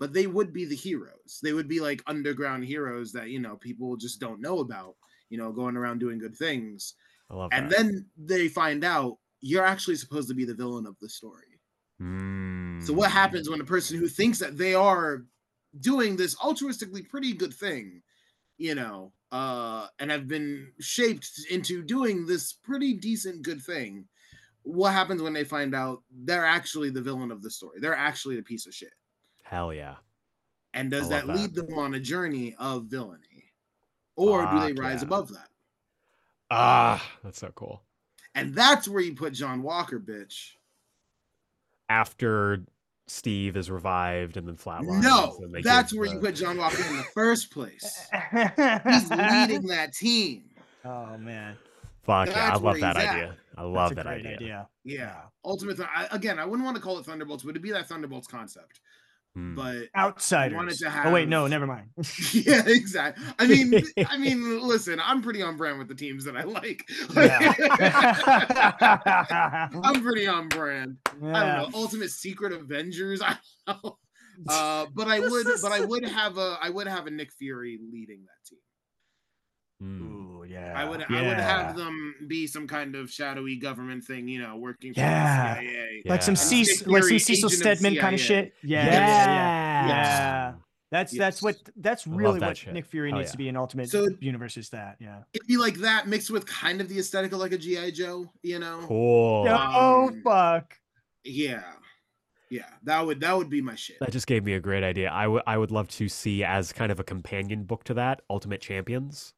S2: but they would be the heroes. They would be like underground heroes that you know people just don't know about. You know, going around doing good things,
S1: I love
S2: and
S1: that.
S2: then they find out you're actually supposed to be the villain of the story. So what
S1: Mm.
S2: happens when a person who thinks that they are doing this altruistically pretty good thing, you know, uh, and have been shaped into doing this pretty decent good thing? What happens when they find out they're actually the villain of the story? They're actually a piece of shit.
S1: Hell yeah.
S2: And
S1: I
S2: does
S1: love
S2: that, lead them on a journey of villainy, or do they
S1: Fuck
S2: rise
S1: yeah.
S2: above that?
S1: Ah, that's so cool.
S2: And that's where you put John Walker, bitch.
S1: After Steve is revived and then flatlines.
S2: No,
S1: and they
S2: that's
S1: give
S2: where
S1: the-
S2: you put John Walker in the first place. He's leading
S3: oh
S2: that team.
S3: man.
S1: Fuck yeah, I
S2: that's
S1: love
S2: where
S1: that
S2: he's at.
S1: idea. I
S3: That's
S1: love
S3: a
S1: that
S3: great
S1: idea.
S2: Yeah.
S3: Yeah.
S2: Ultimate, Thun- I, again, I wouldn't want to call it Thunderbolts, but it'd be that Thunderbolts concept.
S1: Mm.
S3: Hmm.
S2: But
S3: Outsiders.
S2: to
S3: Oh wait, no,
S2: have-
S3: never mind.
S2: yeah, exactly. I mean, th- I mean, listen, I'm pretty on brand with the teams that I like.
S3: Yeah.
S2: I'm pretty on brand. I
S3: Yeah.
S2: don't know. Ultimate Secret Avengers. I don't know. Uh, but I would, but I would have a, I would have a Nick Fury leading that team.
S1: Mm.
S3: Ooh, yeah.
S2: I would I would have them be some kind of shadowy government thing, you know, working for
S3: Yeah.
S2: the CIA.
S3: like some
S1: Yeah.
S3: C-
S2: Nick
S3: like some
S2: Fury,
S3: Cecil
S2: agent of
S3: Stedman kind of
S2: CIA.
S3: shit. Yeah,
S1: Yes.
S3: yeah, yeah.
S1: Yes.
S3: That's that's
S2: Yes.
S3: what that's
S1: love
S3: really
S1: that
S3: what
S1: shit.
S3: Nick Fury
S1: Hell
S3: needs
S1: yeah.
S3: to be in Ultimate
S2: So-
S3: Universe is that. Yeah.
S2: It'd be like that mixed with kind of the aesthetic of like a GI Joe, you know.
S1: Cool.
S3: Oh
S2: Um,
S3: fuck.
S2: Yeah, yeah, that would that would be my shit.
S1: That just gave me a great idea. I would I would love to see as kind of a companion book to that, Ultimate Champions,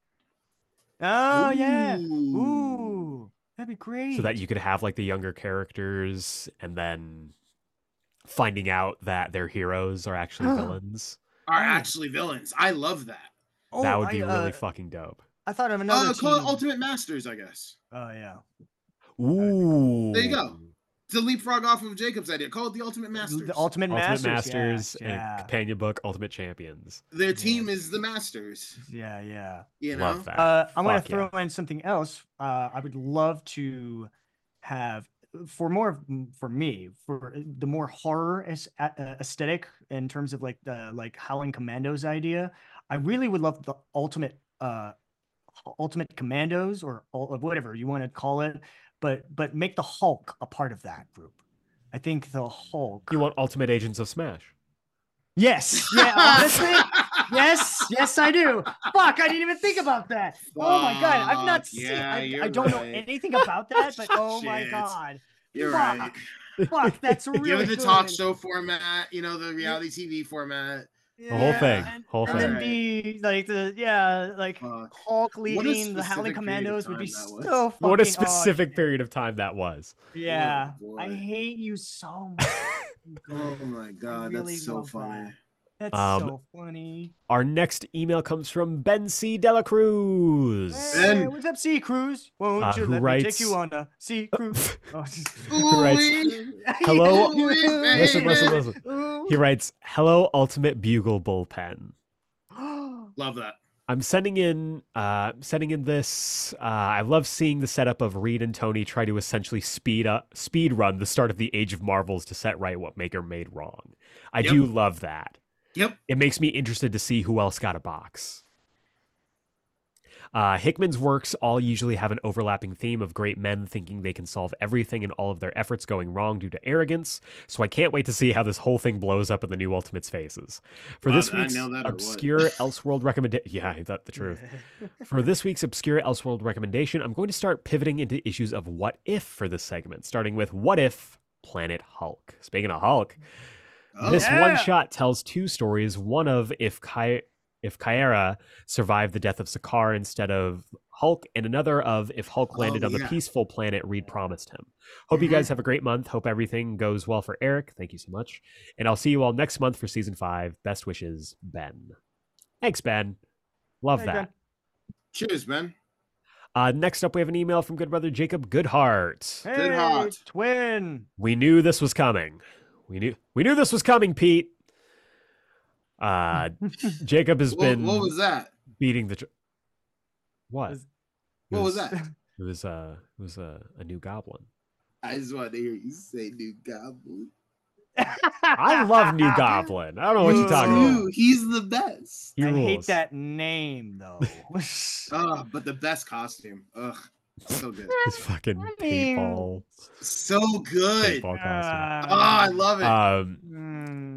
S3: Oh yeah.
S2: Ooh.
S3: Ooh. That'd be great.
S1: so that you could have like the younger characters and then finding out that their heroes are actually villains.
S2: are actually villains. I love that.
S3: oh,
S1: that would be
S3: I,
S1: really
S3: uh,
S1: fucking dope.
S3: I thought of another
S2: Uh, call it
S3: team.
S2: Ultimate Masters, I guess.
S3: Oh yeah.
S1: Ooh.
S2: There you go. To leapfrog off of Jacob's idea, call it the Ultimate Masters.
S3: The
S1: Ultimate
S3: Ultimate,
S1: Masters,
S3: Masters.
S1: and
S3: yeah,
S1: a companion book, Ultimate Champions.
S2: Their team is the Masters.
S3: yeah, yeah, yeah.
S2: You know,
S1: Love that.
S3: Uh, I'm going
S1: Fuck
S3: to
S1: yeah.
S3: throw in something else. Uh, I would love to have for more of- m- for me for uh, the more horror as, a- uh, aesthetic in terms of like the like Howling Commandos idea. I really would love the ultimate uh h- ultimate commandos or all of whatever you want to call it, but but make the Hulk a part of that group. I think the Hulk.
S1: You want Ultimate Agents of Smash?
S3: yes. Yeah. Honestly. yes, yes, I do. Fuck, I didn't even think about that. oh my god, I've not
S2: Fuck,
S3: seen.
S2: yeah,
S3: I, I
S2: you're
S3: don't know
S2: right.
S3: anything about that, but oh my
S2: Shit.
S3: god,
S2: You're
S3: fuck,
S2: right.
S3: fuck, that's really
S2: Give it the talk
S3: good.
S2: show format, you know, the reality TV format.
S1: The whole
S3: Yeah,
S1: thing.
S3: and-
S1: Whole
S3: And
S1: thing.
S3: then be like the yeah, like
S2: Fuck.
S3: Hulk
S2: a
S3: leading the Howling
S2: specific period of
S3: Commandos would be
S2: time that
S3: so
S2: was.
S3: fucking.
S1: What a
S3: aw-
S1: specific period of time that was.
S3: yeah,
S2: Oh,
S3: I
S2: boy.
S3: hate you so much.
S2: Oh my god,
S3: really
S2: that's so
S3: love
S2: funny.
S3: That's
S1: Um,
S3: so funny.
S1: Our next email comes from Ben C. Dela Cruz.
S2: Ben-
S3: Hey, what's up, Sea Cruise? Won't
S1: Uh,
S3: you
S1: who
S3: let me
S1: writes-
S3: take you on a sea cruise? Oh,
S1: Who writes-
S2: Ooh-wee.
S1: Hello? listen,
S2: Listen,
S1: listen, listen. He writes, "Hello, Ultimate Bugle Bullpen.
S2: Love that.
S1: I'm sending in, uh, sending in this. Uh, I love seeing the setup of Reed and Tony try to essentially speed up, speed run the start of the Age of Marvels to set right what Maker made wrong. I
S2: Yep.
S1: do love that.
S2: Yep.
S1: It makes me interested to see who else got a box. Uh, Hickman's works all usually have an overlapping theme of great men thinking they can solve everything and all of their efforts going wrong due to arrogance. So I can't wait to see how this whole thing blows up in the new Ultimates faces. For
S2: Wow,
S1: this
S2: did I
S1: week's
S2: know that or what?
S1: obscure Elseworld recommendation, yeah, I thought the truth. For this week's obscure Elseworld recommendation, I'm going to start pivoting into issues of what if for this segment, starting with what if Planet Hulk. Speaking of Hulk,
S2: Oh,
S1: this
S3: yeah.
S1: one shot tells two stories. One of if Ky- if Kyra survived the death of Sakaar instead of Hulk, and another of if Hulk landed
S2: Oh,
S1: on the
S2: yeah.
S1: peaceful planet Reed promised him. Hope you
S2: Mhm.
S1: guys have a great month. Hope everything goes well for Eric. Thank you so much. And I'll see you all next month for season five. Best wishes, Ben. Thanks, Ben. Love
S3: Hey,
S1: that.
S3: Ben.
S2: Cheers, man.
S1: Uh, next up, we have an email from good brother Jacob Goodhart.
S2: Good
S3: Hey,
S2: heart.
S3: twin.
S1: We knew this was coming. We knew we knew this was coming, Pete. Uh, Jacob has
S2: What,
S1: been
S2: what was that?
S1: beating the. Tr- what?
S3: Was-
S1: It
S2: What was that?
S1: It was uh, it was uh, a new goblin.
S2: I just wanted to hear you say new goblin.
S1: I love New Goblin. I don't know what you're talking
S2: He's
S1: about.
S2: new. He's the best.
S1: He
S3: I hate
S1: rules.
S3: that name though.
S2: Oh, but the best costume. Ugh. So good.
S1: His fucking
S3: I mean,
S1: paintball,
S2: So good. Oh,
S3: Uh,
S1: paintball costume.
S2: Ah, I love it.
S1: Um,
S3: Mm.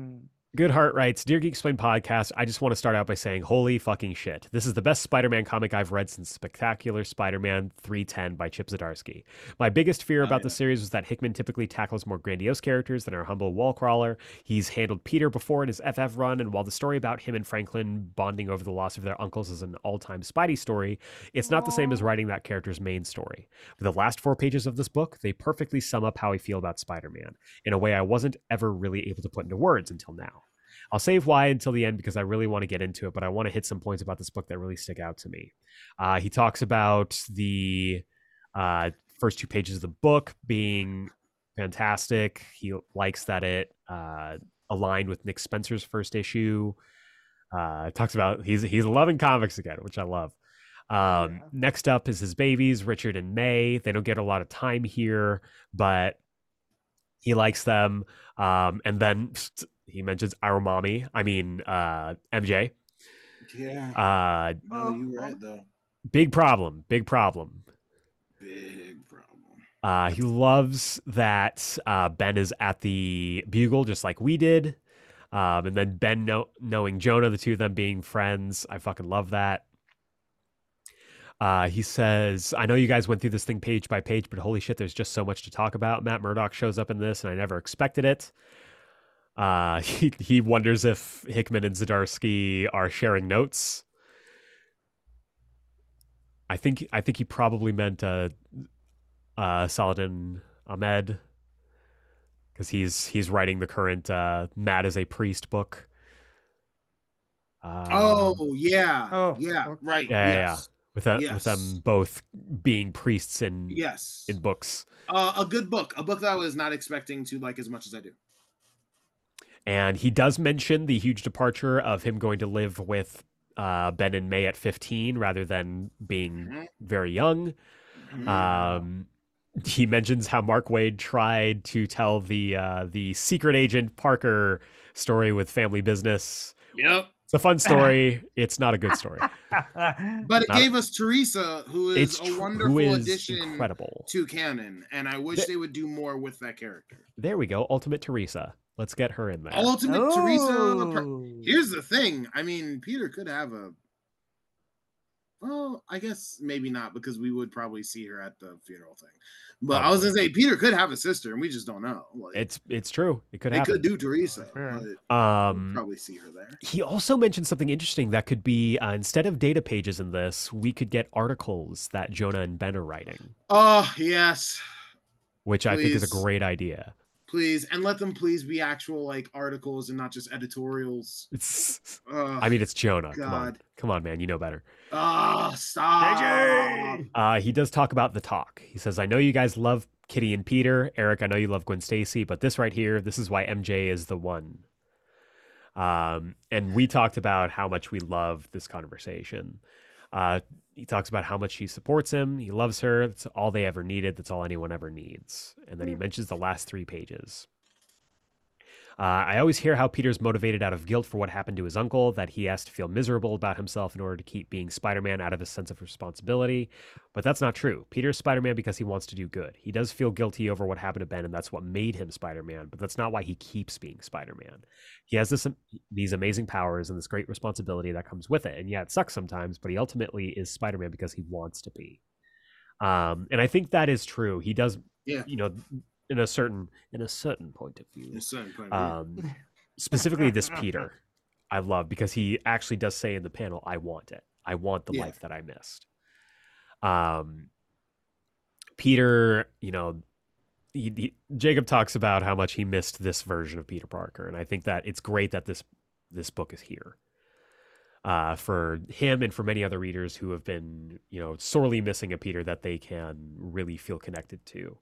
S1: Goodhart writes, Dear Geek Explain podcast, I just want to start out by saying, holy fucking shit. This is the best Spider Man comic I've read since Spectacular Spider Man 310 by Chip Zdarsky. My biggest fear
S2: Oh,
S1: about the
S2: yeah.
S1: series was that Hickman typically tackles more grandiose characters than our humble wall crawler. He's handled Peter before in his FF run, and while the story about him and Franklin bonding over the loss of their uncles is an all time Spidey story, it's not the same as
S3: Aw.
S1: writing that character's main story. For the last four pages of this book, they perfectly sum up how I feel about Spider Man in a way I wasn't ever really able to put into words until now. I'll save why until the end because I really want to get into it, but I want to hit some points about this book that really stick out to me. Uh, he talks about the uh, first two pages of the book being fantastic. He likes that it uh, aligned with Nick Spencer's first issue. Uh, talks about he's he's loving comics again, which I love. Um,
S3: Yeah.
S1: Next up is his babies, Richard and May. They don't get a lot of time here, but he likes them. Um, and then he mentions our mommy. I mean, uh, MJ.
S2: yeah.
S1: Uh,
S2: No, you were right though.
S1: big problem. Big problem.
S2: Big problem.
S1: Uh, he loves that uh, Ben is at the bugle, just like we did. Um, and then Ben know- knowing Jonah, the two of them being friends. I fucking love that. Uh, he says, I know you guys went through this thing page by page, but holy shit, there's just so much to talk about. Matt Murdock shows up in this, and I never expected it. Uh, he, he wonders if Hickman and Zadarsky are sharing notes. I think I think he probably meant uh, uh, Saladin Ahmed because he's he's writing the current uh, Matt is a priest book. Uh,
S2: oh yeah.
S3: Oh,
S2: yeah.
S3: okay.
S2: Right.
S1: Yeah, yeah, yeah.
S2: yes.
S1: with that, with
S2: yes.
S1: them both being priests in
S2: Yes.
S1: in books,
S2: Uh, a good book. A book that I was not expecting to like as much as I do.
S1: and he does mention the huge departure of him going to live with uh, Ben and May at fifteen rather than being
S2: Mhm,
S1: very young.
S2: mhm.
S1: Um, he mentions how Mark Wade tried to tell the uh, the secret agent Parker story with family business.
S2: Mm-hmm. yep.
S1: It's a fun story. it's not a good story.
S2: But
S1: not
S2: it
S1: a-
S2: gave us Teresa, who
S1: uh, It's
S2: is
S1: tr-
S2: a
S1: who
S2: wonderful
S1: is
S2: addition
S1: incredible.
S2: to canon, and I wish
S1: Th-
S2: they would do more with that character.
S1: There we go. Ultimate Teresa. Let's get her in there.
S2: Ultimate Teresa. the per-
S3: Oh.
S2: Here's the thing. I mean, Peter could have a. Well, I guess maybe not because we would probably see her at the funeral thing. But I was gonna say Peter could have a sister, and we just don't know. Like,
S1: It's it's true. It could
S2: they
S1: happen.
S2: could do Teresa.
S3: Yeah.
S2: but we'd
S1: um,
S2: probably see her there.
S1: he also mentioned something interesting that could be uh, instead of data pages in this, we could get articles that Jonah and Ben are writing,
S2: Oh yes,
S1: which I think is a
S2: Please.
S1: great idea.
S2: please, and let them please be actual like articles and not just editorials.
S1: It's,
S2: Ugh.
S1: I mean, it's Jonah. Come on,
S2: God.
S1: come on, man. You know better.
S2: Ah, stop.
S3: JJ!
S1: Uh, he does talk about the talk. He says, I know you guys love Kitty and Peter. Eric, I know you love Gwen Stacy, but this right here, this is why MJ is the one. Um, and we talked about how much we love this conversation. Uh, he talks about how much she supports him. He loves her. That's all they ever needed. That's all anyone ever needs. And then he mentions the last three pages. Uh, I always hear how Peter's motivated out of guilt for what happened to his uncle, that he has to feel miserable about himself in order to keep being Spider Man out of his sense of responsibility. But that's not true. Peter's Spider Man because he wants to do good. He does feel guilty over what happened to Ben, and that's what made him Spider Man, but that's not why he keeps being Spider Man. He has this, these amazing powers and this great responsibility that comes with it. And yeah, it sucks sometimes, but he ultimately is Spider Man because he wants to be. Um, and I think that is true. He does,
S2: Yeah.
S1: you know, in a certain in a certain point of view
S2: There's certain point of view.
S1: um, specifically this Peter, I love because he actually does say in the panel, "I want it. I want the
S2: Yeah.
S1: life that I missed." Um, Peter, you know, he, he- Jacob talks about how much he missed this version of Peter Parker, and I think that it's great that this this book is here. uh, for him and for many other readers who have been, you know, sorely missing a Peter that they can really feel connected to.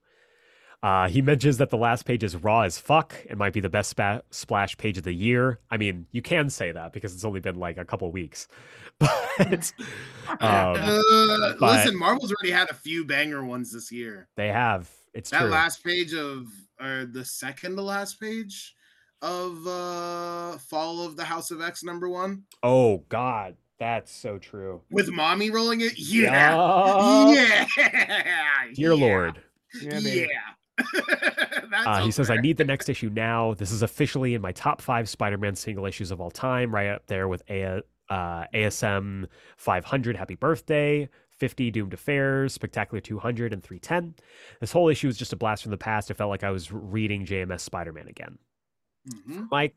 S1: Uh, he mentions that the last page is raw as fuck and might be the best spa- splash page of the year. I mean, you can say that because it's only been like a couple weeks. But um,
S2: uh,
S1: but-
S2: listen, Marvel's already had a few banger ones this year.
S1: they have. It's
S2: that
S1: true.
S2: last page of or the second to last page of uh Fall of the House of X number one
S1: oh, God. That's so true.
S2: with mommy rolling it. Yeah.
S1: Yup.
S2: yeah.
S1: Dear
S2: yeah,
S1: Lord.
S2: Yeah.
S3: baby.
S2: That's
S1: Uh, he
S2: up
S1: says, I
S2: there.
S1: need the next issue now. This is officially in my top five Spider Man single issues of all time, right up there with A- uh, ASM 500, Happy Birthday, 50, Doomed Affairs, Spectacular 200, and 310. This whole issue is just a blast from the past. It felt like I was reading JMS Spider Man again.
S2: Mhm.
S1: My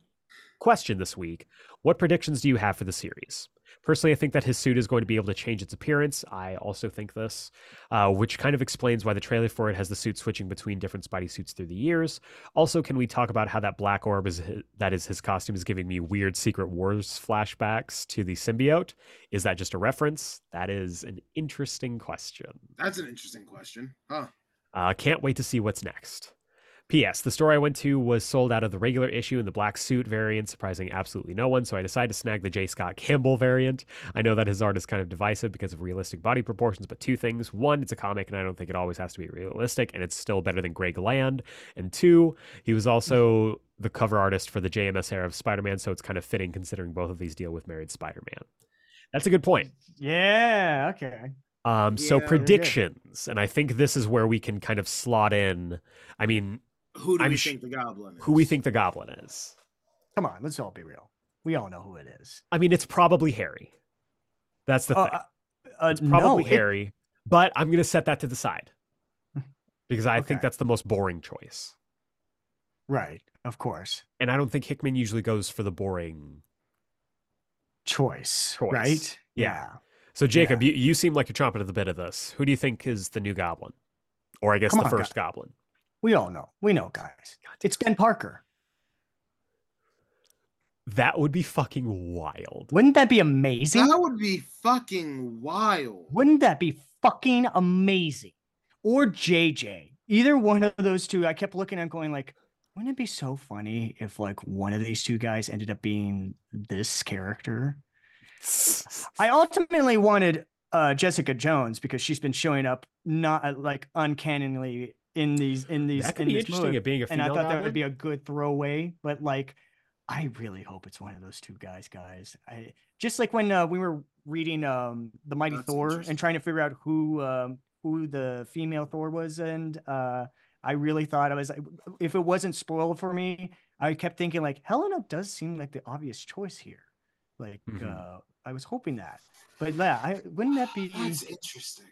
S1: question this week What predictions do you have for the series? Personally, I think that his suit is going to be able to change its appearance. I also think this, uh, which kind of explains why the trailer for it has the suit switching between different Spidey suits through the years. Also, can we talk about how that black orb is hi- that is his costume is giving me weird Secret Wars flashbacks to the symbiote? Is that just a reference? That is an interesting question.
S2: That's an interesting question. Huh.
S1: Uh, can't wait to see what's next. P.S. The store I went to was sold out of the regular issue in the black suit variant, surprising absolutely no one, so I decided to snag the J. Scott Campbell variant. I know that his art is kind of divisive because of realistic body proportions, but two things. One, it's a comic, and I don't think it always has to be realistic, and it's still better than Greg Land. And two, he was also the cover artist for the JMS era of Spider Man, so it's kind of fitting considering both of these deal with married Spider Man. That's a good point.
S3: Yeah. Okay.
S1: Um, so
S2: Yeah, very good.
S1: predictions, and I think this is where we can kind of slot in. I mean,
S2: Who do
S1: I'm
S2: we
S1: sh-
S2: think the goblin is?
S1: who we think the goblin is.
S3: Come on. Let's all be real. We all know who it is.
S1: I mean, it's probably Harry. That's the
S3: Uh,
S1: thing.
S3: uh, uh,
S1: It's probably
S3: no, it-
S1: Harry, but I'm gonna set that to the side because I
S3: Okay.
S1: think that's the most boring choice.
S3: right. Of course.
S1: And I don't think Hickman usually goes for the boring.
S3: Choice.
S1: Choice.
S3: Right.
S1: Yeah. So Jacob,
S3: Yeah.
S1: you, you seem like you're chomping at the bit of this. Who do you think is the new goblin, or I guess
S3: Come
S1: the
S3: on, guy.
S1: first goblin?
S3: We all know. We know, guys. It's Ben Parker.
S1: That would be fucking wild.
S3: Wouldn't that be amazing?
S2: that would be fucking wild.
S3: Wouldn't that be fucking amazing? Or JJ. Either one of those two. I kept looking and going like, wouldn't it be so funny if like one of these two guys ended up being this character? I ultimately wanted uh, Jessica Jones because she's been showing up not uh, like uncannily in these in these
S1: that could
S3: in
S1: be
S3: these
S1: interesting.
S3: movies.
S1: At being a
S3: and
S1: female
S3: I thought that
S1: goblin.
S3: would be a good throwaway, but like, I really hope it's one of those two guys, guys. I just like when uh, we were reading um the Mighty
S2: That's
S3: Thor
S2: interesting.
S3: and trying to figure out who um who the female Thor was, and uh, I really thought I was like, if it wasn't spoiled for me, I kept thinking like Helena does seem like the obvious choice here, like
S2: Mm-hmm.
S1: Mhm.
S3: uh, I was hoping that, but yeah, I wouldn't that be
S2: That's interesting.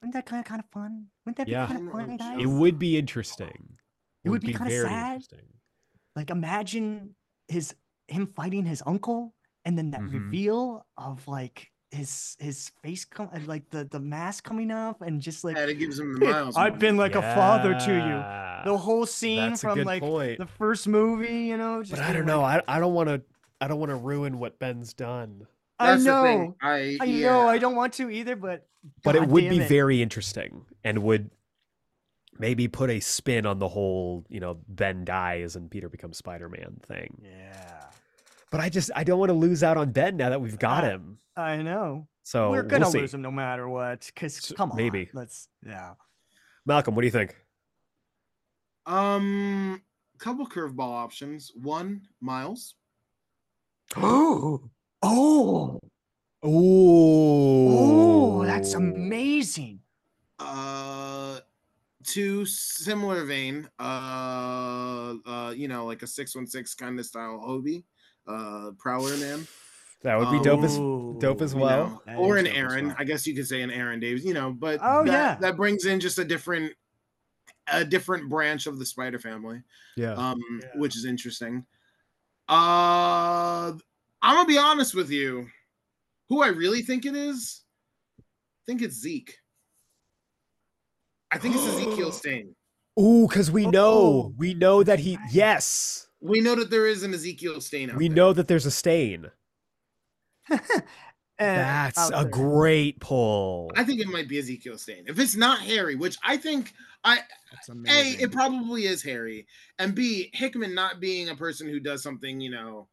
S3: wouldn't that kind of kind of fun? Wouldn't that
S1: Yeah.
S3: be kind of fun,
S2: It
S3: guys?
S1: It would be interesting.
S3: It would be kinda
S1: very
S3: sad.
S1: interesting.
S3: like imagine his him fighting his uncle and then that
S1: Mhm.
S3: reveal of like his his face come and, like the the mask coming off and just like
S2: Yeah, it gives him the miles.
S3: i've
S2: moment.
S3: been like a father to you
S1: Yeah.
S3: the whole scene
S1: That's a
S3: from
S1: good
S3: like
S1: point.
S3: the first movie you know just
S1: but I
S3: being
S1: don't
S3: like,
S1: know. I, I don't want to. I don't want to ruin what Ben's done.
S3: i
S2: That's the thing.
S3: know
S2: I,
S3: i
S2: yeah.
S3: know i don't want to either but
S1: But it
S3: God
S1: would
S3: damn
S1: be
S3: it.
S1: very interesting and would maybe put a spin on the whole, you know, Ben dies and Peter becomes Spider-Man thing.
S3: yeah
S1: But I just I don't want to lose out on Ben now that we've got
S3: Uh,
S1: him.
S3: i know
S1: So
S3: we're
S1: Oh,
S3: gonna
S1: we'll see.
S3: lose him no matter what because
S1: So,
S3: come on
S1: maybe.
S3: let's yeah
S1: Malcolm, what do you think?
S2: Um, couple curveball options. One, Miles.
S3: oh oh
S1: Oh,
S3: oh that's amazing
S2: Uh, two, similar vein. Uh, uh, you know, like a six one six kind of style Obi, uh, Prowler man.
S1: That would be
S2: Um,
S1: dope as
S3: Oh.
S1: dope
S3: Ooh.
S1: as
S2: you
S1: well.
S2: know,
S3: That
S2: or
S3: is
S2: an
S3: dope as
S2: Aaron.
S3: well.
S2: I guess you could say an Aaron Davis. You know, but
S3: Oh,
S2: that,
S3: yeah.
S2: that brings in just a different, a different branch of the Spider Family.
S1: Yeah.
S2: um,
S3: Yeah.
S2: which is interesting. Uh, I'm gonna be honest with you. Who I really think it is, I think it's Zeke. I think it's Ezekiel Stain.
S1: Ooh, because we know
S3: Oh.
S1: we know that he
S3: Right.
S1: yes
S2: We know that there is an Ezekiel Stain. Out
S1: we
S2: there.
S1: know that there's a stain. That's a
S3: great.
S1: great pull.
S2: I think it might be Ezekiel Stain. If it's not Harry, which I think I
S4: That's
S2: A,
S4: amazing.
S2: it probably is Harry, and B, Hickman not being a person who does something, you know,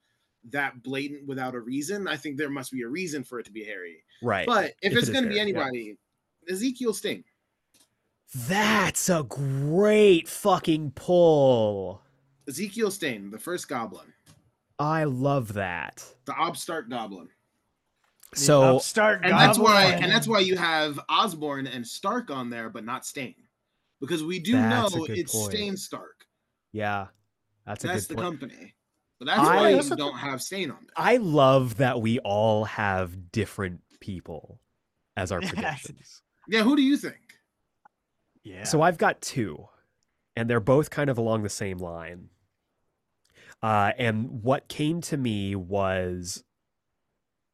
S2: that blatant without a reason. I think there must be a reason for it to be Harry.
S1: Right.
S2: But
S1: If
S2: if, it's
S1: it is
S2: going to be
S1: Harry, yeah.
S2: anybody, Ezekiel Sting.
S1: That's a great fucking pull.
S2: Ezekiel Stain, the first goblin,
S1: I love that.
S2: the Obstark goblin.
S1: So
S3: start,
S2: And that's why
S3: Goblin.
S2: and that's why you have Osborne and Stark on there, but not Stain. Because we do
S1: That's a
S2: know
S1: good
S2: it's
S1: point.
S2: Stain Stark.
S1: yeah, that's a
S2: That's the
S1: good point.
S2: company. But that's
S1: I-
S2: why
S1: I
S2: you
S3: also
S2: don't have Stain on there.
S1: I love that we all have different people as our
S3: Yes.
S1: predictions.
S2: Yeah, who do you think?
S3: yeah.
S1: So I've got two, and they're both kind of along the same line. Uh, and what came to me was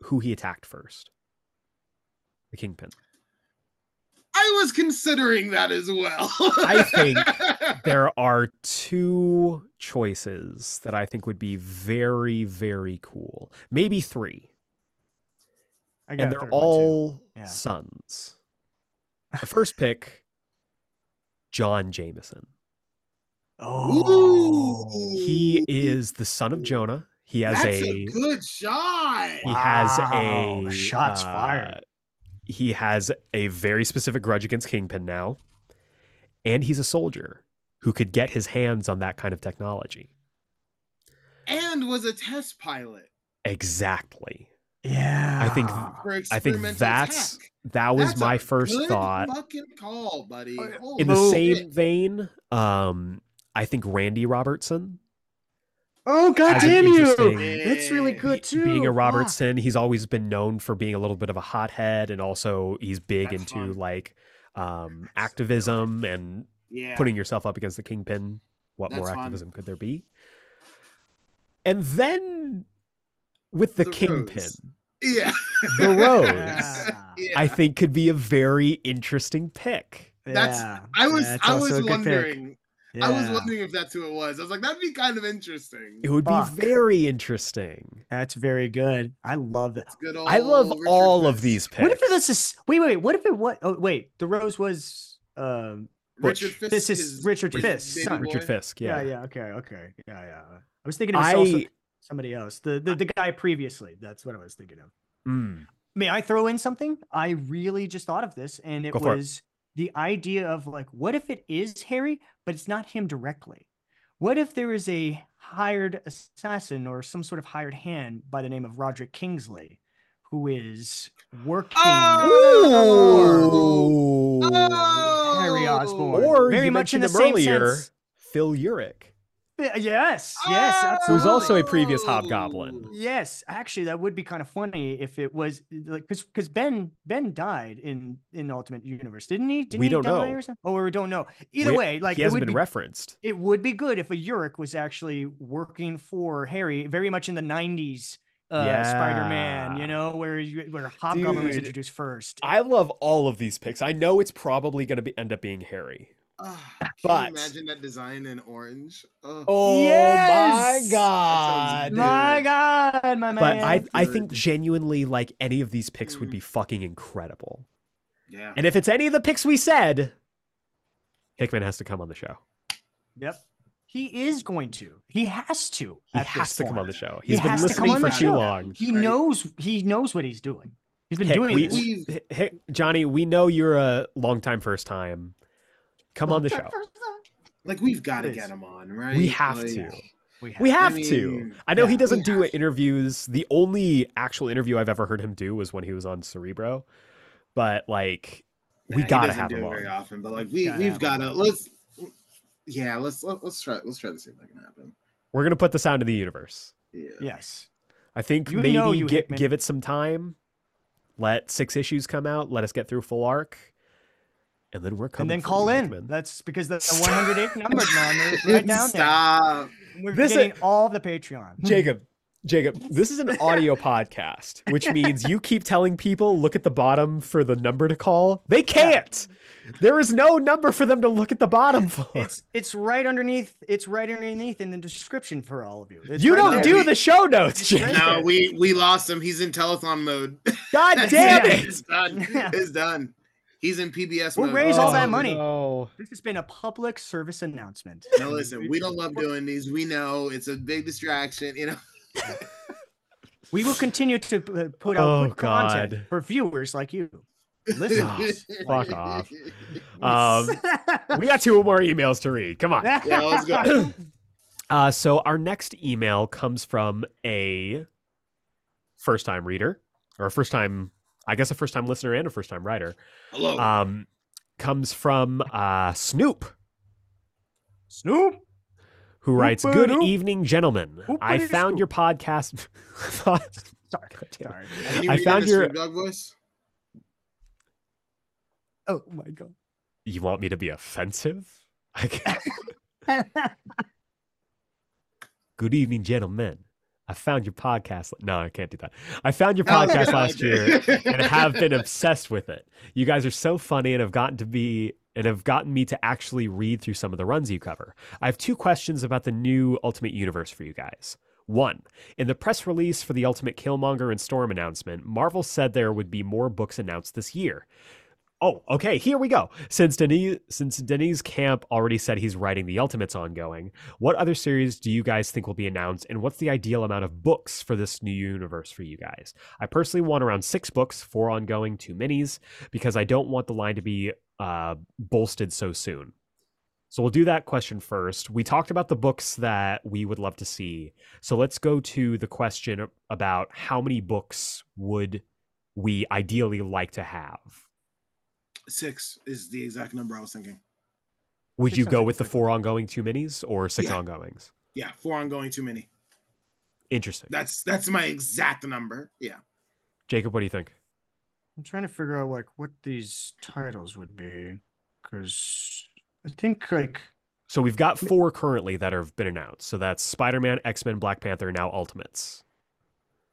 S1: who he attacked first the kingpin.
S2: I was considering that as well.
S1: I think there are two choices that I think would be very, very cool. Maybe three.
S3: I
S1: and
S3: a
S1: they're
S3: third one, too.
S1: all
S3: Yeah.
S1: sons. The first pick, John Jameson.
S3: Oh,
S1: He is the son of Jonah. He has
S2: That's
S1: a,
S2: a, good shot.
S1: he has
S3: Wow,
S1: a uh,
S3: shots fired.
S1: He has a very specific grudge against Kingpin now, and he's a soldier who could get his hands on that kind of technology.
S2: And was a test pilot
S1: Exactly.
S3: yeah.
S1: think-
S2: for
S1: I
S2: experimental
S1: think that's
S2: tech.
S1: that was
S2: That's
S1: my
S2: a
S1: first
S2: good
S1: thought.
S2: Fucking call, buddy.
S3: Uh,
S2: Holy
S1: In the
S3: Oh,
S1: same
S2: shit.
S1: vein, um, I think Randy Robertson
S3: oh god
S1: has an
S3: damn you!
S1: interesting-
S3: That's really
S2: Yeah.
S3: good too.
S1: being a
S3: Fuck.
S1: Robertson, he's always been known for being a little bit of a hothead, and also he's big
S2: That's
S1: into
S2: fun.
S1: like um, activism and
S2: Yeah.
S1: putting yourself up against the kingpin. What more
S2: That's fun.
S1: activism could there be? And then with the,
S2: The
S1: kingpin,
S2: Rose. yeah.
S1: the Rose,
S3: Yeah.
S2: Yeah.
S1: I think could be a very interesting pick.
S2: That's-
S3: Yeah.
S2: I was
S3: That's
S2: I
S3: also a
S2: was
S3: good pick.
S2: wondering. I was
S3: Yeah.
S2: wondering if that's who it was. I was like, that'd be kind of interesting.
S1: It would
S3: Fuck.
S1: be very interesting.
S3: That's very good. I love that.
S2: Good
S1: I love
S2: old Richard
S1: all of
S2: Fitz.
S1: these picks.
S3: What if this is wait wait what if it what oh wait the rose was um
S1: Butch.
S2: Richard Fitz
S3: this is Richard
S2: his
S3: Fisk
S2: baby
S3: son.
S2: boy.
S1: Richard Fisk,
S3: yeah.
S1: yeah.
S3: yeah okay okay yeah yeah I was thinking of also
S1: I-
S3: somebody else the, the the guy previously that's what I was thinking of
S1: Mm,
S3: may I throw in something? I really just thought of this, and it
S1: Go for it.
S3: was the idea of like, what if it is Harry, but it's not him directly? What if there is a hired assassin or some sort of hired hand by the name of Roderick Kingsley, who is working?
S2: Oh!
S3: with Harry Osborne,
S1: Or
S3: very
S1: you
S3: much in the
S1: mentioned him
S3: same
S1: earlier,
S3: sense.
S1: Phil Urick.
S3: Yeah, Yes, yes,
S1: Oh!
S3: absolutely.
S1: Who's also a previous
S2: Oh.
S1: Hobgoblin.
S3: Yes, actually, that would be kind of funny if it was like because because Ben Ben died in in Ultimate Universe, didn't he? Didn't
S1: We
S3: he
S1: don't
S3: die
S1: know.
S3: Or something? Oh, we don't know. Either
S1: We-
S3: way, like
S1: he
S3: it
S1: hasn't
S3: would
S1: been
S3: be,
S1: referenced.
S3: it would be good if a Yurik was actually working for Harry, very much in the '90s uh, Spider-Man,
S1: Yeah.
S3: you know, where you, where Hobgoblin was
S1: Dude, Ah,
S3: introduced first.
S1: I love all of these picks. I know it's probably going to be, end up being Harry.
S2: Ah, can
S1: But-
S2: you imagine that design in orange. Ugh.
S1: Oh
S3: Yes!
S1: my god!
S2: dude.
S3: My God, my
S1: But
S3: man!
S1: I, I
S2: Dude.
S1: think genuinely, like any of these picks would
S2: Mm.
S1: be fucking incredible.
S2: yeah.
S1: And if it's any of the picks we said, Hickman has to come on the show.
S3: yep, he is going to. He has to.
S1: He
S3: at
S1: has
S3: this
S1: to come
S3: point.
S1: on the show.
S3: He
S1: He's been
S3: has to come
S1: listening
S3: on
S1: for
S3: the
S1: too
S3: show.
S1: long.
S3: He
S2: Right.
S3: knows he knows what he's doing. He's been
S1: Heck,
S3: doing
S1: we-
S3: this.
S2: We've
S1: Hey, hey, Johnny, we know you're a long time first time. Come on the show.
S2: like we've got to
S3: Please.
S2: get him on, right?
S1: have
S2: Like,
S1: to.
S3: We have,
S1: We have to.
S2: mean,
S1: I know he
S3: yeah,
S1: doesn't
S2: we
S1: do
S2: have
S1: interviews. The only actual interview I've ever heard him do was when he was on Cerebro. But like,
S2: nah,
S1: we
S2: he
S1: gotta
S2: doesn't
S1: have
S2: do
S1: him
S2: it very
S1: on.
S2: often, but like we
S3: Gotta
S2: we've
S3: have
S2: got
S3: him
S2: to
S3: on.
S2: let's. Yeah, let's let, let's try let's try to see if that can happen.
S1: We're gonna put this out into the universe.
S2: Yeah.
S3: yes.
S1: I think
S3: You
S1: maybe
S3: know you,
S1: gi-
S3: Hickman.
S1: give it some time. Let six issues come out. Let us get through full arc, and then we're coming.
S3: and then
S1: for
S3: call
S1: you,
S3: in.
S1: Hickman.
S3: That's because the, the 108 number, man. Right down there.
S2: Stop.
S3: We're
S1: This is-
S3: getting all of the Patreon.
S1: Jacob, Jacob, this is an audio podcast, which means you keep telling people look at the bottom for the number to call. They can't. There is no number for them to look at the bottom for.
S3: It's it's right underneath. It's right underneath in the description for all of you. It's
S1: you
S3: right
S1: don't
S3: there.
S1: do the show notes.
S3: It's right
S1: Jacob.
S2: No, we we lost him. He's in telethon mode.
S1: God
S2: That's
S1: damn
S3: it.
S1: it.
S2: It's done.
S3: Yeah.
S2: It's done. He's in PBS
S3: We'll
S2: mode.
S3: raise all
S2: Oh,
S3: that money.
S1: no.
S3: This has been a public service announcement.
S2: Now listen, we don't love doing these. We know it's a big distraction. You know,
S3: We will continue to uh, put out
S1: Oh,
S3: good content
S1: God.
S3: for viewers like you. Listen,
S1: fuck off. Um, we got two more emails to read. Come on.
S2: Yeah, let's go.
S1: Uh, so our next email comes from a first time reader or a first time, I guess, a first time listener and a first time writer.
S2: Hello.
S1: Um, comes from uh, Snoop.
S3: Snoop.
S1: who writes,
S3: Oopity
S1: "Good
S3: oop.
S1: evening, gentlemen. I
S3: Oopity
S1: found
S3: scoop."
S1: your podcast.
S3: Sorry, sorry.
S2: Can you
S1: I
S2: read in
S1: found
S2: a
S1: your-
S2: Snoop Dogg voice?
S3: Oh my god.
S1: you want me to be offensive? I can't- Good evening, gentlemen. I found your podcast. No, I can't do that. I found your
S2: Oh,
S1: podcast
S2: okay.
S1: last year and have been obsessed with it. You guys are so funny and have gotten to be and have gotten me to actually read through some of the runs you cover. I have two questions about the new Ultimate Universe for you guys. One, in the press release for the Ultimate Killmonger and Storm announcement, Marvel said there would be more books announced this year. Oh, okay, here we go. Since Denis since Denis Camp already said he's writing the Ultimates ongoing, what other series do you guys think will be announced and what's the ideal amount of books for this new universe for you guys? I personally want around six books, four ongoing, two minis, because I don't want the line to be uh, bolstered so soon. So we'll do that question first. We talked about the books that we would love to see. So let's go to the question about how many books would we ideally like to have?
S2: Six is the exact number I was thinking.
S1: Would
S3: Six
S1: you
S3: sounds
S1: go
S3: like a
S1: with the
S3: good
S1: four ongoing two minis or six
S2: Yeah.
S1: ongoings?
S2: Yeah, four ongoing too many.
S1: Interesting.
S2: That's that's my exact number. Yeah.
S1: Jacob, what do you think?
S3: I'm trying to figure out like what these titles would be, because I think like
S1: So we've got four currently that have been announced. So that's Spider Man, X Men, Black Panther, now Ultimates.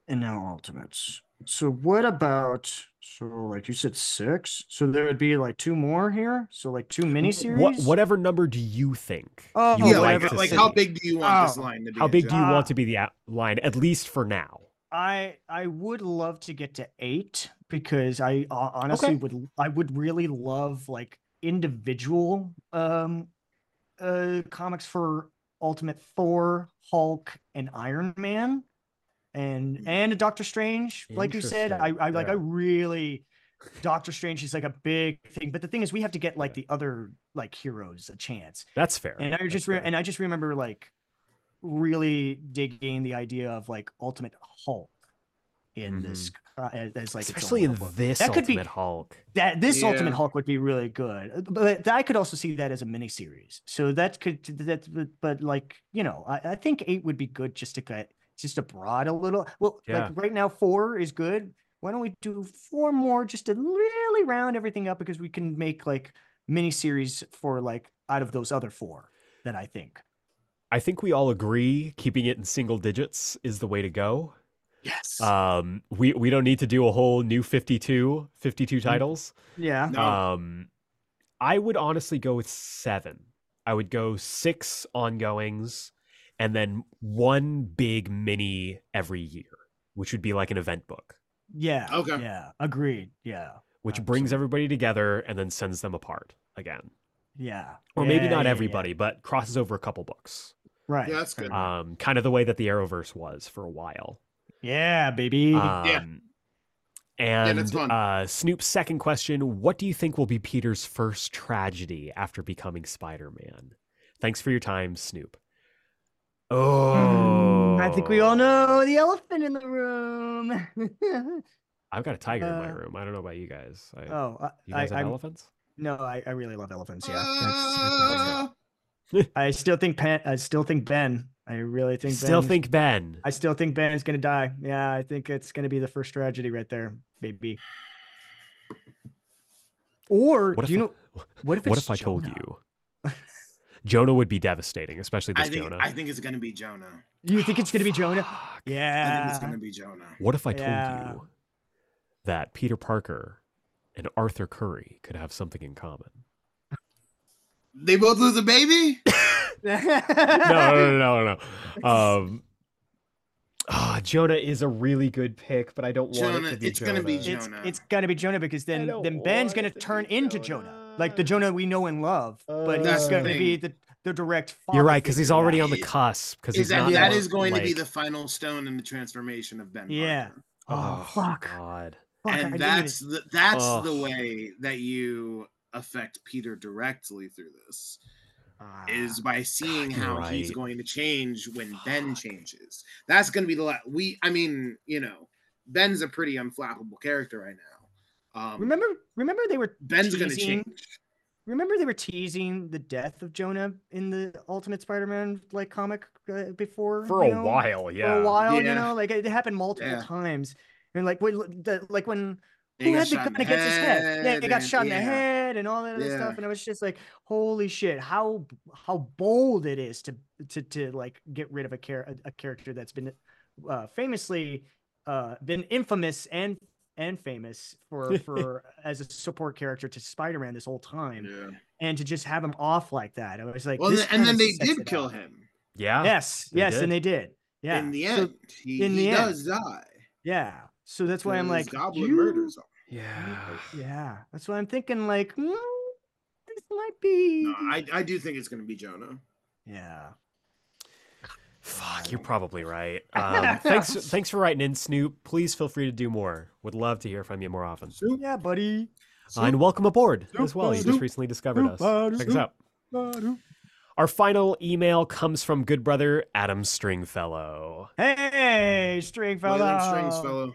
S3: and now Ultimates. So what about so like you said six? So there would be like two more here. So like two miniseries.
S1: What, whatever number do you think
S3: Oh,
S1: you
S2: yeah,
S1: would
S2: like,
S1: like to
S2: like
S1: see?
S2: how big do you want this
S3: Oh.
S2: line to be?
S1: How big do you
S2: Jeff?
S1: want to be the a- line, at least for now?
S3: I I would love to get to eight because I ho- honestly would l- I would really love like individual um uh comics for Ultimate Thor, Hulk, and Iron Man, and
S2: Mm.
S3: and Doctor Strange. Like you said, I
S1: Hmm. Interesting,
S3: I like I
S1: yeah.
S3: really Doctor Strange is like a big thing, but the thing is, we have to get like
S1: Yeah.
S3: the other like heroes a chance.
S1: That's fair.
S3: And I
S1: That's
S3: just re-
S1: fair.
S3: and I just remember like really digging the idea of like Ultimate Hulk in this uh, as, as, like its own
S1: especially in
S3: little book.
S1: this
S3: That could be-
S1: Ultimate Hulk.
S3: that this Ultimate
S2: Yeah.
S3: Hulk would be really good, Uh, but I could also see that as a miniseries. So that could that but- but like you know I, I think eight would be good just to get just to broad a little. Well,
S1: Yeah.
S3: like right now four is good. Why don't we do four more just to really round everything up because we can make like miniseries for like out of those other four that I think.
S1: I think we all agree keeping it in single digits is the way to go.
S2: Yes.
S1: Um, we we don't need to do a whole new 52, 52 titles.
S3: Yeah.
S2: Mm, no.
S1: Um, I would honestly go with seven. I would go six ongoings, and then one big mini every year, which would be like an event book,
S3: Yeah.
S2: Okay.
S3: Yeah. Agreed. Yeah.
S1: which brings
S3: Absolutely.
S1: everybody together and then sends them apart again.
S3: Yeah.
S1: Or
S3: Yeah,
S1: maybe
S3: yeah,
S1: not
S3: yeah,
S1: everybody, but crosses over a couple books.
S3: Right.
S2: Yeah, that's
S3: right,
S2: good.
S3: right.
S1: Um, kind of the way that the Arrowverse was for a while.
S3: yeah, baby.
S1: Um, And
S2: that's fun.
S1: Uh, Snoop's second question What do you think will be Peter's first tragedy after becoming Spider Man? Thanks for your time, Snoop. Oh.
S3: Mm, I think we all know the elephant in the room.
S1: I've got a tiger in my
S3: Uh,
S1: room. I don't know about you guys. I,
S3: oh, I,
S1: you guys
S3: I,
S1: have
S3: I'm-
S1: elephants?
S3: no, I, I really love elephants. Yeah,
S2: Uh,
S3: I still think Pan, I still think Ben. I really think
S1: Still
S3: Ben,
S1: think Ben.
S3: I still think Ben is gonna die. Yeah, I think it's gonna be the first tragedy right there, baby. Or
S1: What
S3: do
S1: if
S3: you
S1: I-
S3: know? What if?
S1: what
S3: it's
S1: if I told
S3: Jonah?
S1: you? Jonah would be devastating, especially this
S2: I think
S1: Jonah.
S2: I think it's gonna be Jonah.
S3: You think it's gonna be Jonah?
S1: Oh, Fuck.
S2: I think
S3: Yeah.
S2: it's gonna be Jonah.
S1: What if I told
S3: Yeah.
S1: you that Peter Parker and Arthur Curry could have something in common?
S2: They both lose a baby.
S1: No,
S3: uh,
S1: no, no, no, no. Um, ah, Jonah is a really good pick, but I don't want it
S2: Jonah-
S1: to be
S2: it's gonna be
S1: Jonah.
S3: It's
S2: Jonah.
S3: it's gonna be Jonah because then
S1: don't
S3: then Ben's
S1: want
S3: gonna
S1: it to
S3: turn
S1: be
S3: into
S1: Jonah.
S3: Jonah. like the Jonah we know and love, but
S1: That's
S3: he's
S1: the
S3: gonna
S2: thing.
S3: be the, the direct.
S1: You're
S3: father
S1: right, because he's
S3: figure.
S1: already on the
S2: Yeah.
S1: cusp. Because
S2: Is
S1: he's
S2: that
S1: not
S2: that
S1: on,
S2: is going to be
S1: like-
S2: the final stone in the transformation of Ben?
S3: Yeah.
S2: Parker.
S3: Oh, fuck.
S1: God.
S3: Fuck, I
S2: and
S3: didn't
S2: that's
S3: even-
S2: the, that's
S1: Ugh.
S2: the way that you affect Peter directly through this is
S3: Ah.
S2: by seeing
S1: you're
S2: how he's
S1: right.
S2: going to change when Ben changes. That's going to be the la- we. I mean, you know, Ben's a pretty unflappable character right now. Um,
S3: remember remember they were
S2: Ben's going to
S3: teasing-
S2: change.
S3: Remember they were teasing the death of Jonah in the Ultimate Spider-Man like comic uh, before
S1: For
S3: you
S1: a
S3: know?
S1: while, yeah.
S3: For a while,
S2: Yeah.
S3: you know, like it happened multiple
S2: Yeah.
S3: times. And like when the, like when
S2: They
S3: who
S2: got
S3: had the
S2: shot in
S3: gun against his head? Yeah, they got
S2: and-
S3: shot in
S2: yeah.
S3: the head and all that other
S2: Yeah.
S3: stuff. And I was just like, holy shit, how how bold it is to to to like get rid of a char- a- a character that's been uh, famously uh, been infamous and and famous for for as a support character to Spider-Man this whole time,
S2: Yeah.
S3: and to just have him off like that. I was like,
S2: Well,
S3: this
S2: and-
S3: kinda
S2: and then they
S3: sets
S2: did
S3: it
S2: kill
S3: up.
S2: him
S1: Yeah.
S3: Yes,
S1: They
S3: yes,
S1: did.
S3: and they did. Yeah,
S2: in the
S3: so-
S2: end. he
S3: in
S2: he
S3: the end.
S2: does die.
S3: yeah. So that's why I'm
S2: 'cause
S3: like,
S2: Goblin
S3: you-
S2: murders him.
S1: Yeah.
S3: Yeah, that's why I'm thinking. Like, mm, this might be.
S2: No, I I do think it's going to be Jonah.
S3: yeah.
S1: Fuck, you're probably right. Um, thanks, thanks for writing in, Snoop. Please feel free to do more. Would love to hear from you more often.
S2: Soup,
S3: Yeah, buddy.
S1: Uh, and welcome aboard as well. You just
S2: Snoop.
S1: recently discovered us.
S3: Snoop.
S1: Check us out. Our final email comes from good brother Adam Stringfellow,
S3: Hey, Stringfellow.
S2: William Strings fellow.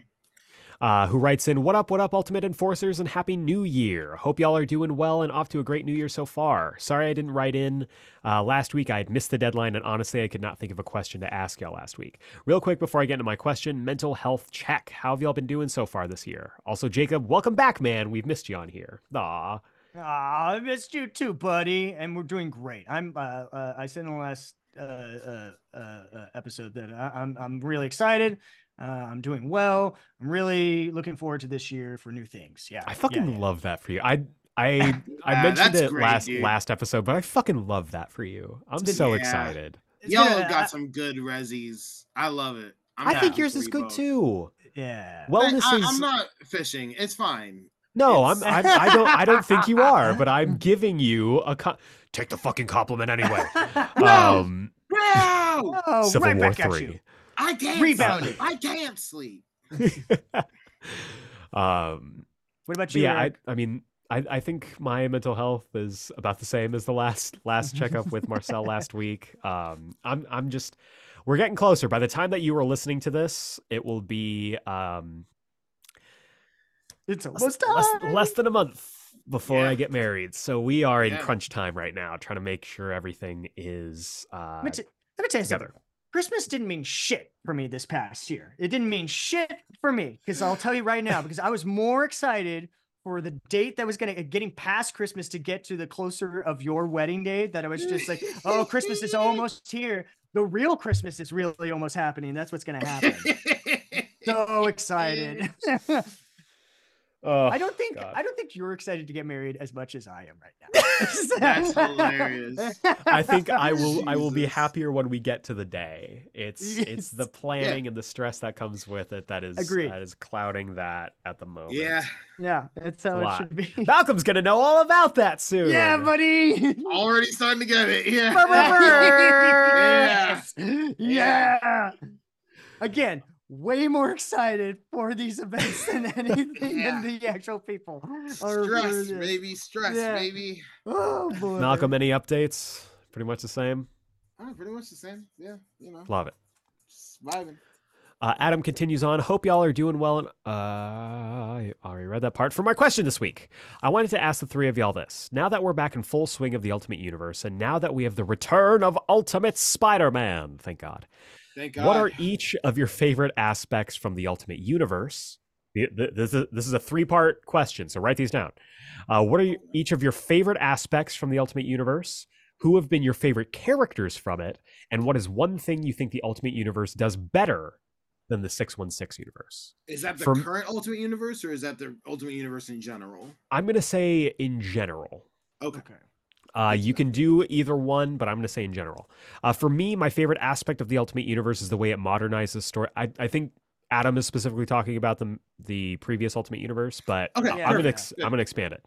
S1: uh, who writes in, "What up, what up, Ultimate Enforcers, and Happy New Year! Hope y'all are doing well and off to a great New Year so far. Sorry I didn't write in uh, last week. I had missed the deadline, and honestly, I could not think of a question to ask y'all last week. Real quick before I get into my question, mental health check. How have y'all been doing so far this year? Also, Jacob, welcome back, man. We've missed you on here. Aw,
S3: Aw, I missed you too, buddy. And we're doing great. I'm. Uh, uh, I said in the last uh, uh, uh, uh, episode that I, I'm. I'm really excited. Uh, I'm doing well. I'm really looking forward to this year for new things. Yeah.
S1: I
S3: yeah,
S1: fucking
S3: yeah.
S1: love that for you. I." I I
S2: Yeah,
S1: mentioned
S2: that's
S1: it
S2: great,
S1: last
S2: dude.
S1: last episode, but I fucking love that for you. I'm
S3: been-
S1: so
S2: Yeah.
S1: excited.
S3: It's
S2: Y'all
S3: been a-
S2: got some good resis. I love it. I'm
S1: i think
S2: down
S1: yours
S2: for
S1: is
S2: you
S1: good
S2: both.
S1: too.
S3: yeah.
S1: Wellness
S2: I,
S1: is
S2: am not fishing. It's fine.
S1: no, I'm, I'm
S2: it's-
S1: I don't I don't think you are, but I'm giving you a co- take the fucking compliment anyway.
S2: No.
S1: Um,
S2: No,
S3: oh,
S1: Civil
S3: right
S1: War
S3: back at you.
S1: three.
S2: I can't
S3: Rebound.
S2: sleep. I can't sleep.
S1: um,
S3: What about
S1: but
S3: you?
S1: yeah, I
S3: Eric?
S1: I mean. I, I think my mental health is about the same as the last last checkup with Marcel last week. Um, I'm I'm just we're getting closer. By the time that you are listening to this, it will be um,
S3: it's
S1: less,
S3: almost
S1: less,
S3: time.
S1: less than a month before
S2: Yeah.
S1: I get married. So we are in
S2: Yeah.
S1: crunch time right now, trying to make sure everything is uh,
S3: Let me, t- let me tell you something.
S1: together.
S3: Christmas didn't mean shit for me this past year. It didn't mean shit for me because I'll tell you right now because I was more excited for the date that was going to getting past Christmas to get to the closer of your wedding day that I was just like, oh, Christmas is almost here. The real Christmas is really almost happening. That's what's going to happen. so excited.
S1: Oh,
S3: I don't think
S1: God.
S3: I don't think you're excited to get married as much as I am right now.
S2: That's hilarious.
S1: I think I will. I will be
S2: Jesus.
S1: happier when we get to the day. It's it's the
S3: Yes.
S1: planning and the stress that comes with it that is
S3: Agreed.
S1: that is clouding that at the moment.
S2: yeah,
S3: Yeah, that's how
S1: Lot.
S3: it should be.
S1: Malcolm's gonna know all about that soon.
S3: yeah, buddy.
S2: already starting to get it.
S3: Brr, brr,
S2: Yeah.
S3: brr.
S2: Yeah.
S3: yes. Yeah. Again, way more excited for these events than anything
S2: Yeah.
S3: than the actual people. Or- or
S2: Stress,
S3: the-
S2: baby. Stress,
S3: Yeah.
S2: baby.
S3: Oh boy.
S1: Malcolm, any updates? Pretty much the same.
S2: Oh, pretty much the same. Yeah, you know,
S1: Love it.
S2: surviving.
S1: Uh, Adam continues on. Hope y'all are doing well. And uh, I already read that part. For my question this week, I wanted to ask the three of y'all this. Now that we're back in full swing of the Ultimate Universe, and now that we have the return of Ultimate Spider-Man, thank God.
S2: Thank God.
S1: What are each of your favorite aspects from the Ultimate Universe? Th- th- This is this is a three-part question, so write these down. Uh, what are you, each of your favorite aspects from the Ultimate Universe? who have been your favorite characters from it, and what is one thing you think the Ultimate Universe does better than the 616 universe?
S2: Is that the
S1: From-
S2: current Ultimate Universe or is that the Ultimate Universe in general?
S1: I'm going to say in general.
S2: Okay.
S1: Uh,
S2: Good to
S1: you can do either one, but I'm going to say in general. Uh, for me, my favorite aspect of the Ultimate Universe is the way it modernizes story. I, I think Adam is specifically talking about the the previous Ultimate Universe, but
S2: Okay.
S1: I-
S3: Yeah.
S1: I'm
S2: perfect.
S1: gonna ex-
S2: Good.
S1: I'm gonna expand it.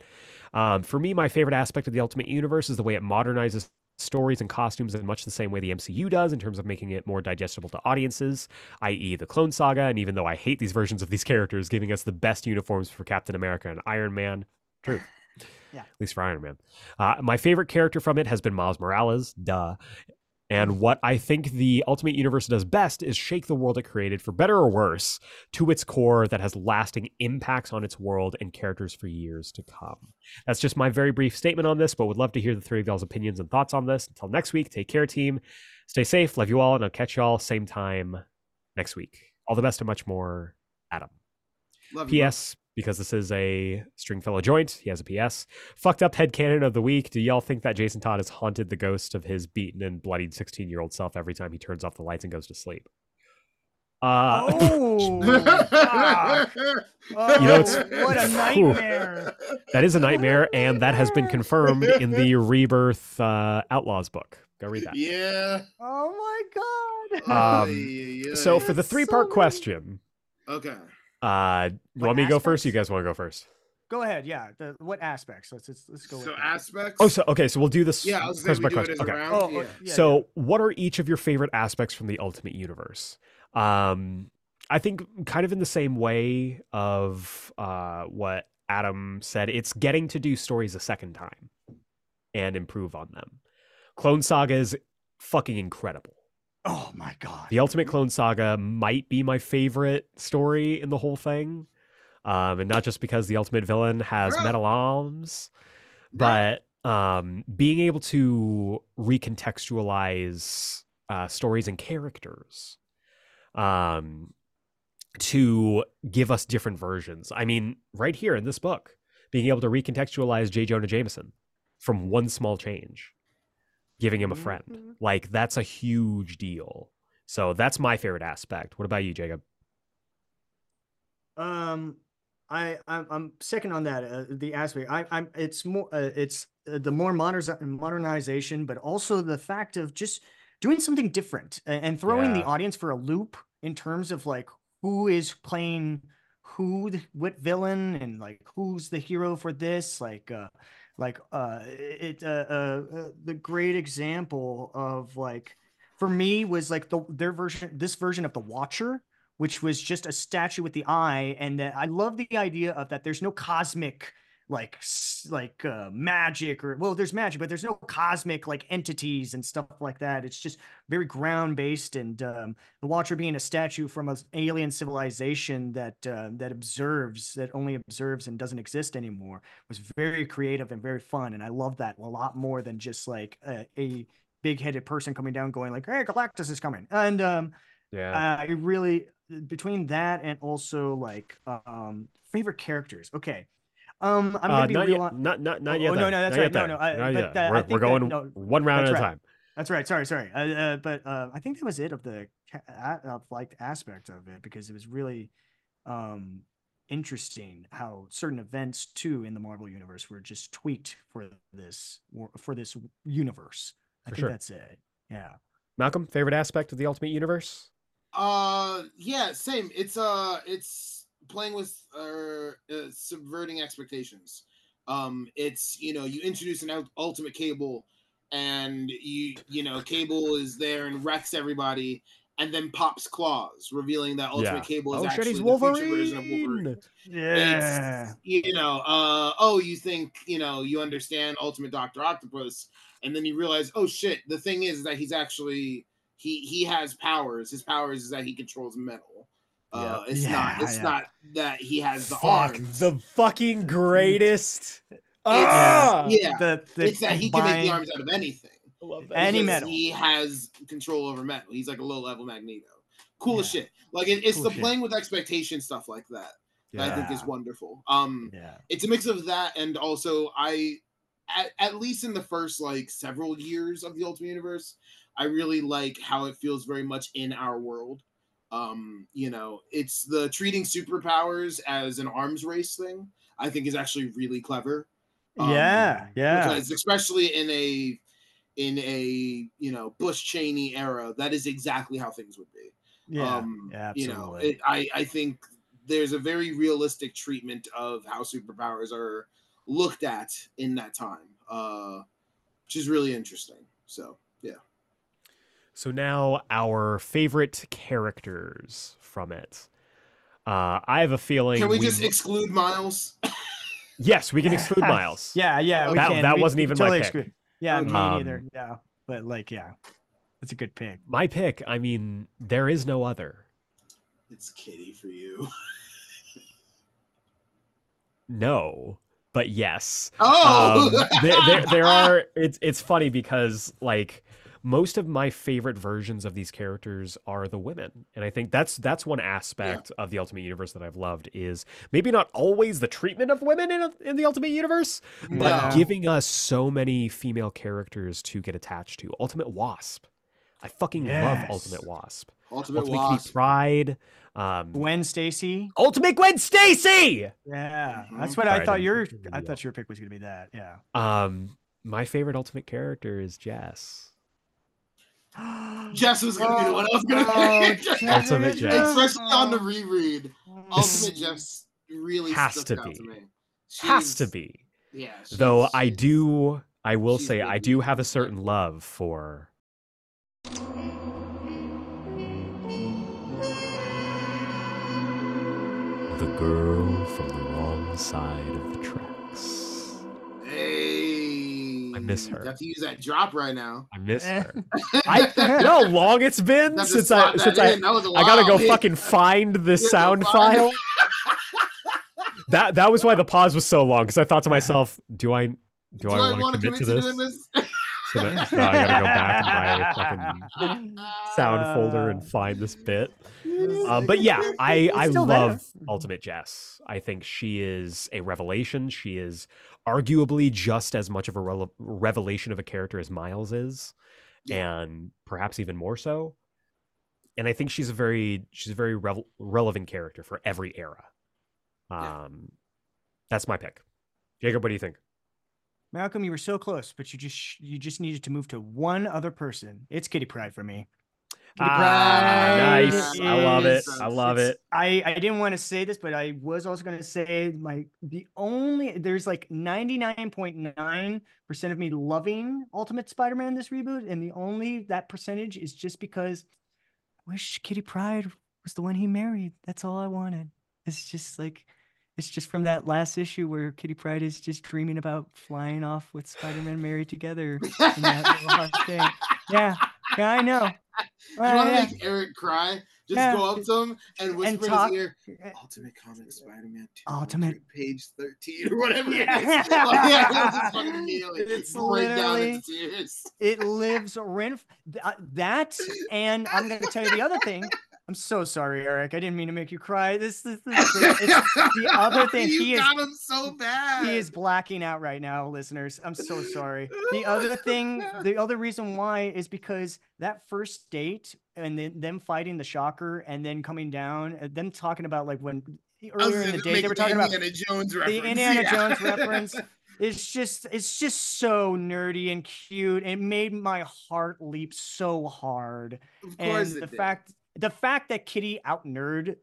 S1: Um, for me, my favorite aspect of the Ultimate Universe is the way it modernizes stories and costumes in much the same way the MCU does in terms of making it more digestible to audiences, i.e., the Clone Saga. And even though I hate these versions of these characters, giving us the best uniforms for Captain America and Iron Man. True.
S3: Yeah.
S1: At least for Iron Man. Uh, my favorite character from it has been Miles Morales. Duh. And what I think the Ultimate Universe does best is shake the world it created, for better or worse, to its core that has lasting impacts on its world and characters for years to come. That's just my very brief statement on this, but would love to hear the three of y'all's opinions and thoughts on this. Until next week, take care, team. Stay safe. Love you all, and I'll catch y'all same time next week. All the best and much more, Adam.
S2: Love you, bro.
S1: P.S. Because this is a Stringfellow joint, he has a P.S. Fucked up headcanon of the week. Do y'all think that Jason Todd has haunted the ghost of his beaten and bloodied 16 year old self every time he turns off the lights and goes to sleep? Uh,
S3: oh, fuck.
S1: You know,
S3: Oh,
S1: it's-
S3: what a
S1: Whew.
S3: nightmare.
S1: That is a nightmare, and that has been confirmed in the Rebirth uh, Outlaws book. Go read that.
S2: Yeah.
S3: Oh my god.
S1: Um,
S2: Ay, ay, ay.
S1: So for the
S3: That's so
S1: three
S2: Oh.
S1: part
S3: many.
S1: question,
S2: okay.
S1: uh, you want me to go first?
S3: aspects?
S1: You guys want to go first?
S3: go ahead. Yeah. The, what aspects? Let's let's, let's go.
S2: So
S3: with that.
S2: aspects.
S1: Oh, so okay, so we'll do this.
S2: yeah, I was gonna
S1: question
S2: say we
S1: by
S2: do it
S1: question.
S2: as a
S1: Okay.
S2: round.
S3: Oh,
S2: yeah.
S3: oh, yeah,
S1: so what are each of your favorite aspects from the ultimate universe um i think kind of in the same way of uh what adam said it's getting to do stories a second time and improve on them clone saga is fucking incredible
S3: yeah. Oh my god.
S1: the ultimate clone saga might be my favorite story in the whole thing um and not just because the ultimate villain has
S2: Bruh.
S1: metal arms
S2: Right.
S1: but um, being able to recontextualize uh, stories and characters um, to give us different versions. I mean, right here in this book, being able to recontextualize J. Jonah Jameson from one small change, giving him a
S3: Mm-hmm.
S1: friend.
S2: Mm-hmm.
S1: Like, that's a huge deal. So that's my favorite aspect. What about you, Jacob?
S3: Um, I I'm, I'm second on that. Uh, the aspect I I'm it's more uh, it's uh, the more moderniz- modernization, but also the fact of just doing something different a- and, throwing
S1: Yeah.
S3: the audience for a loop in terms of like who is playing who th- what villain and like who's the hero for this like uh like uh it uh, uh, uh the great example of like for me was like the their version this version of the watcher which was just a statue with the eye and that i love the idea of that there's no cosmic like s- like uh, magic or well there's magic but there's no cosmic like entities and stuff like that it's just very ground based and um, the watcher being a statue from an alien civilization that uh, that observes that only observes and doesn't exist anymore was very creative and very fun and i love that a lot more than just like a, a big-headed person coming down going like hey galactus is coming and um
S1: Yeah.
S3: I really between that and also like um favorite characters. Okay. Um I'm gonna be
S1: Uh, not,
S3: real
S1: yet,
S3: on-
S1: not not not
S3: Oh,
S1: yet.
S3: oh, no,
S1: though.
S3: no, that's
S1: Not yet
S3: right. No,
S1: though.
S3: no, I-
S1: Not
S3: but
S1: yet.
S3: that- I
S1: we're,
S3: think
S1: we're
S3: that-
S1: going
S3: no,
S1: one round at
S3: that's
S1: a
S3: right.
S1: time.
S3: that's right, sorry, sorry. Uh, uh, but uh I think that was it of the ca- a- of like aspect of it because it was really um interesting how certain events too in the Marvel universe were just tweaked for this for this universe. I
S1: For
S3: think
S1: sure.
S3: that's it. Yeah.
S1: Malcolm, favorite aspect of the Ultimate Universe?
S2: Uh, yeah, same. It's uh, it's playing with uh, uh subverting expectations. Um, it's you know you introduce an ult- ultimate cable, and you you know cable is there and wrecks everybody, and then pops claws, revealing that ultimate
S1: Yeah.
S2: cable is
S1: Oh shit,
S2: actually
S1: he's
S2: the future version of
S1: Wolverine.
S2: Wolverine. It's, you know, uh, oh, you think you know you understand Ultimate Doctor Octopus, and then you realize, oh shit, the thing is that he's actually he he has powers. His powers is that he controls metal. Uh, it's not
S3: Yeah,
S2: it's
S3: yeah.
S2: not that he has the
S1: Fuck
S2: arms.
S1: the fucking greatest. Ah,
S2: It's- yeah,
S3: The, the
S2: it's that he can make
S3: combined-
S2: the arms out of anything.
S1: I love that.
S3: Any
S2: because
S3: metal.
S2: He has control over metal. He's like a low level Magneto. Cool as
S3: Yeah.
S2: shit. Like it, it's
S3: Cool
S2: the
S3: as shit.
S2: playing with expectation stuff like that. that I think is
S3: Yeah.
S2: wonderful. Um,
S3: Yeah.
S2: it's a mix of that and also I at, at least in the first like several years of the Ultimate Universe, I really like how it feels very much in our world. Um, you know, it's the treating superpowers as an arms race thing. I think is actually really clever. Um,
S3: yeah, yeah.
S2: because especially in a in a you know Bush Cheney era, that is exactly how things would be.
S3: yeah.
S2: um,
S3: yeah,
S2: you know,
S3: absolutely.
S2: it, I I think there's a very realistic treatment of how superpowers are looked at in that time, uh, which is really interesting. So yeah,
S1: So now our favorite characters from it. Uh, I have a feeling.
S2: can we,
S1: we-
S2: just exclude Miles?
S1: yes, we can exclude Miles.
S3: yeah, yeah. We
S1: That-
S3: can.
S1: that
S3: We-
S1: wasn't
S3: we
S1: even my
S3: totally
S1: pick.
S3: exclude- Yeah,
S2: Okay.
S3: me
S1: Um,
S3: neither. No, but like, yeah, that's a good pick.
S1: My pick. I mean, there is no other.
S2: It's Kitty for you.
S1: No, but yes.
S2: Oh,
S1: um, there, there, there are it's it's funny because like most of my favorite versions of these characters are the women and i think that's that's one aspect of the ultimate universe that i've loved is maybe not always the treatment of women in, in the ultimate universe but
S3: uh,
S2: No.
S1: giving us so many female characters to get attached to ultimate wasp i fucking love ultimate
S3: Yes.
S1: wasp
S2: Ultimate
S1: ultimate Kitty
S2: Wasp.
S1: pride um
S3: Gwen Stacy.
S1: ultimate gwen stacy
S3: Yeah,
S2: Mhm.
S3: that's what
S1: Sorry,
S3: I
S1: I
S3: thought
S1: didn't
S3: your
S1: think of
S3: I
S1: the-
S3: thought your pick was gonna be that.
S1: um my favorite ultimate character is jess
S3: Yeah.
S2: Jess was gonna be the one I was gonna
S3: Oh,
S2: pick.
S3: Jess.
S1: Ultimate Jess.
S2: Especially on the reread, Ultimate
S1: Mm.
S2: Jess really
S1: Has
S2: stuck
S1: to
S2: out
S1: be.
S2: to me.
S1: has to
S2: She's-
S1: be
S2: Yeah.
S1: though
S2: she's-
S1: i
S2: she's-
S1: do i will
S2: she's
S1: say i
S2: big.
S1: do have a certain love for the girl from the wrong side of the tracks
S2: Hey.
S1: I miss her.
S2: Got to use that drop right now.
S1: i miss her i you know how long it's been
S2: Got to
S1: since
S2: slot
S1: i
S2: that
S1: since i
S2: in. That was a
S1: i gotta
S2: while,
S1: go
S2: man.
S1: fucking find this
S2: You're so
S1: sound
S2: far.
S1: file that that was why the pause was so long because i thought to myself do i do,
S2: Do,
S1: i, want
S2: wanna
S1: to commit to this,
S2: doing this?
S1: So that- now i gotta go back in my fucking sound folder and
S3: Uh,
S1: find this bit
S3: It's
S1: Um,
S3: like-
S1: but yeah,
S3: it's-
S1: I
S3: it's
S1: I
S3: still there.
S1: love Ultimate Jess. I think she is a revelation. She is arguably just as much of a rele- revelation of a character as Miles is,
S2: Yeah.
S1: and perhaps even more so. And I think she's a very she's a very revel relevant character for every era. Um,
S2: Yeah.
S1: that's my pick. Jacob, what do you think?
S3: Malcolm, you were so close, but you just sh- you just needed to move to one other person. It's Kitty Pride for me.
S1: Ah,
S3: Pride
S1: nice. I love it.
S3: is-
S1: I love
S2: it's-
S1: it.
S3: I I didn't want to say this, but I was also going to say my the only there's like 99.9% of me loving Ultimate Spider-Man in this reboot and the only that percentage is just because I wish Kitty Pride was the one he married. That's all I wanted. It's just like it's just from that last issue where Kitty Pride is just dreaming about flying off with Spider-Man married together in that little hot thing. Yeah, yeah, I know.
S2: You want to
S3: yeah.
S2: make Eric cry? Just
S3: Yeah.
S2: go up to him and whisper in
S3: talk-
S2: his ear,
S3: Eh,
S2: Ultimate Comic Spider-Man 2,
S3: Ultimate-
S2: page 13 or whatever it is.
S3: Yeah.
S2: Like, yeah, that's just fucking immediately
S3: It's
S2: break down
S3: literally-
S2: into tears.
S3: It lives rent. th- uh, That and I'm going to tell you the other thing. I'm so sorry, Eric. I didn't mean to make you cry. This is the other thing,
S2: you
S3: he is-
S2: got him so bad.
S3: he is blacking out right now, listeners. I'm so sorry. The other thing, the other reason why is because that first date and then them fighting the shocker and then coming down, uh, them talking about like when
S2: I was
S3: earlier in
S2: gonna
S3: the day
S2: make
S3: they were
S2: the
S3: talking about
S2: Indiana Jones
S3: the
S2: reference.
S3: Indiana
S2: yeah.
S3: Jones reference. It's just it's just so nerdy and cute. It made my heart leap so hard.
S2: of
S3: And
S2: course, it
S3: the
S2: did.
S3: fact the fact that Kitty out nerd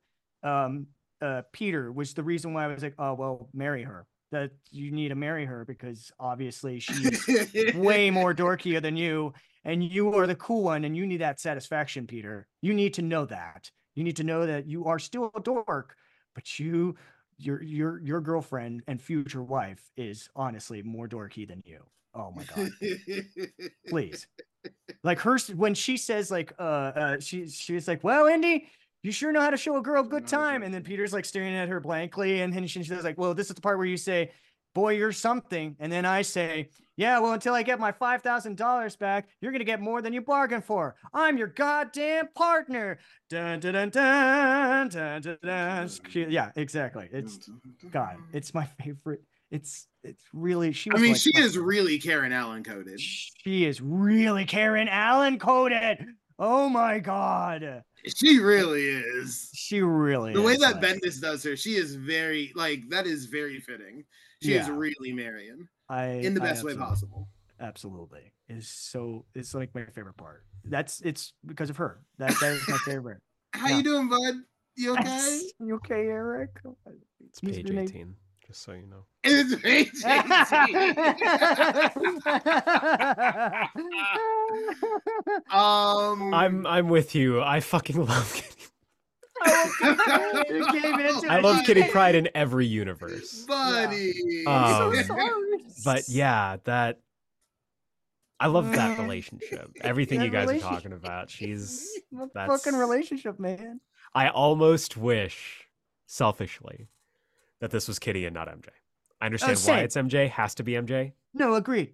S3: um uh Peter was the reason why I was like, oh well, marry her. That you need to marry her because obviously she's way more dorkier than you, and you are the cool one, and you need that satisfaction, Peter. You need to know that. You need to know that you are still a dork, but you, your your your girlfriend and future wife is honestly more dorky than you. Oh my god, please. Like her s- when she says like uh, uh she she's like, well, Indy. You sure know how to show a girl a good
S2: Not a
S3: time,
S2: good
S3: and then
S2: time.
S3: Peter's like staring at her blankly, and then she- she's like, "Well, this is the part where you say, boy, you're something,' and then I say, yeah, well, until I get my $5,000 back, you're going to get more than you bargained for. I'm your goddamn partner. Dun, dun, dun,
S2: Mm.
S3: dun, dun, dun, dun. It's cute. Yeah, exactly. It's God. It's my favorite. It's it's really she.
S2: I
S3: was
S2: mean,
S3: like
S2: she
S3: my-
S2: is really Karen Allen coded.
S3: She is really Karen Allen coded. Oh my god,
S2: She really is.
S3: she really.
S2: The way
S3: is,
S2: that
S3: like-
S2: Bendis does her, she is very like that is very fitting. She is
S3: Yeah.
S2: really Marion
S3: I
S2: in the
S3: I
S2: best way
S3: absolutely-
S2: possible.
S3: Absolutely, is so. It's like my favorite part. That's it's because of her. That that is my favorite.
S2: How
S3: Yeah.
S2: you doing, bud? You okay?
S3: you okay, Eric?
S1: It's
S3: He's
S1: page
S3: been a-
S1: 18, just so you know.
S2: It's amazing. um,
S1: I'm I'm with you. I fucking love Kitty.
S3: You came into
S1: I
S3: it.
S1: love Kitty Pride in every universe.
S2: buddy.
S1: I'm so Um,
S3: sorry.
S1: But yeah, that I love that relationship. Everything
S3: That
S1: you guys are
S3: relationship.
S1: talking about. She's
S3: That
S1: that's-
S3: fucking relationship, man.
S1: I almost wish selfishly that this was Kitty and not MJ. I understand why
S3: Oh, same.
S1: it's MJ, has to be MJ.
S3: No, agreed.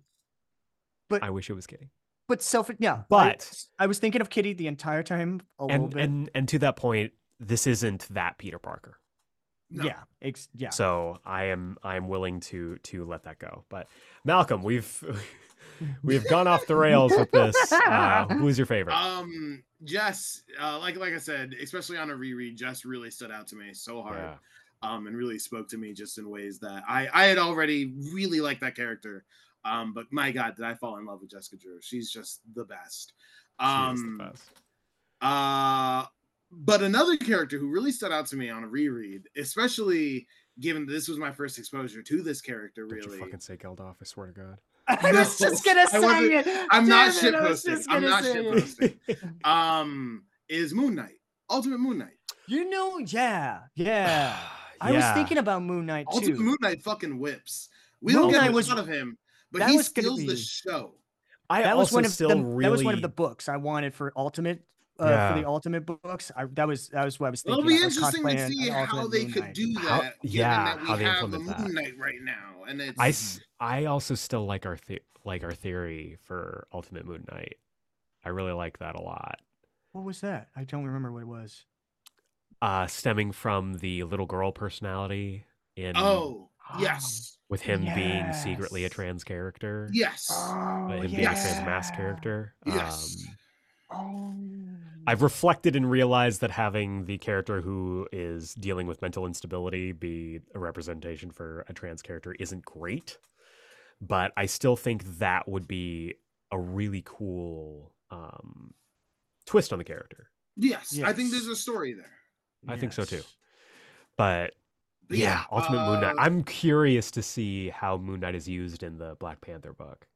S1: I wish it was Kitty.
S3: But selfish, yeah. I-
S1: But-
S3: I, was thinking of Kitty the entire time. A little
S1: And
S3: bit.
S1: and and to that point, this isn't that Peter Parker.
S2: No.
S3: Yeah. Ex- yeah.
S1: So I am I am willing to to let that go. But Malcolm, we've we've gone off the rails with this. Uh, who is your favorite?
S2: Um, Jess, uh, like like I said, especially on a reread, Jess really stood out to me so hard.
S1: Yeah.
S2: um, and really spoke to me just in ways that I, I had already really liked that character. Um, but my God, did I fall in love with Jessica Drew? She's just the best.
S1: She is the
S2: Um,
S1: best.
S2: uh, but another character who really stood out to me on a reread, especially given this was my first exposure to this character,
S1: Don't you
S2: really.
S1: fucking say Geldof, I swear to God.
S3: I was
S2: No,
S3: just gonna
S2: I wasn't-
S3: say it.
S2: I'm not
S3: Damn it, I was
S2: shitposting.
S3: just
S2: I'm
S3: gonna
S2: not
S3: say it.
S2: shitposting. Um, is Moon Knight, Ultimate Moon Knight.
S3: You know, yeah, yeah. I was
S1: Yeah.
S3: thinking about Moon Knight too.
S2: Ultimate Moon Knight fucking whips. We
S3: Moon
S2: don't get
S3: Knight
S2: a
S3: was-
S2: lot of him, but
S3: that
S2: he
S3: was gonna
S2: steals the
S3: be-
S2: show.
S1: I
S3: that was
S1: also
S3: one of
S1: still
S3: the,
S1: really
S3: that was one of the books I wanted for Ultimate. Uh,
S1: Yeah.
S3: For the Ultimate books, I, that was that was what I was
S2: It'll
S3: thinking.
S2: be
S3: I was
S2: interesting to
S3: contemplating
S2: see
S3: an
S2: how
S3: Ultimate
S2: they
S3: Moon
S2: could
S3: Knight.
S2: do that.
S1: How-
S2: given
S1: yeah,
S2: that we
S1: how they
S2: have the
S1: implement that.
S2: Moon Knight right now, and it's
S1: I, s- I also still like our the- like our theory for Ultimate Moon Knight. I really like that a lot.
S3: What was that? I don't remember what it was.
S1: Uh, stemming from the little girl personality in
S2: oh yes,
S1: with him being secretly a
S3: Yes.
S1: trans character,
S2: yes.
S1: ah,
S3: Oh,
S1: but him being a trans mass character.
S2: Yes.
S1: Um,
S3: Oh,
S1: I've reflected and realized that having the character who is dealing with mental instability be a representation for a trans character isn't great, but I still think that would be a really cool um, twist on the character.
S2: yes, I
S3: Yes.
S2: think there's a story there.
S1: I think so too.
S3: yes.
S1: But
S2: But
S1: yeah, Ultimate Moon Knight.
S2: uh,
S1: I'm curious to see how Moon Knight is used in the Black Panther book.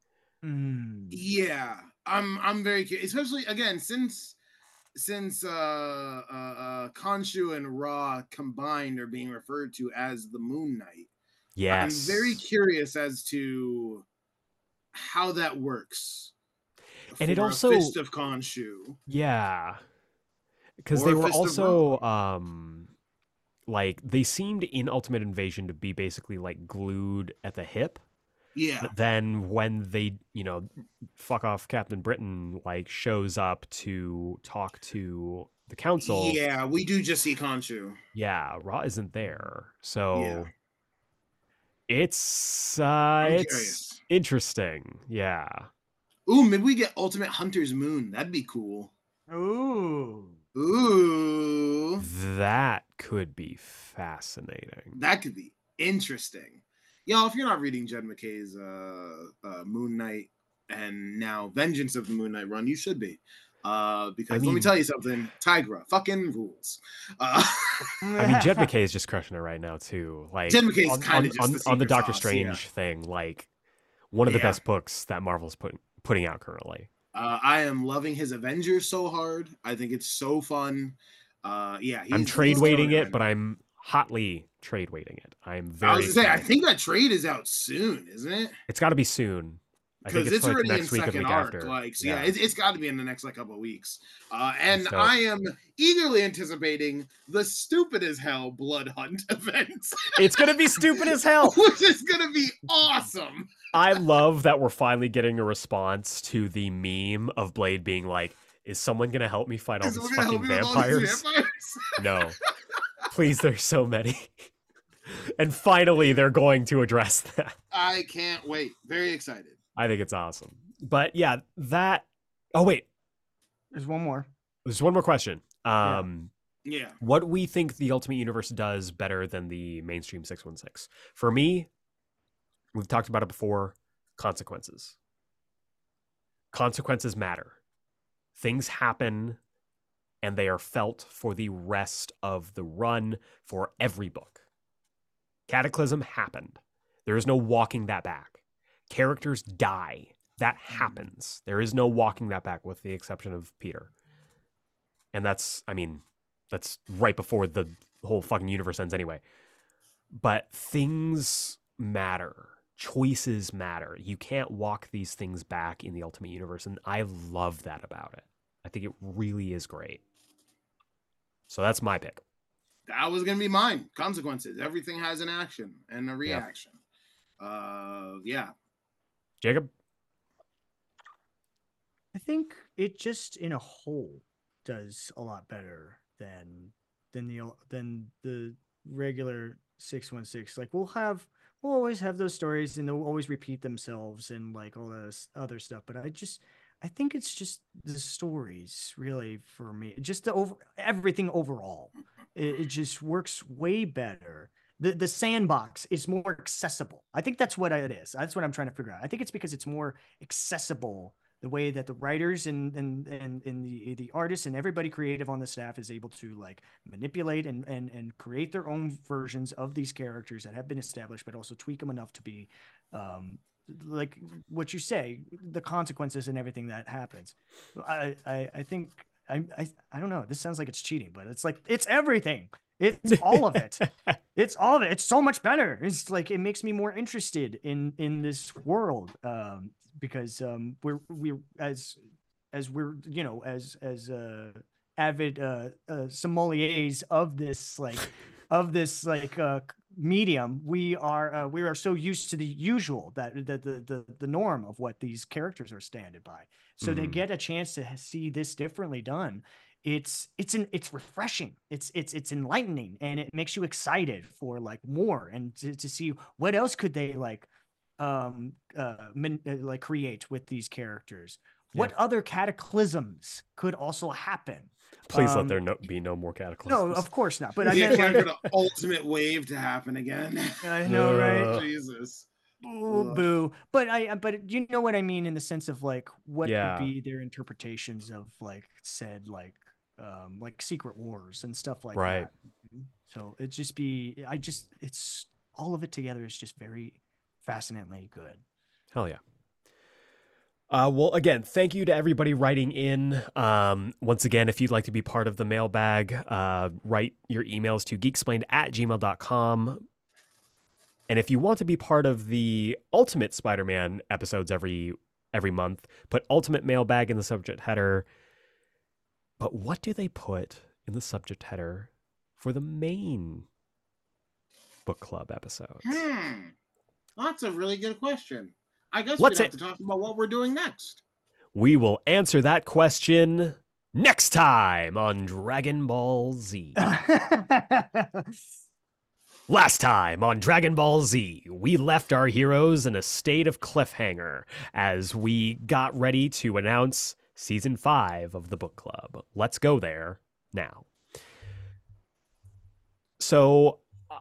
S3: Mm.
S2: yeah, I'm I'm very curious, especially again since since uh, uh, uh Khonshu and Ra combined are being referred to as the Moon Knight.
S1: Yes,
S2: I'm very curious as to how that works.
S1: And it
S2: for a
S1: also-
S2: Fist of Khonshu.
S1: Yeah. Because
S2: Or
S1: they
S2: a
S1: were
S2: Fist of
S1: also um like they seemed in Ultimate Invasion to be basically like glued at the hip.
S2: Yeah.
S1: But then when they, you know, fuck off Captain Britain like shows up to talk to the council.
S2: Yeah, we do just see Khonshu.
S1: yeah, Ra isn't there. So it's uh
S2: I'm
S1: it's
S2: curious.
S1: interesting. Yeah.
S2: Ooh, maybe we get Ultimate Hunter's Moon. That'd be cool.
S3: Ooh.
S2: Ooh,
S1: That could be fascinating.
S2: that could be interesting. Y'all, if you're not reading Jed McKay's uh, uh, Moon Knight and now Vengeance of the Moon Knight run, you should be. Uh, because let me
S1: mean-
S2: tell you something, Tigra fucking rules. Uh,
S1: I mean, Jed McKay is just crushing it right now too. Like
S2: Jed McKay's
S1: on,
S2: kinda
S1: on,
S2: just
S1: on,
S2: the
S1: on the
S2: secret
S1: Doctor
S2: sauce, yeah.
S1: Strange thing, like one of the
S2: Yeah.
S1: best books that Marvel's putting putting out currently.
S2: uh, I am loving his Avengers so hard. I think it's so fun. Uh, yeah,
S1: I'm
S2: he's-
S1: trade
S2: he's
S1: waiting
S2: killing
S1: it,
S2: right
S1: but
S2: now.
S1: I'm hotly trade waiting it. I'm very.
S2: I was gonna say, I
S1: excited.
S2: think that trade is out soon, isn't it?
S1: it's got to be soon. I think
S2: because
S1: it's,
S2: it's,
S1: like
S2: already
S1: next
S2: in
S1: week or
S2: second
S1: week
S2: arc.
S1: after.
S2: Like, so yeah, it's, it's got to be in the next like couple of weeks. Uh, and
S1: dope.
S2: I am eagerly anticipating the stupid as hell blood hunt event,
S1: It's gonna be stupid as hell.
S2: which is gonna be awesome.
S1: I love that we're finally getting a response to the meme of Blade being like, "Is someone gonna help me fight all
S2: Because
S1: these
S2: we're gonna help
S1: fucking
S2: you with all
S1: vampires?"
S2: these vampires.
S1: No. Please, there's so many. and finally they're going to address that.
S2: I can't wait. Very excited.
S1: I think it's awesome. But yeah, that. Oh wait,
S3: There's one more.
S1: there's one more question. Um,
S2: Yeah.
S1: What we think the Ultimate Universe does better than the mainstream six one six? For me, we've talked about it before. Consequences. Consequences matter. Things happen, and they are felt for the rest of the run for every book. Cataclysm happened. There is no walking that back. Characters die. That happens. There is no walking that back with the exception of Peter. And that's, I mean, that's right before the whole fucking universe ends anyway. But things matter. Choices matter. You can't walk these things back in the Ultimate Universe. And I love that about it. I think it really is great. So that's my pick.
S2: That was gonna be mine. Consequences. Everything has an action and a reaction. Uh yeah.
S1: Jacob?
S3: I think it just in a whole does a lot better than than the o- than the regular 616 like we'll have we'll always have those stories and they'll always repeat themselves and like all this other stuff but I just I think it's just the stories really for me just the over everything overall it, it just works way better the the sandbox is more accessible I think that's what it is that's what I'm trying to figure out I think it's because it's more accessible the way that the writers and and and, and the the artists and everybody creative on the staff is able to like manipulate and, and and create their own versions of these characters that have been established but also tweak them enough to be um like what you say the consequences and everything that happens i i, I think I, I i don't know this sounds like it's cheating but it's like it's everything it's all of it it's all of it. It's so much better. It's like it makes me more interested in in this world um, because um, we're we as as we're you know as as uh, avid uh, uh, sommeliers of this like of this like uh, c- medium. We are uh, we are so used to the usual that that the the the norm of what these characters are standard by. So to
S1: Mhm.
S3: get a chance to ha- see this differently done it's it's an it's refreshing it's it's it's enlightening and it makes you excited for like more and to, to see what else could they like um uh, min, uh like create with these characters
S1: Yeah.
S3: what other cataclysms could also happen
S1: Please let
S3: Um,
S1: there no, be no more cataclysms.
S3: no of course not but
S2: But
S3: i
S2: I
S3: meant
S2: can't
S3: like,
S2: for the ultimate wave to happen again.
S3: i know right
S1: Ugh.
S2: Jesus.
S3: Ooh,
S2: Ugh.
S3: boo. But I, but you know what I mean in the sense of like what
S1: Yeah.
S3: would be their interpretations of like said like um like secret wars and stuff like
S1: Right.
S3: that. Mhm. So it just be I just it's all of it together is just very fascinatingly good.
S1: Hell yeah. Uh, well, again, thank you to everybody writing in. Um, once again, if you'd like to be part of the mailbag, uh, write your emails to geeksplained at gmail.com. And if you want to be part of the Ultimate Spider-Man episodes every every month, put Ultimate Mailbag in the subject header. But what do they put in the subject header for the main book club episodes?
S2: Hmm. That's a really good question. I guess
S1: What's
S2: we'd
S1: it-
S2: have to talk about what we're doing next.
S1: We will answer that question next time on Dragon Ball Z. Last time on Dragon Ball Z, we left our heroes in a state of cliffhanger as we got ready to announce season 5 of the book club. Let's go there now. So uh,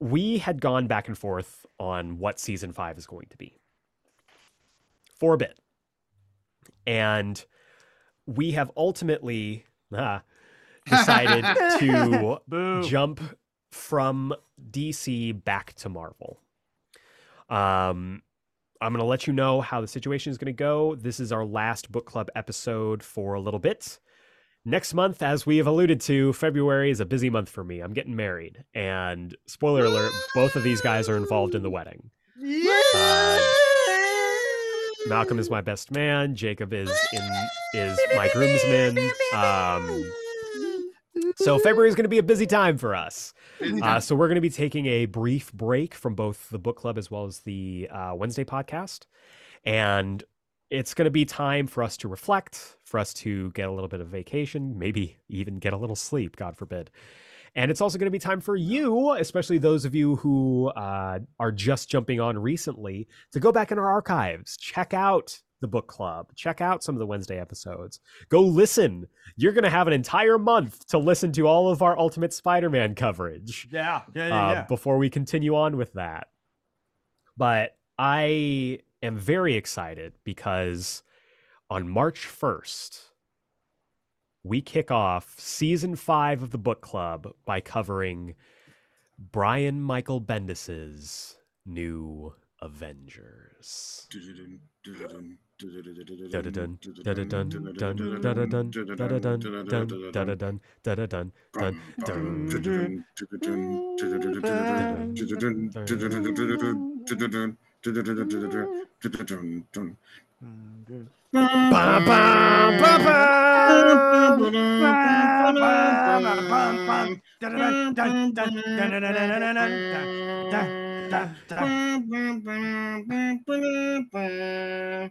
S1: we had gone back and forth on what season 5 is going to be for a bit. And we have ultimately ah, decided to
S3: boo.
S1: jump from DC back to Marvel. Um, I'm going to let you know how the situation is going to go. This is our last book club episode for a little bit. Next month, as we have alluded to, February is a busy month for me. I'm getting married. And spoiler alert, both of these guys are involved in the wedding. Uh, Malcolm is my best man. Jacob is in is my groomsman. Um, so February is going to be a busy time for us.
S2: Busy
S1: Uh,
S2: time.
S1: so we're going to be taking a brief break from both the book club as well as the uh, Wednesday podcast, and it's going to be time for us to reflect, for us to get a little bit of vacation, maybe even get a little sleep, God forbid, And it's also going to be time for you, especially those of you who uh, are just jumping on recently, to go back in our archives, check out the book club, check out some of the Wednesday episodes, go listen. You're going to have an entire month to listen to all of our Ultimate Spider Man coverage
S3: Yeah. Yeah.
S1: uh, before we continue on with that. But I am very excited because on March 1st, we kick off season five of the book club by covering Brian Michael Bendis's new Avengers. Dun-dun-dun, dun-dun-dun, dun-dun, dun-dun-dun, dun-dun-dun, dun-dun-dun, dun-dun-dun, dun. Bum, bum, bum, bum.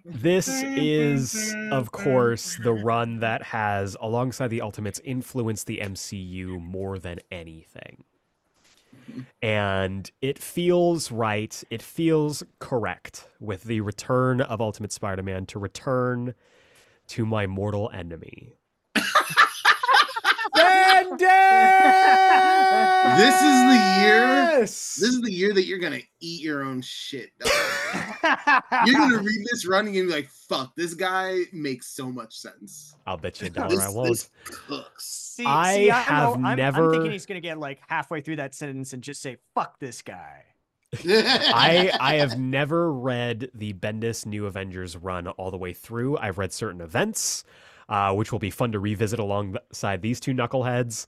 S1: This is, of course, the run that has, alongside the Ultimates, influenced the MCU more than anything. And it feels right. It feels correct with the return of Ultimate Spider Man to return to my mortal enemy. Bendis!
S2: This is the year-
S1: Yes!
S2: This is the year that you're gonna eat your own shit. dog. You're gonna read this run and you're gonna be like, "Fuck, this guy makes so much sense."
S1: I'll bet you a dollar
S2: this,
S1: I won't.
S2: this cooks.
S3: See,
S1: I
S3: see, I'm
S1: have
S3: all- I'm, I'm
S1: never-
S3: thinking he's gonna get like halfway through that sentence and just say "fuck this guy."
S1: I I have never read the Bendis New Avengers run all the way through. I've read certain events, uh, which will be fun to revisit alongside these two knuckleheads.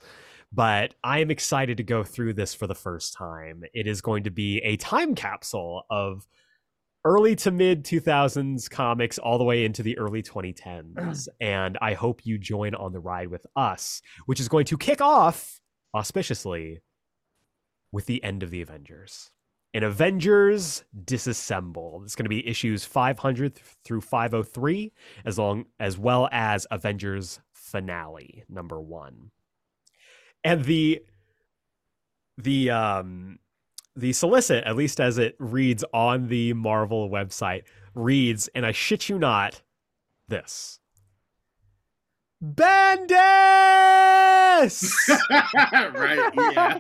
S1: But I am excited to go through this for the first time. It is going to be a time capsule of early to mid 2000s comics all the way into the early 2010s. and I hope you join on the ride with us, which is going to kick off auspiciously with the end of the Avengers in Avengers Disassemble. It's going to be issues 500 th- through 503, as long as well as Avengers Finale number one. And the the um the solicit, at least as it reads on the Marvel website, reads, and I shit you not, this. Bendis!
S2: right? Yeah.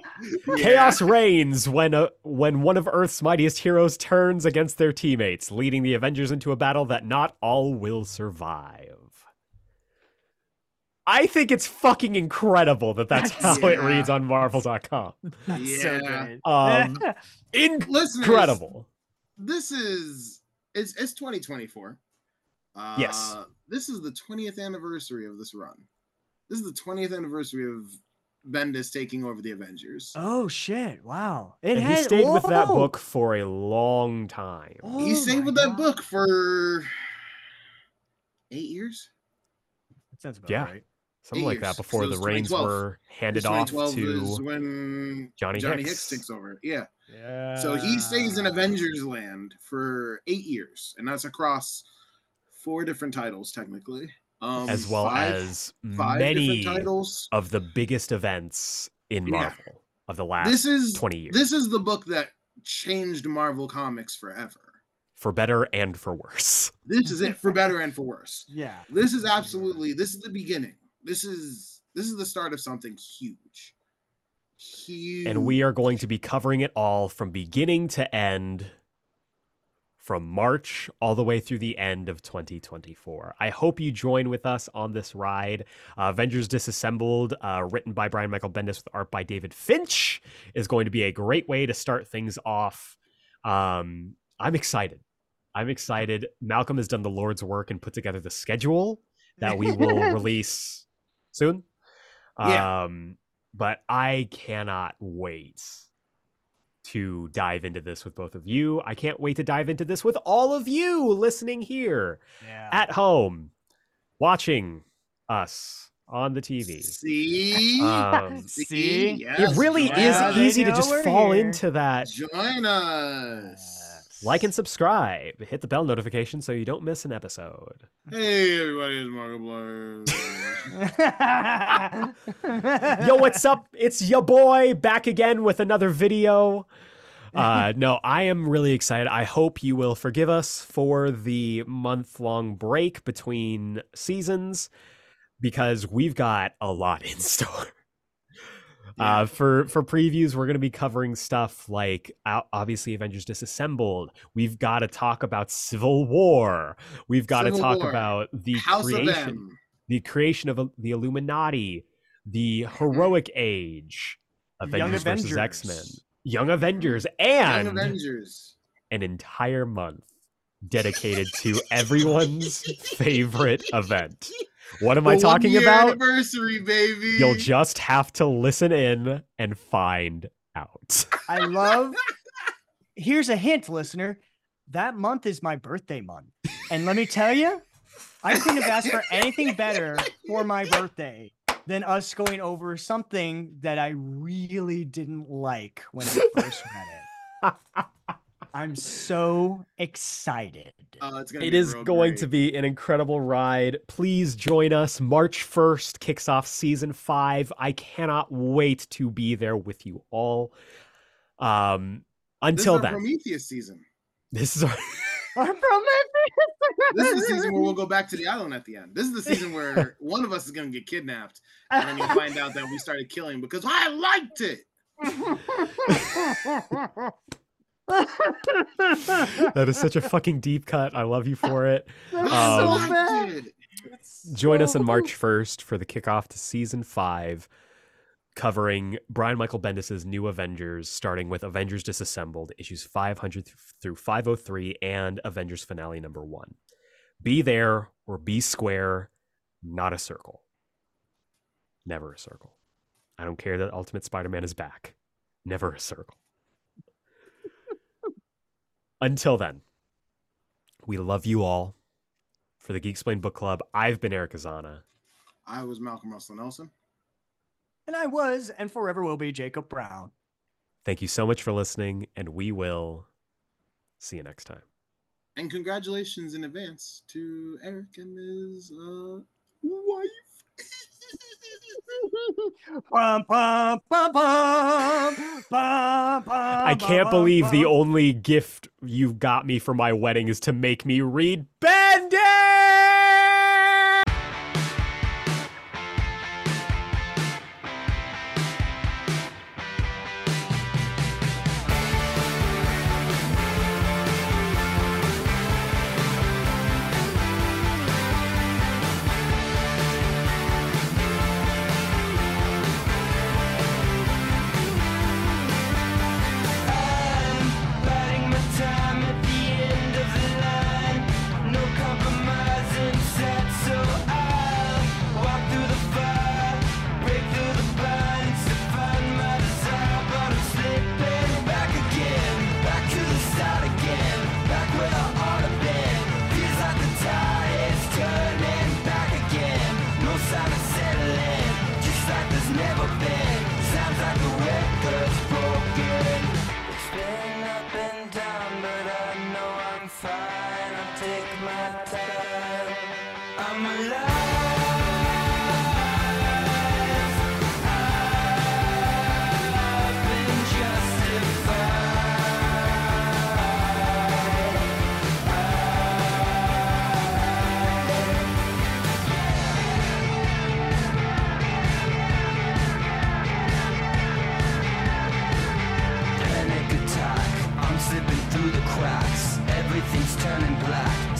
S2: Yeah.
S1: Chaos reigns when uh, when one of Earth's mightiest heroes turns against their teammates, leading the Avengers into a battle that not all will survive. I think it's fucking incredible that that's how
S3: That's-
S1: it
S2: Yeah.
S1: reads on Marvel.com.
S3: That's so
S2: Yeah.
S3: good.
S1: Um,
S2: Listeners,
S1: incredible.
S2: This is it's it's 2024. Uh,
S1: Yes.
S2: This is the 20th anniversary of this run. This is the 20th anniversary of Bendis taking over the Avengers.
S3: oh shit! Wow. It
S1: and
S3: has,
S1: he stayed with that
S3: Whoa!
S1: book for a long time.
S3: Oh
S2: he stayed
S3: my
S2: with that
S3: God.
S2: book for eight years.
S3: That sounds about
S1: Yeah.
S3: right.
S1: Something like that
S2: years, 'cause
S1: before
S2: it
S1: the
S2: was
S1: reins
S2: 2012.
S1: were handed off
S2: 2012 is
S1: to
S2: when
S1: Johnny,
S2: Johnny
S1: Hicks. Ah.
S2: Hicks takes over. Yeah.
S3: Yeah.
S2: So he stays
S3: Uh,
S2: in Avengers land for eight years, and that's across four different titles technically. Um,
S1: as well
S2: five-
S1: as
S2: five
S1: many
S2: different titles.
S1: of the biggest events in
S2: Yeah.
S1: Marvel of the last
S2: This is
S1: 20 years,
S2: this is the book that changed Marvel Comics forever.
S1: for better and for worse.
S2: This is it for better and for worse.
S3: Yeah.
S2: This is absolutely this is the beginning. This is this is the start of something huge. Huge.
S1: And we are going to be covering it all from beginning to end, from March all the way through the end of 2024. I hope you join with us on this ride. Uh, Avengers Disassembled, uh, written by Brian Michael Bendis with art by David Finch, is going to be a great way to start things off. Um, I'm excited. I'm excited. Malcolm has done the Lord's work and put together the schedule that we will release soon.
S2: Yeah.
S1: Um, but I cannot wait to dive into this with both of you. I can't wait to dive into this with all of you listening here
S3: Yeah.
S1: at home, watching us on the TV.
S2: see.
S1: Um,
S3: See?
S1: it really
S3: Yeah,
S1: is
S3: they
S1: easy to
S3: know
S1: just
S3: we're
S1: fall
S3: here.
S1: into that
S2: Join us.
S1: Like and subscribe. Hit the bell notification so you don't miss an episode.
S2: Hey, everybody, it's Markiplier.
S1: Yo, what's up? It's your boy back again with another video. Uh, no, I am really excited. I hope you will forgive us for the month long break between seasons because we've got a lot in store. Uh, for for previews, we're going to be covering stuff like o- obviously Avengers Disassembled. We've got to talk about Civil War. We've got to
S2: Civil
S1: talk
S2: War.
S1: about the
S2: House
S1: creation
S2: of M.
S1: the creation of the Illuminati, the
S2: Mm-hmm.
S1: heroic age,
S3: Young
S1: Avengers versus X Men,
S3: Avengers.
S1: Young Avengers,
S2: Young
S1: and
S2: Avengers.
S1: an entire month dedicated to everyone's favorite event. What am I
S2: The
S1: talking
S2: one-year
S1: about?
S2: Anniversary, baby.
S1: You'll just have to listen in and find out.
S3: I love. Here's a hint, listener. That month is my birthday month, and let me tell you, I couldn't have asked for anything better for my birthday than us going over something that I really didn't like when I first read it. I'm so excited.
S2: Oh, it's gonna
S1: It
S2: be
S1: is
S2: real
S1: going
S2: great.
S1: to be an incredible ride. Please join us. March 1st kicks off season five. I cannot wait to be there with you all. Um,
S2: This is
S1: until
S2: our
S1: then,
S2: Prometheus season.
S1: this is our
S3: Our Prometheus.
S2: This is the season where we'll go back to the island at the end. This is the season where one of us is gonna get kidnapped, and then you find out that we started killing because I liked it.
S1: that is such a fucking deep cut. I love you for it.
S2: I
S1: Um,
S2: liked it.
S1: Join us on March 1st for the kickoff to season five, covering Brian Michael Bendis' new Avengers, starting with Avengers Disassembled, issues 500 th- through 503, and Avengers Finale number one. Be there or be square, not a circle. Never a circle. I don't care that Ultimate Spider Man is back. Never a circle. Until then, we love you all. For the Geek Explain Book Club, I've been Eric Azana.
S2: I was Malcolm Russell Nelson.
S3: And I was and forever will be Jacob Brown.
S1: Thank you so much for listening, and we will see you next time.
S2: And congratulations in advance to Eric and his uh, wife.
S3: Bum, bum, bum, bum, bum,
S1: I can't
S3: bum,
S1: believe the
S3: bum.
S1: only gift you got me for my wedding is to make me read Bendit!
S4: Biding my time at the end of the line. No compromising set, so I'll walk through the fire, break through the blinds to find my desire. But I'm slipping back again, back to the start again, back where I ought to be. Feels like the tide is turning back again. No sign of settling, just like there's never been. Sounds like the record's broken. It's been up and down, but I know I'm fine. I take my time. I'm alive. I've been justified. panic attack. I'm slipping through the cracks. Everything's turning black.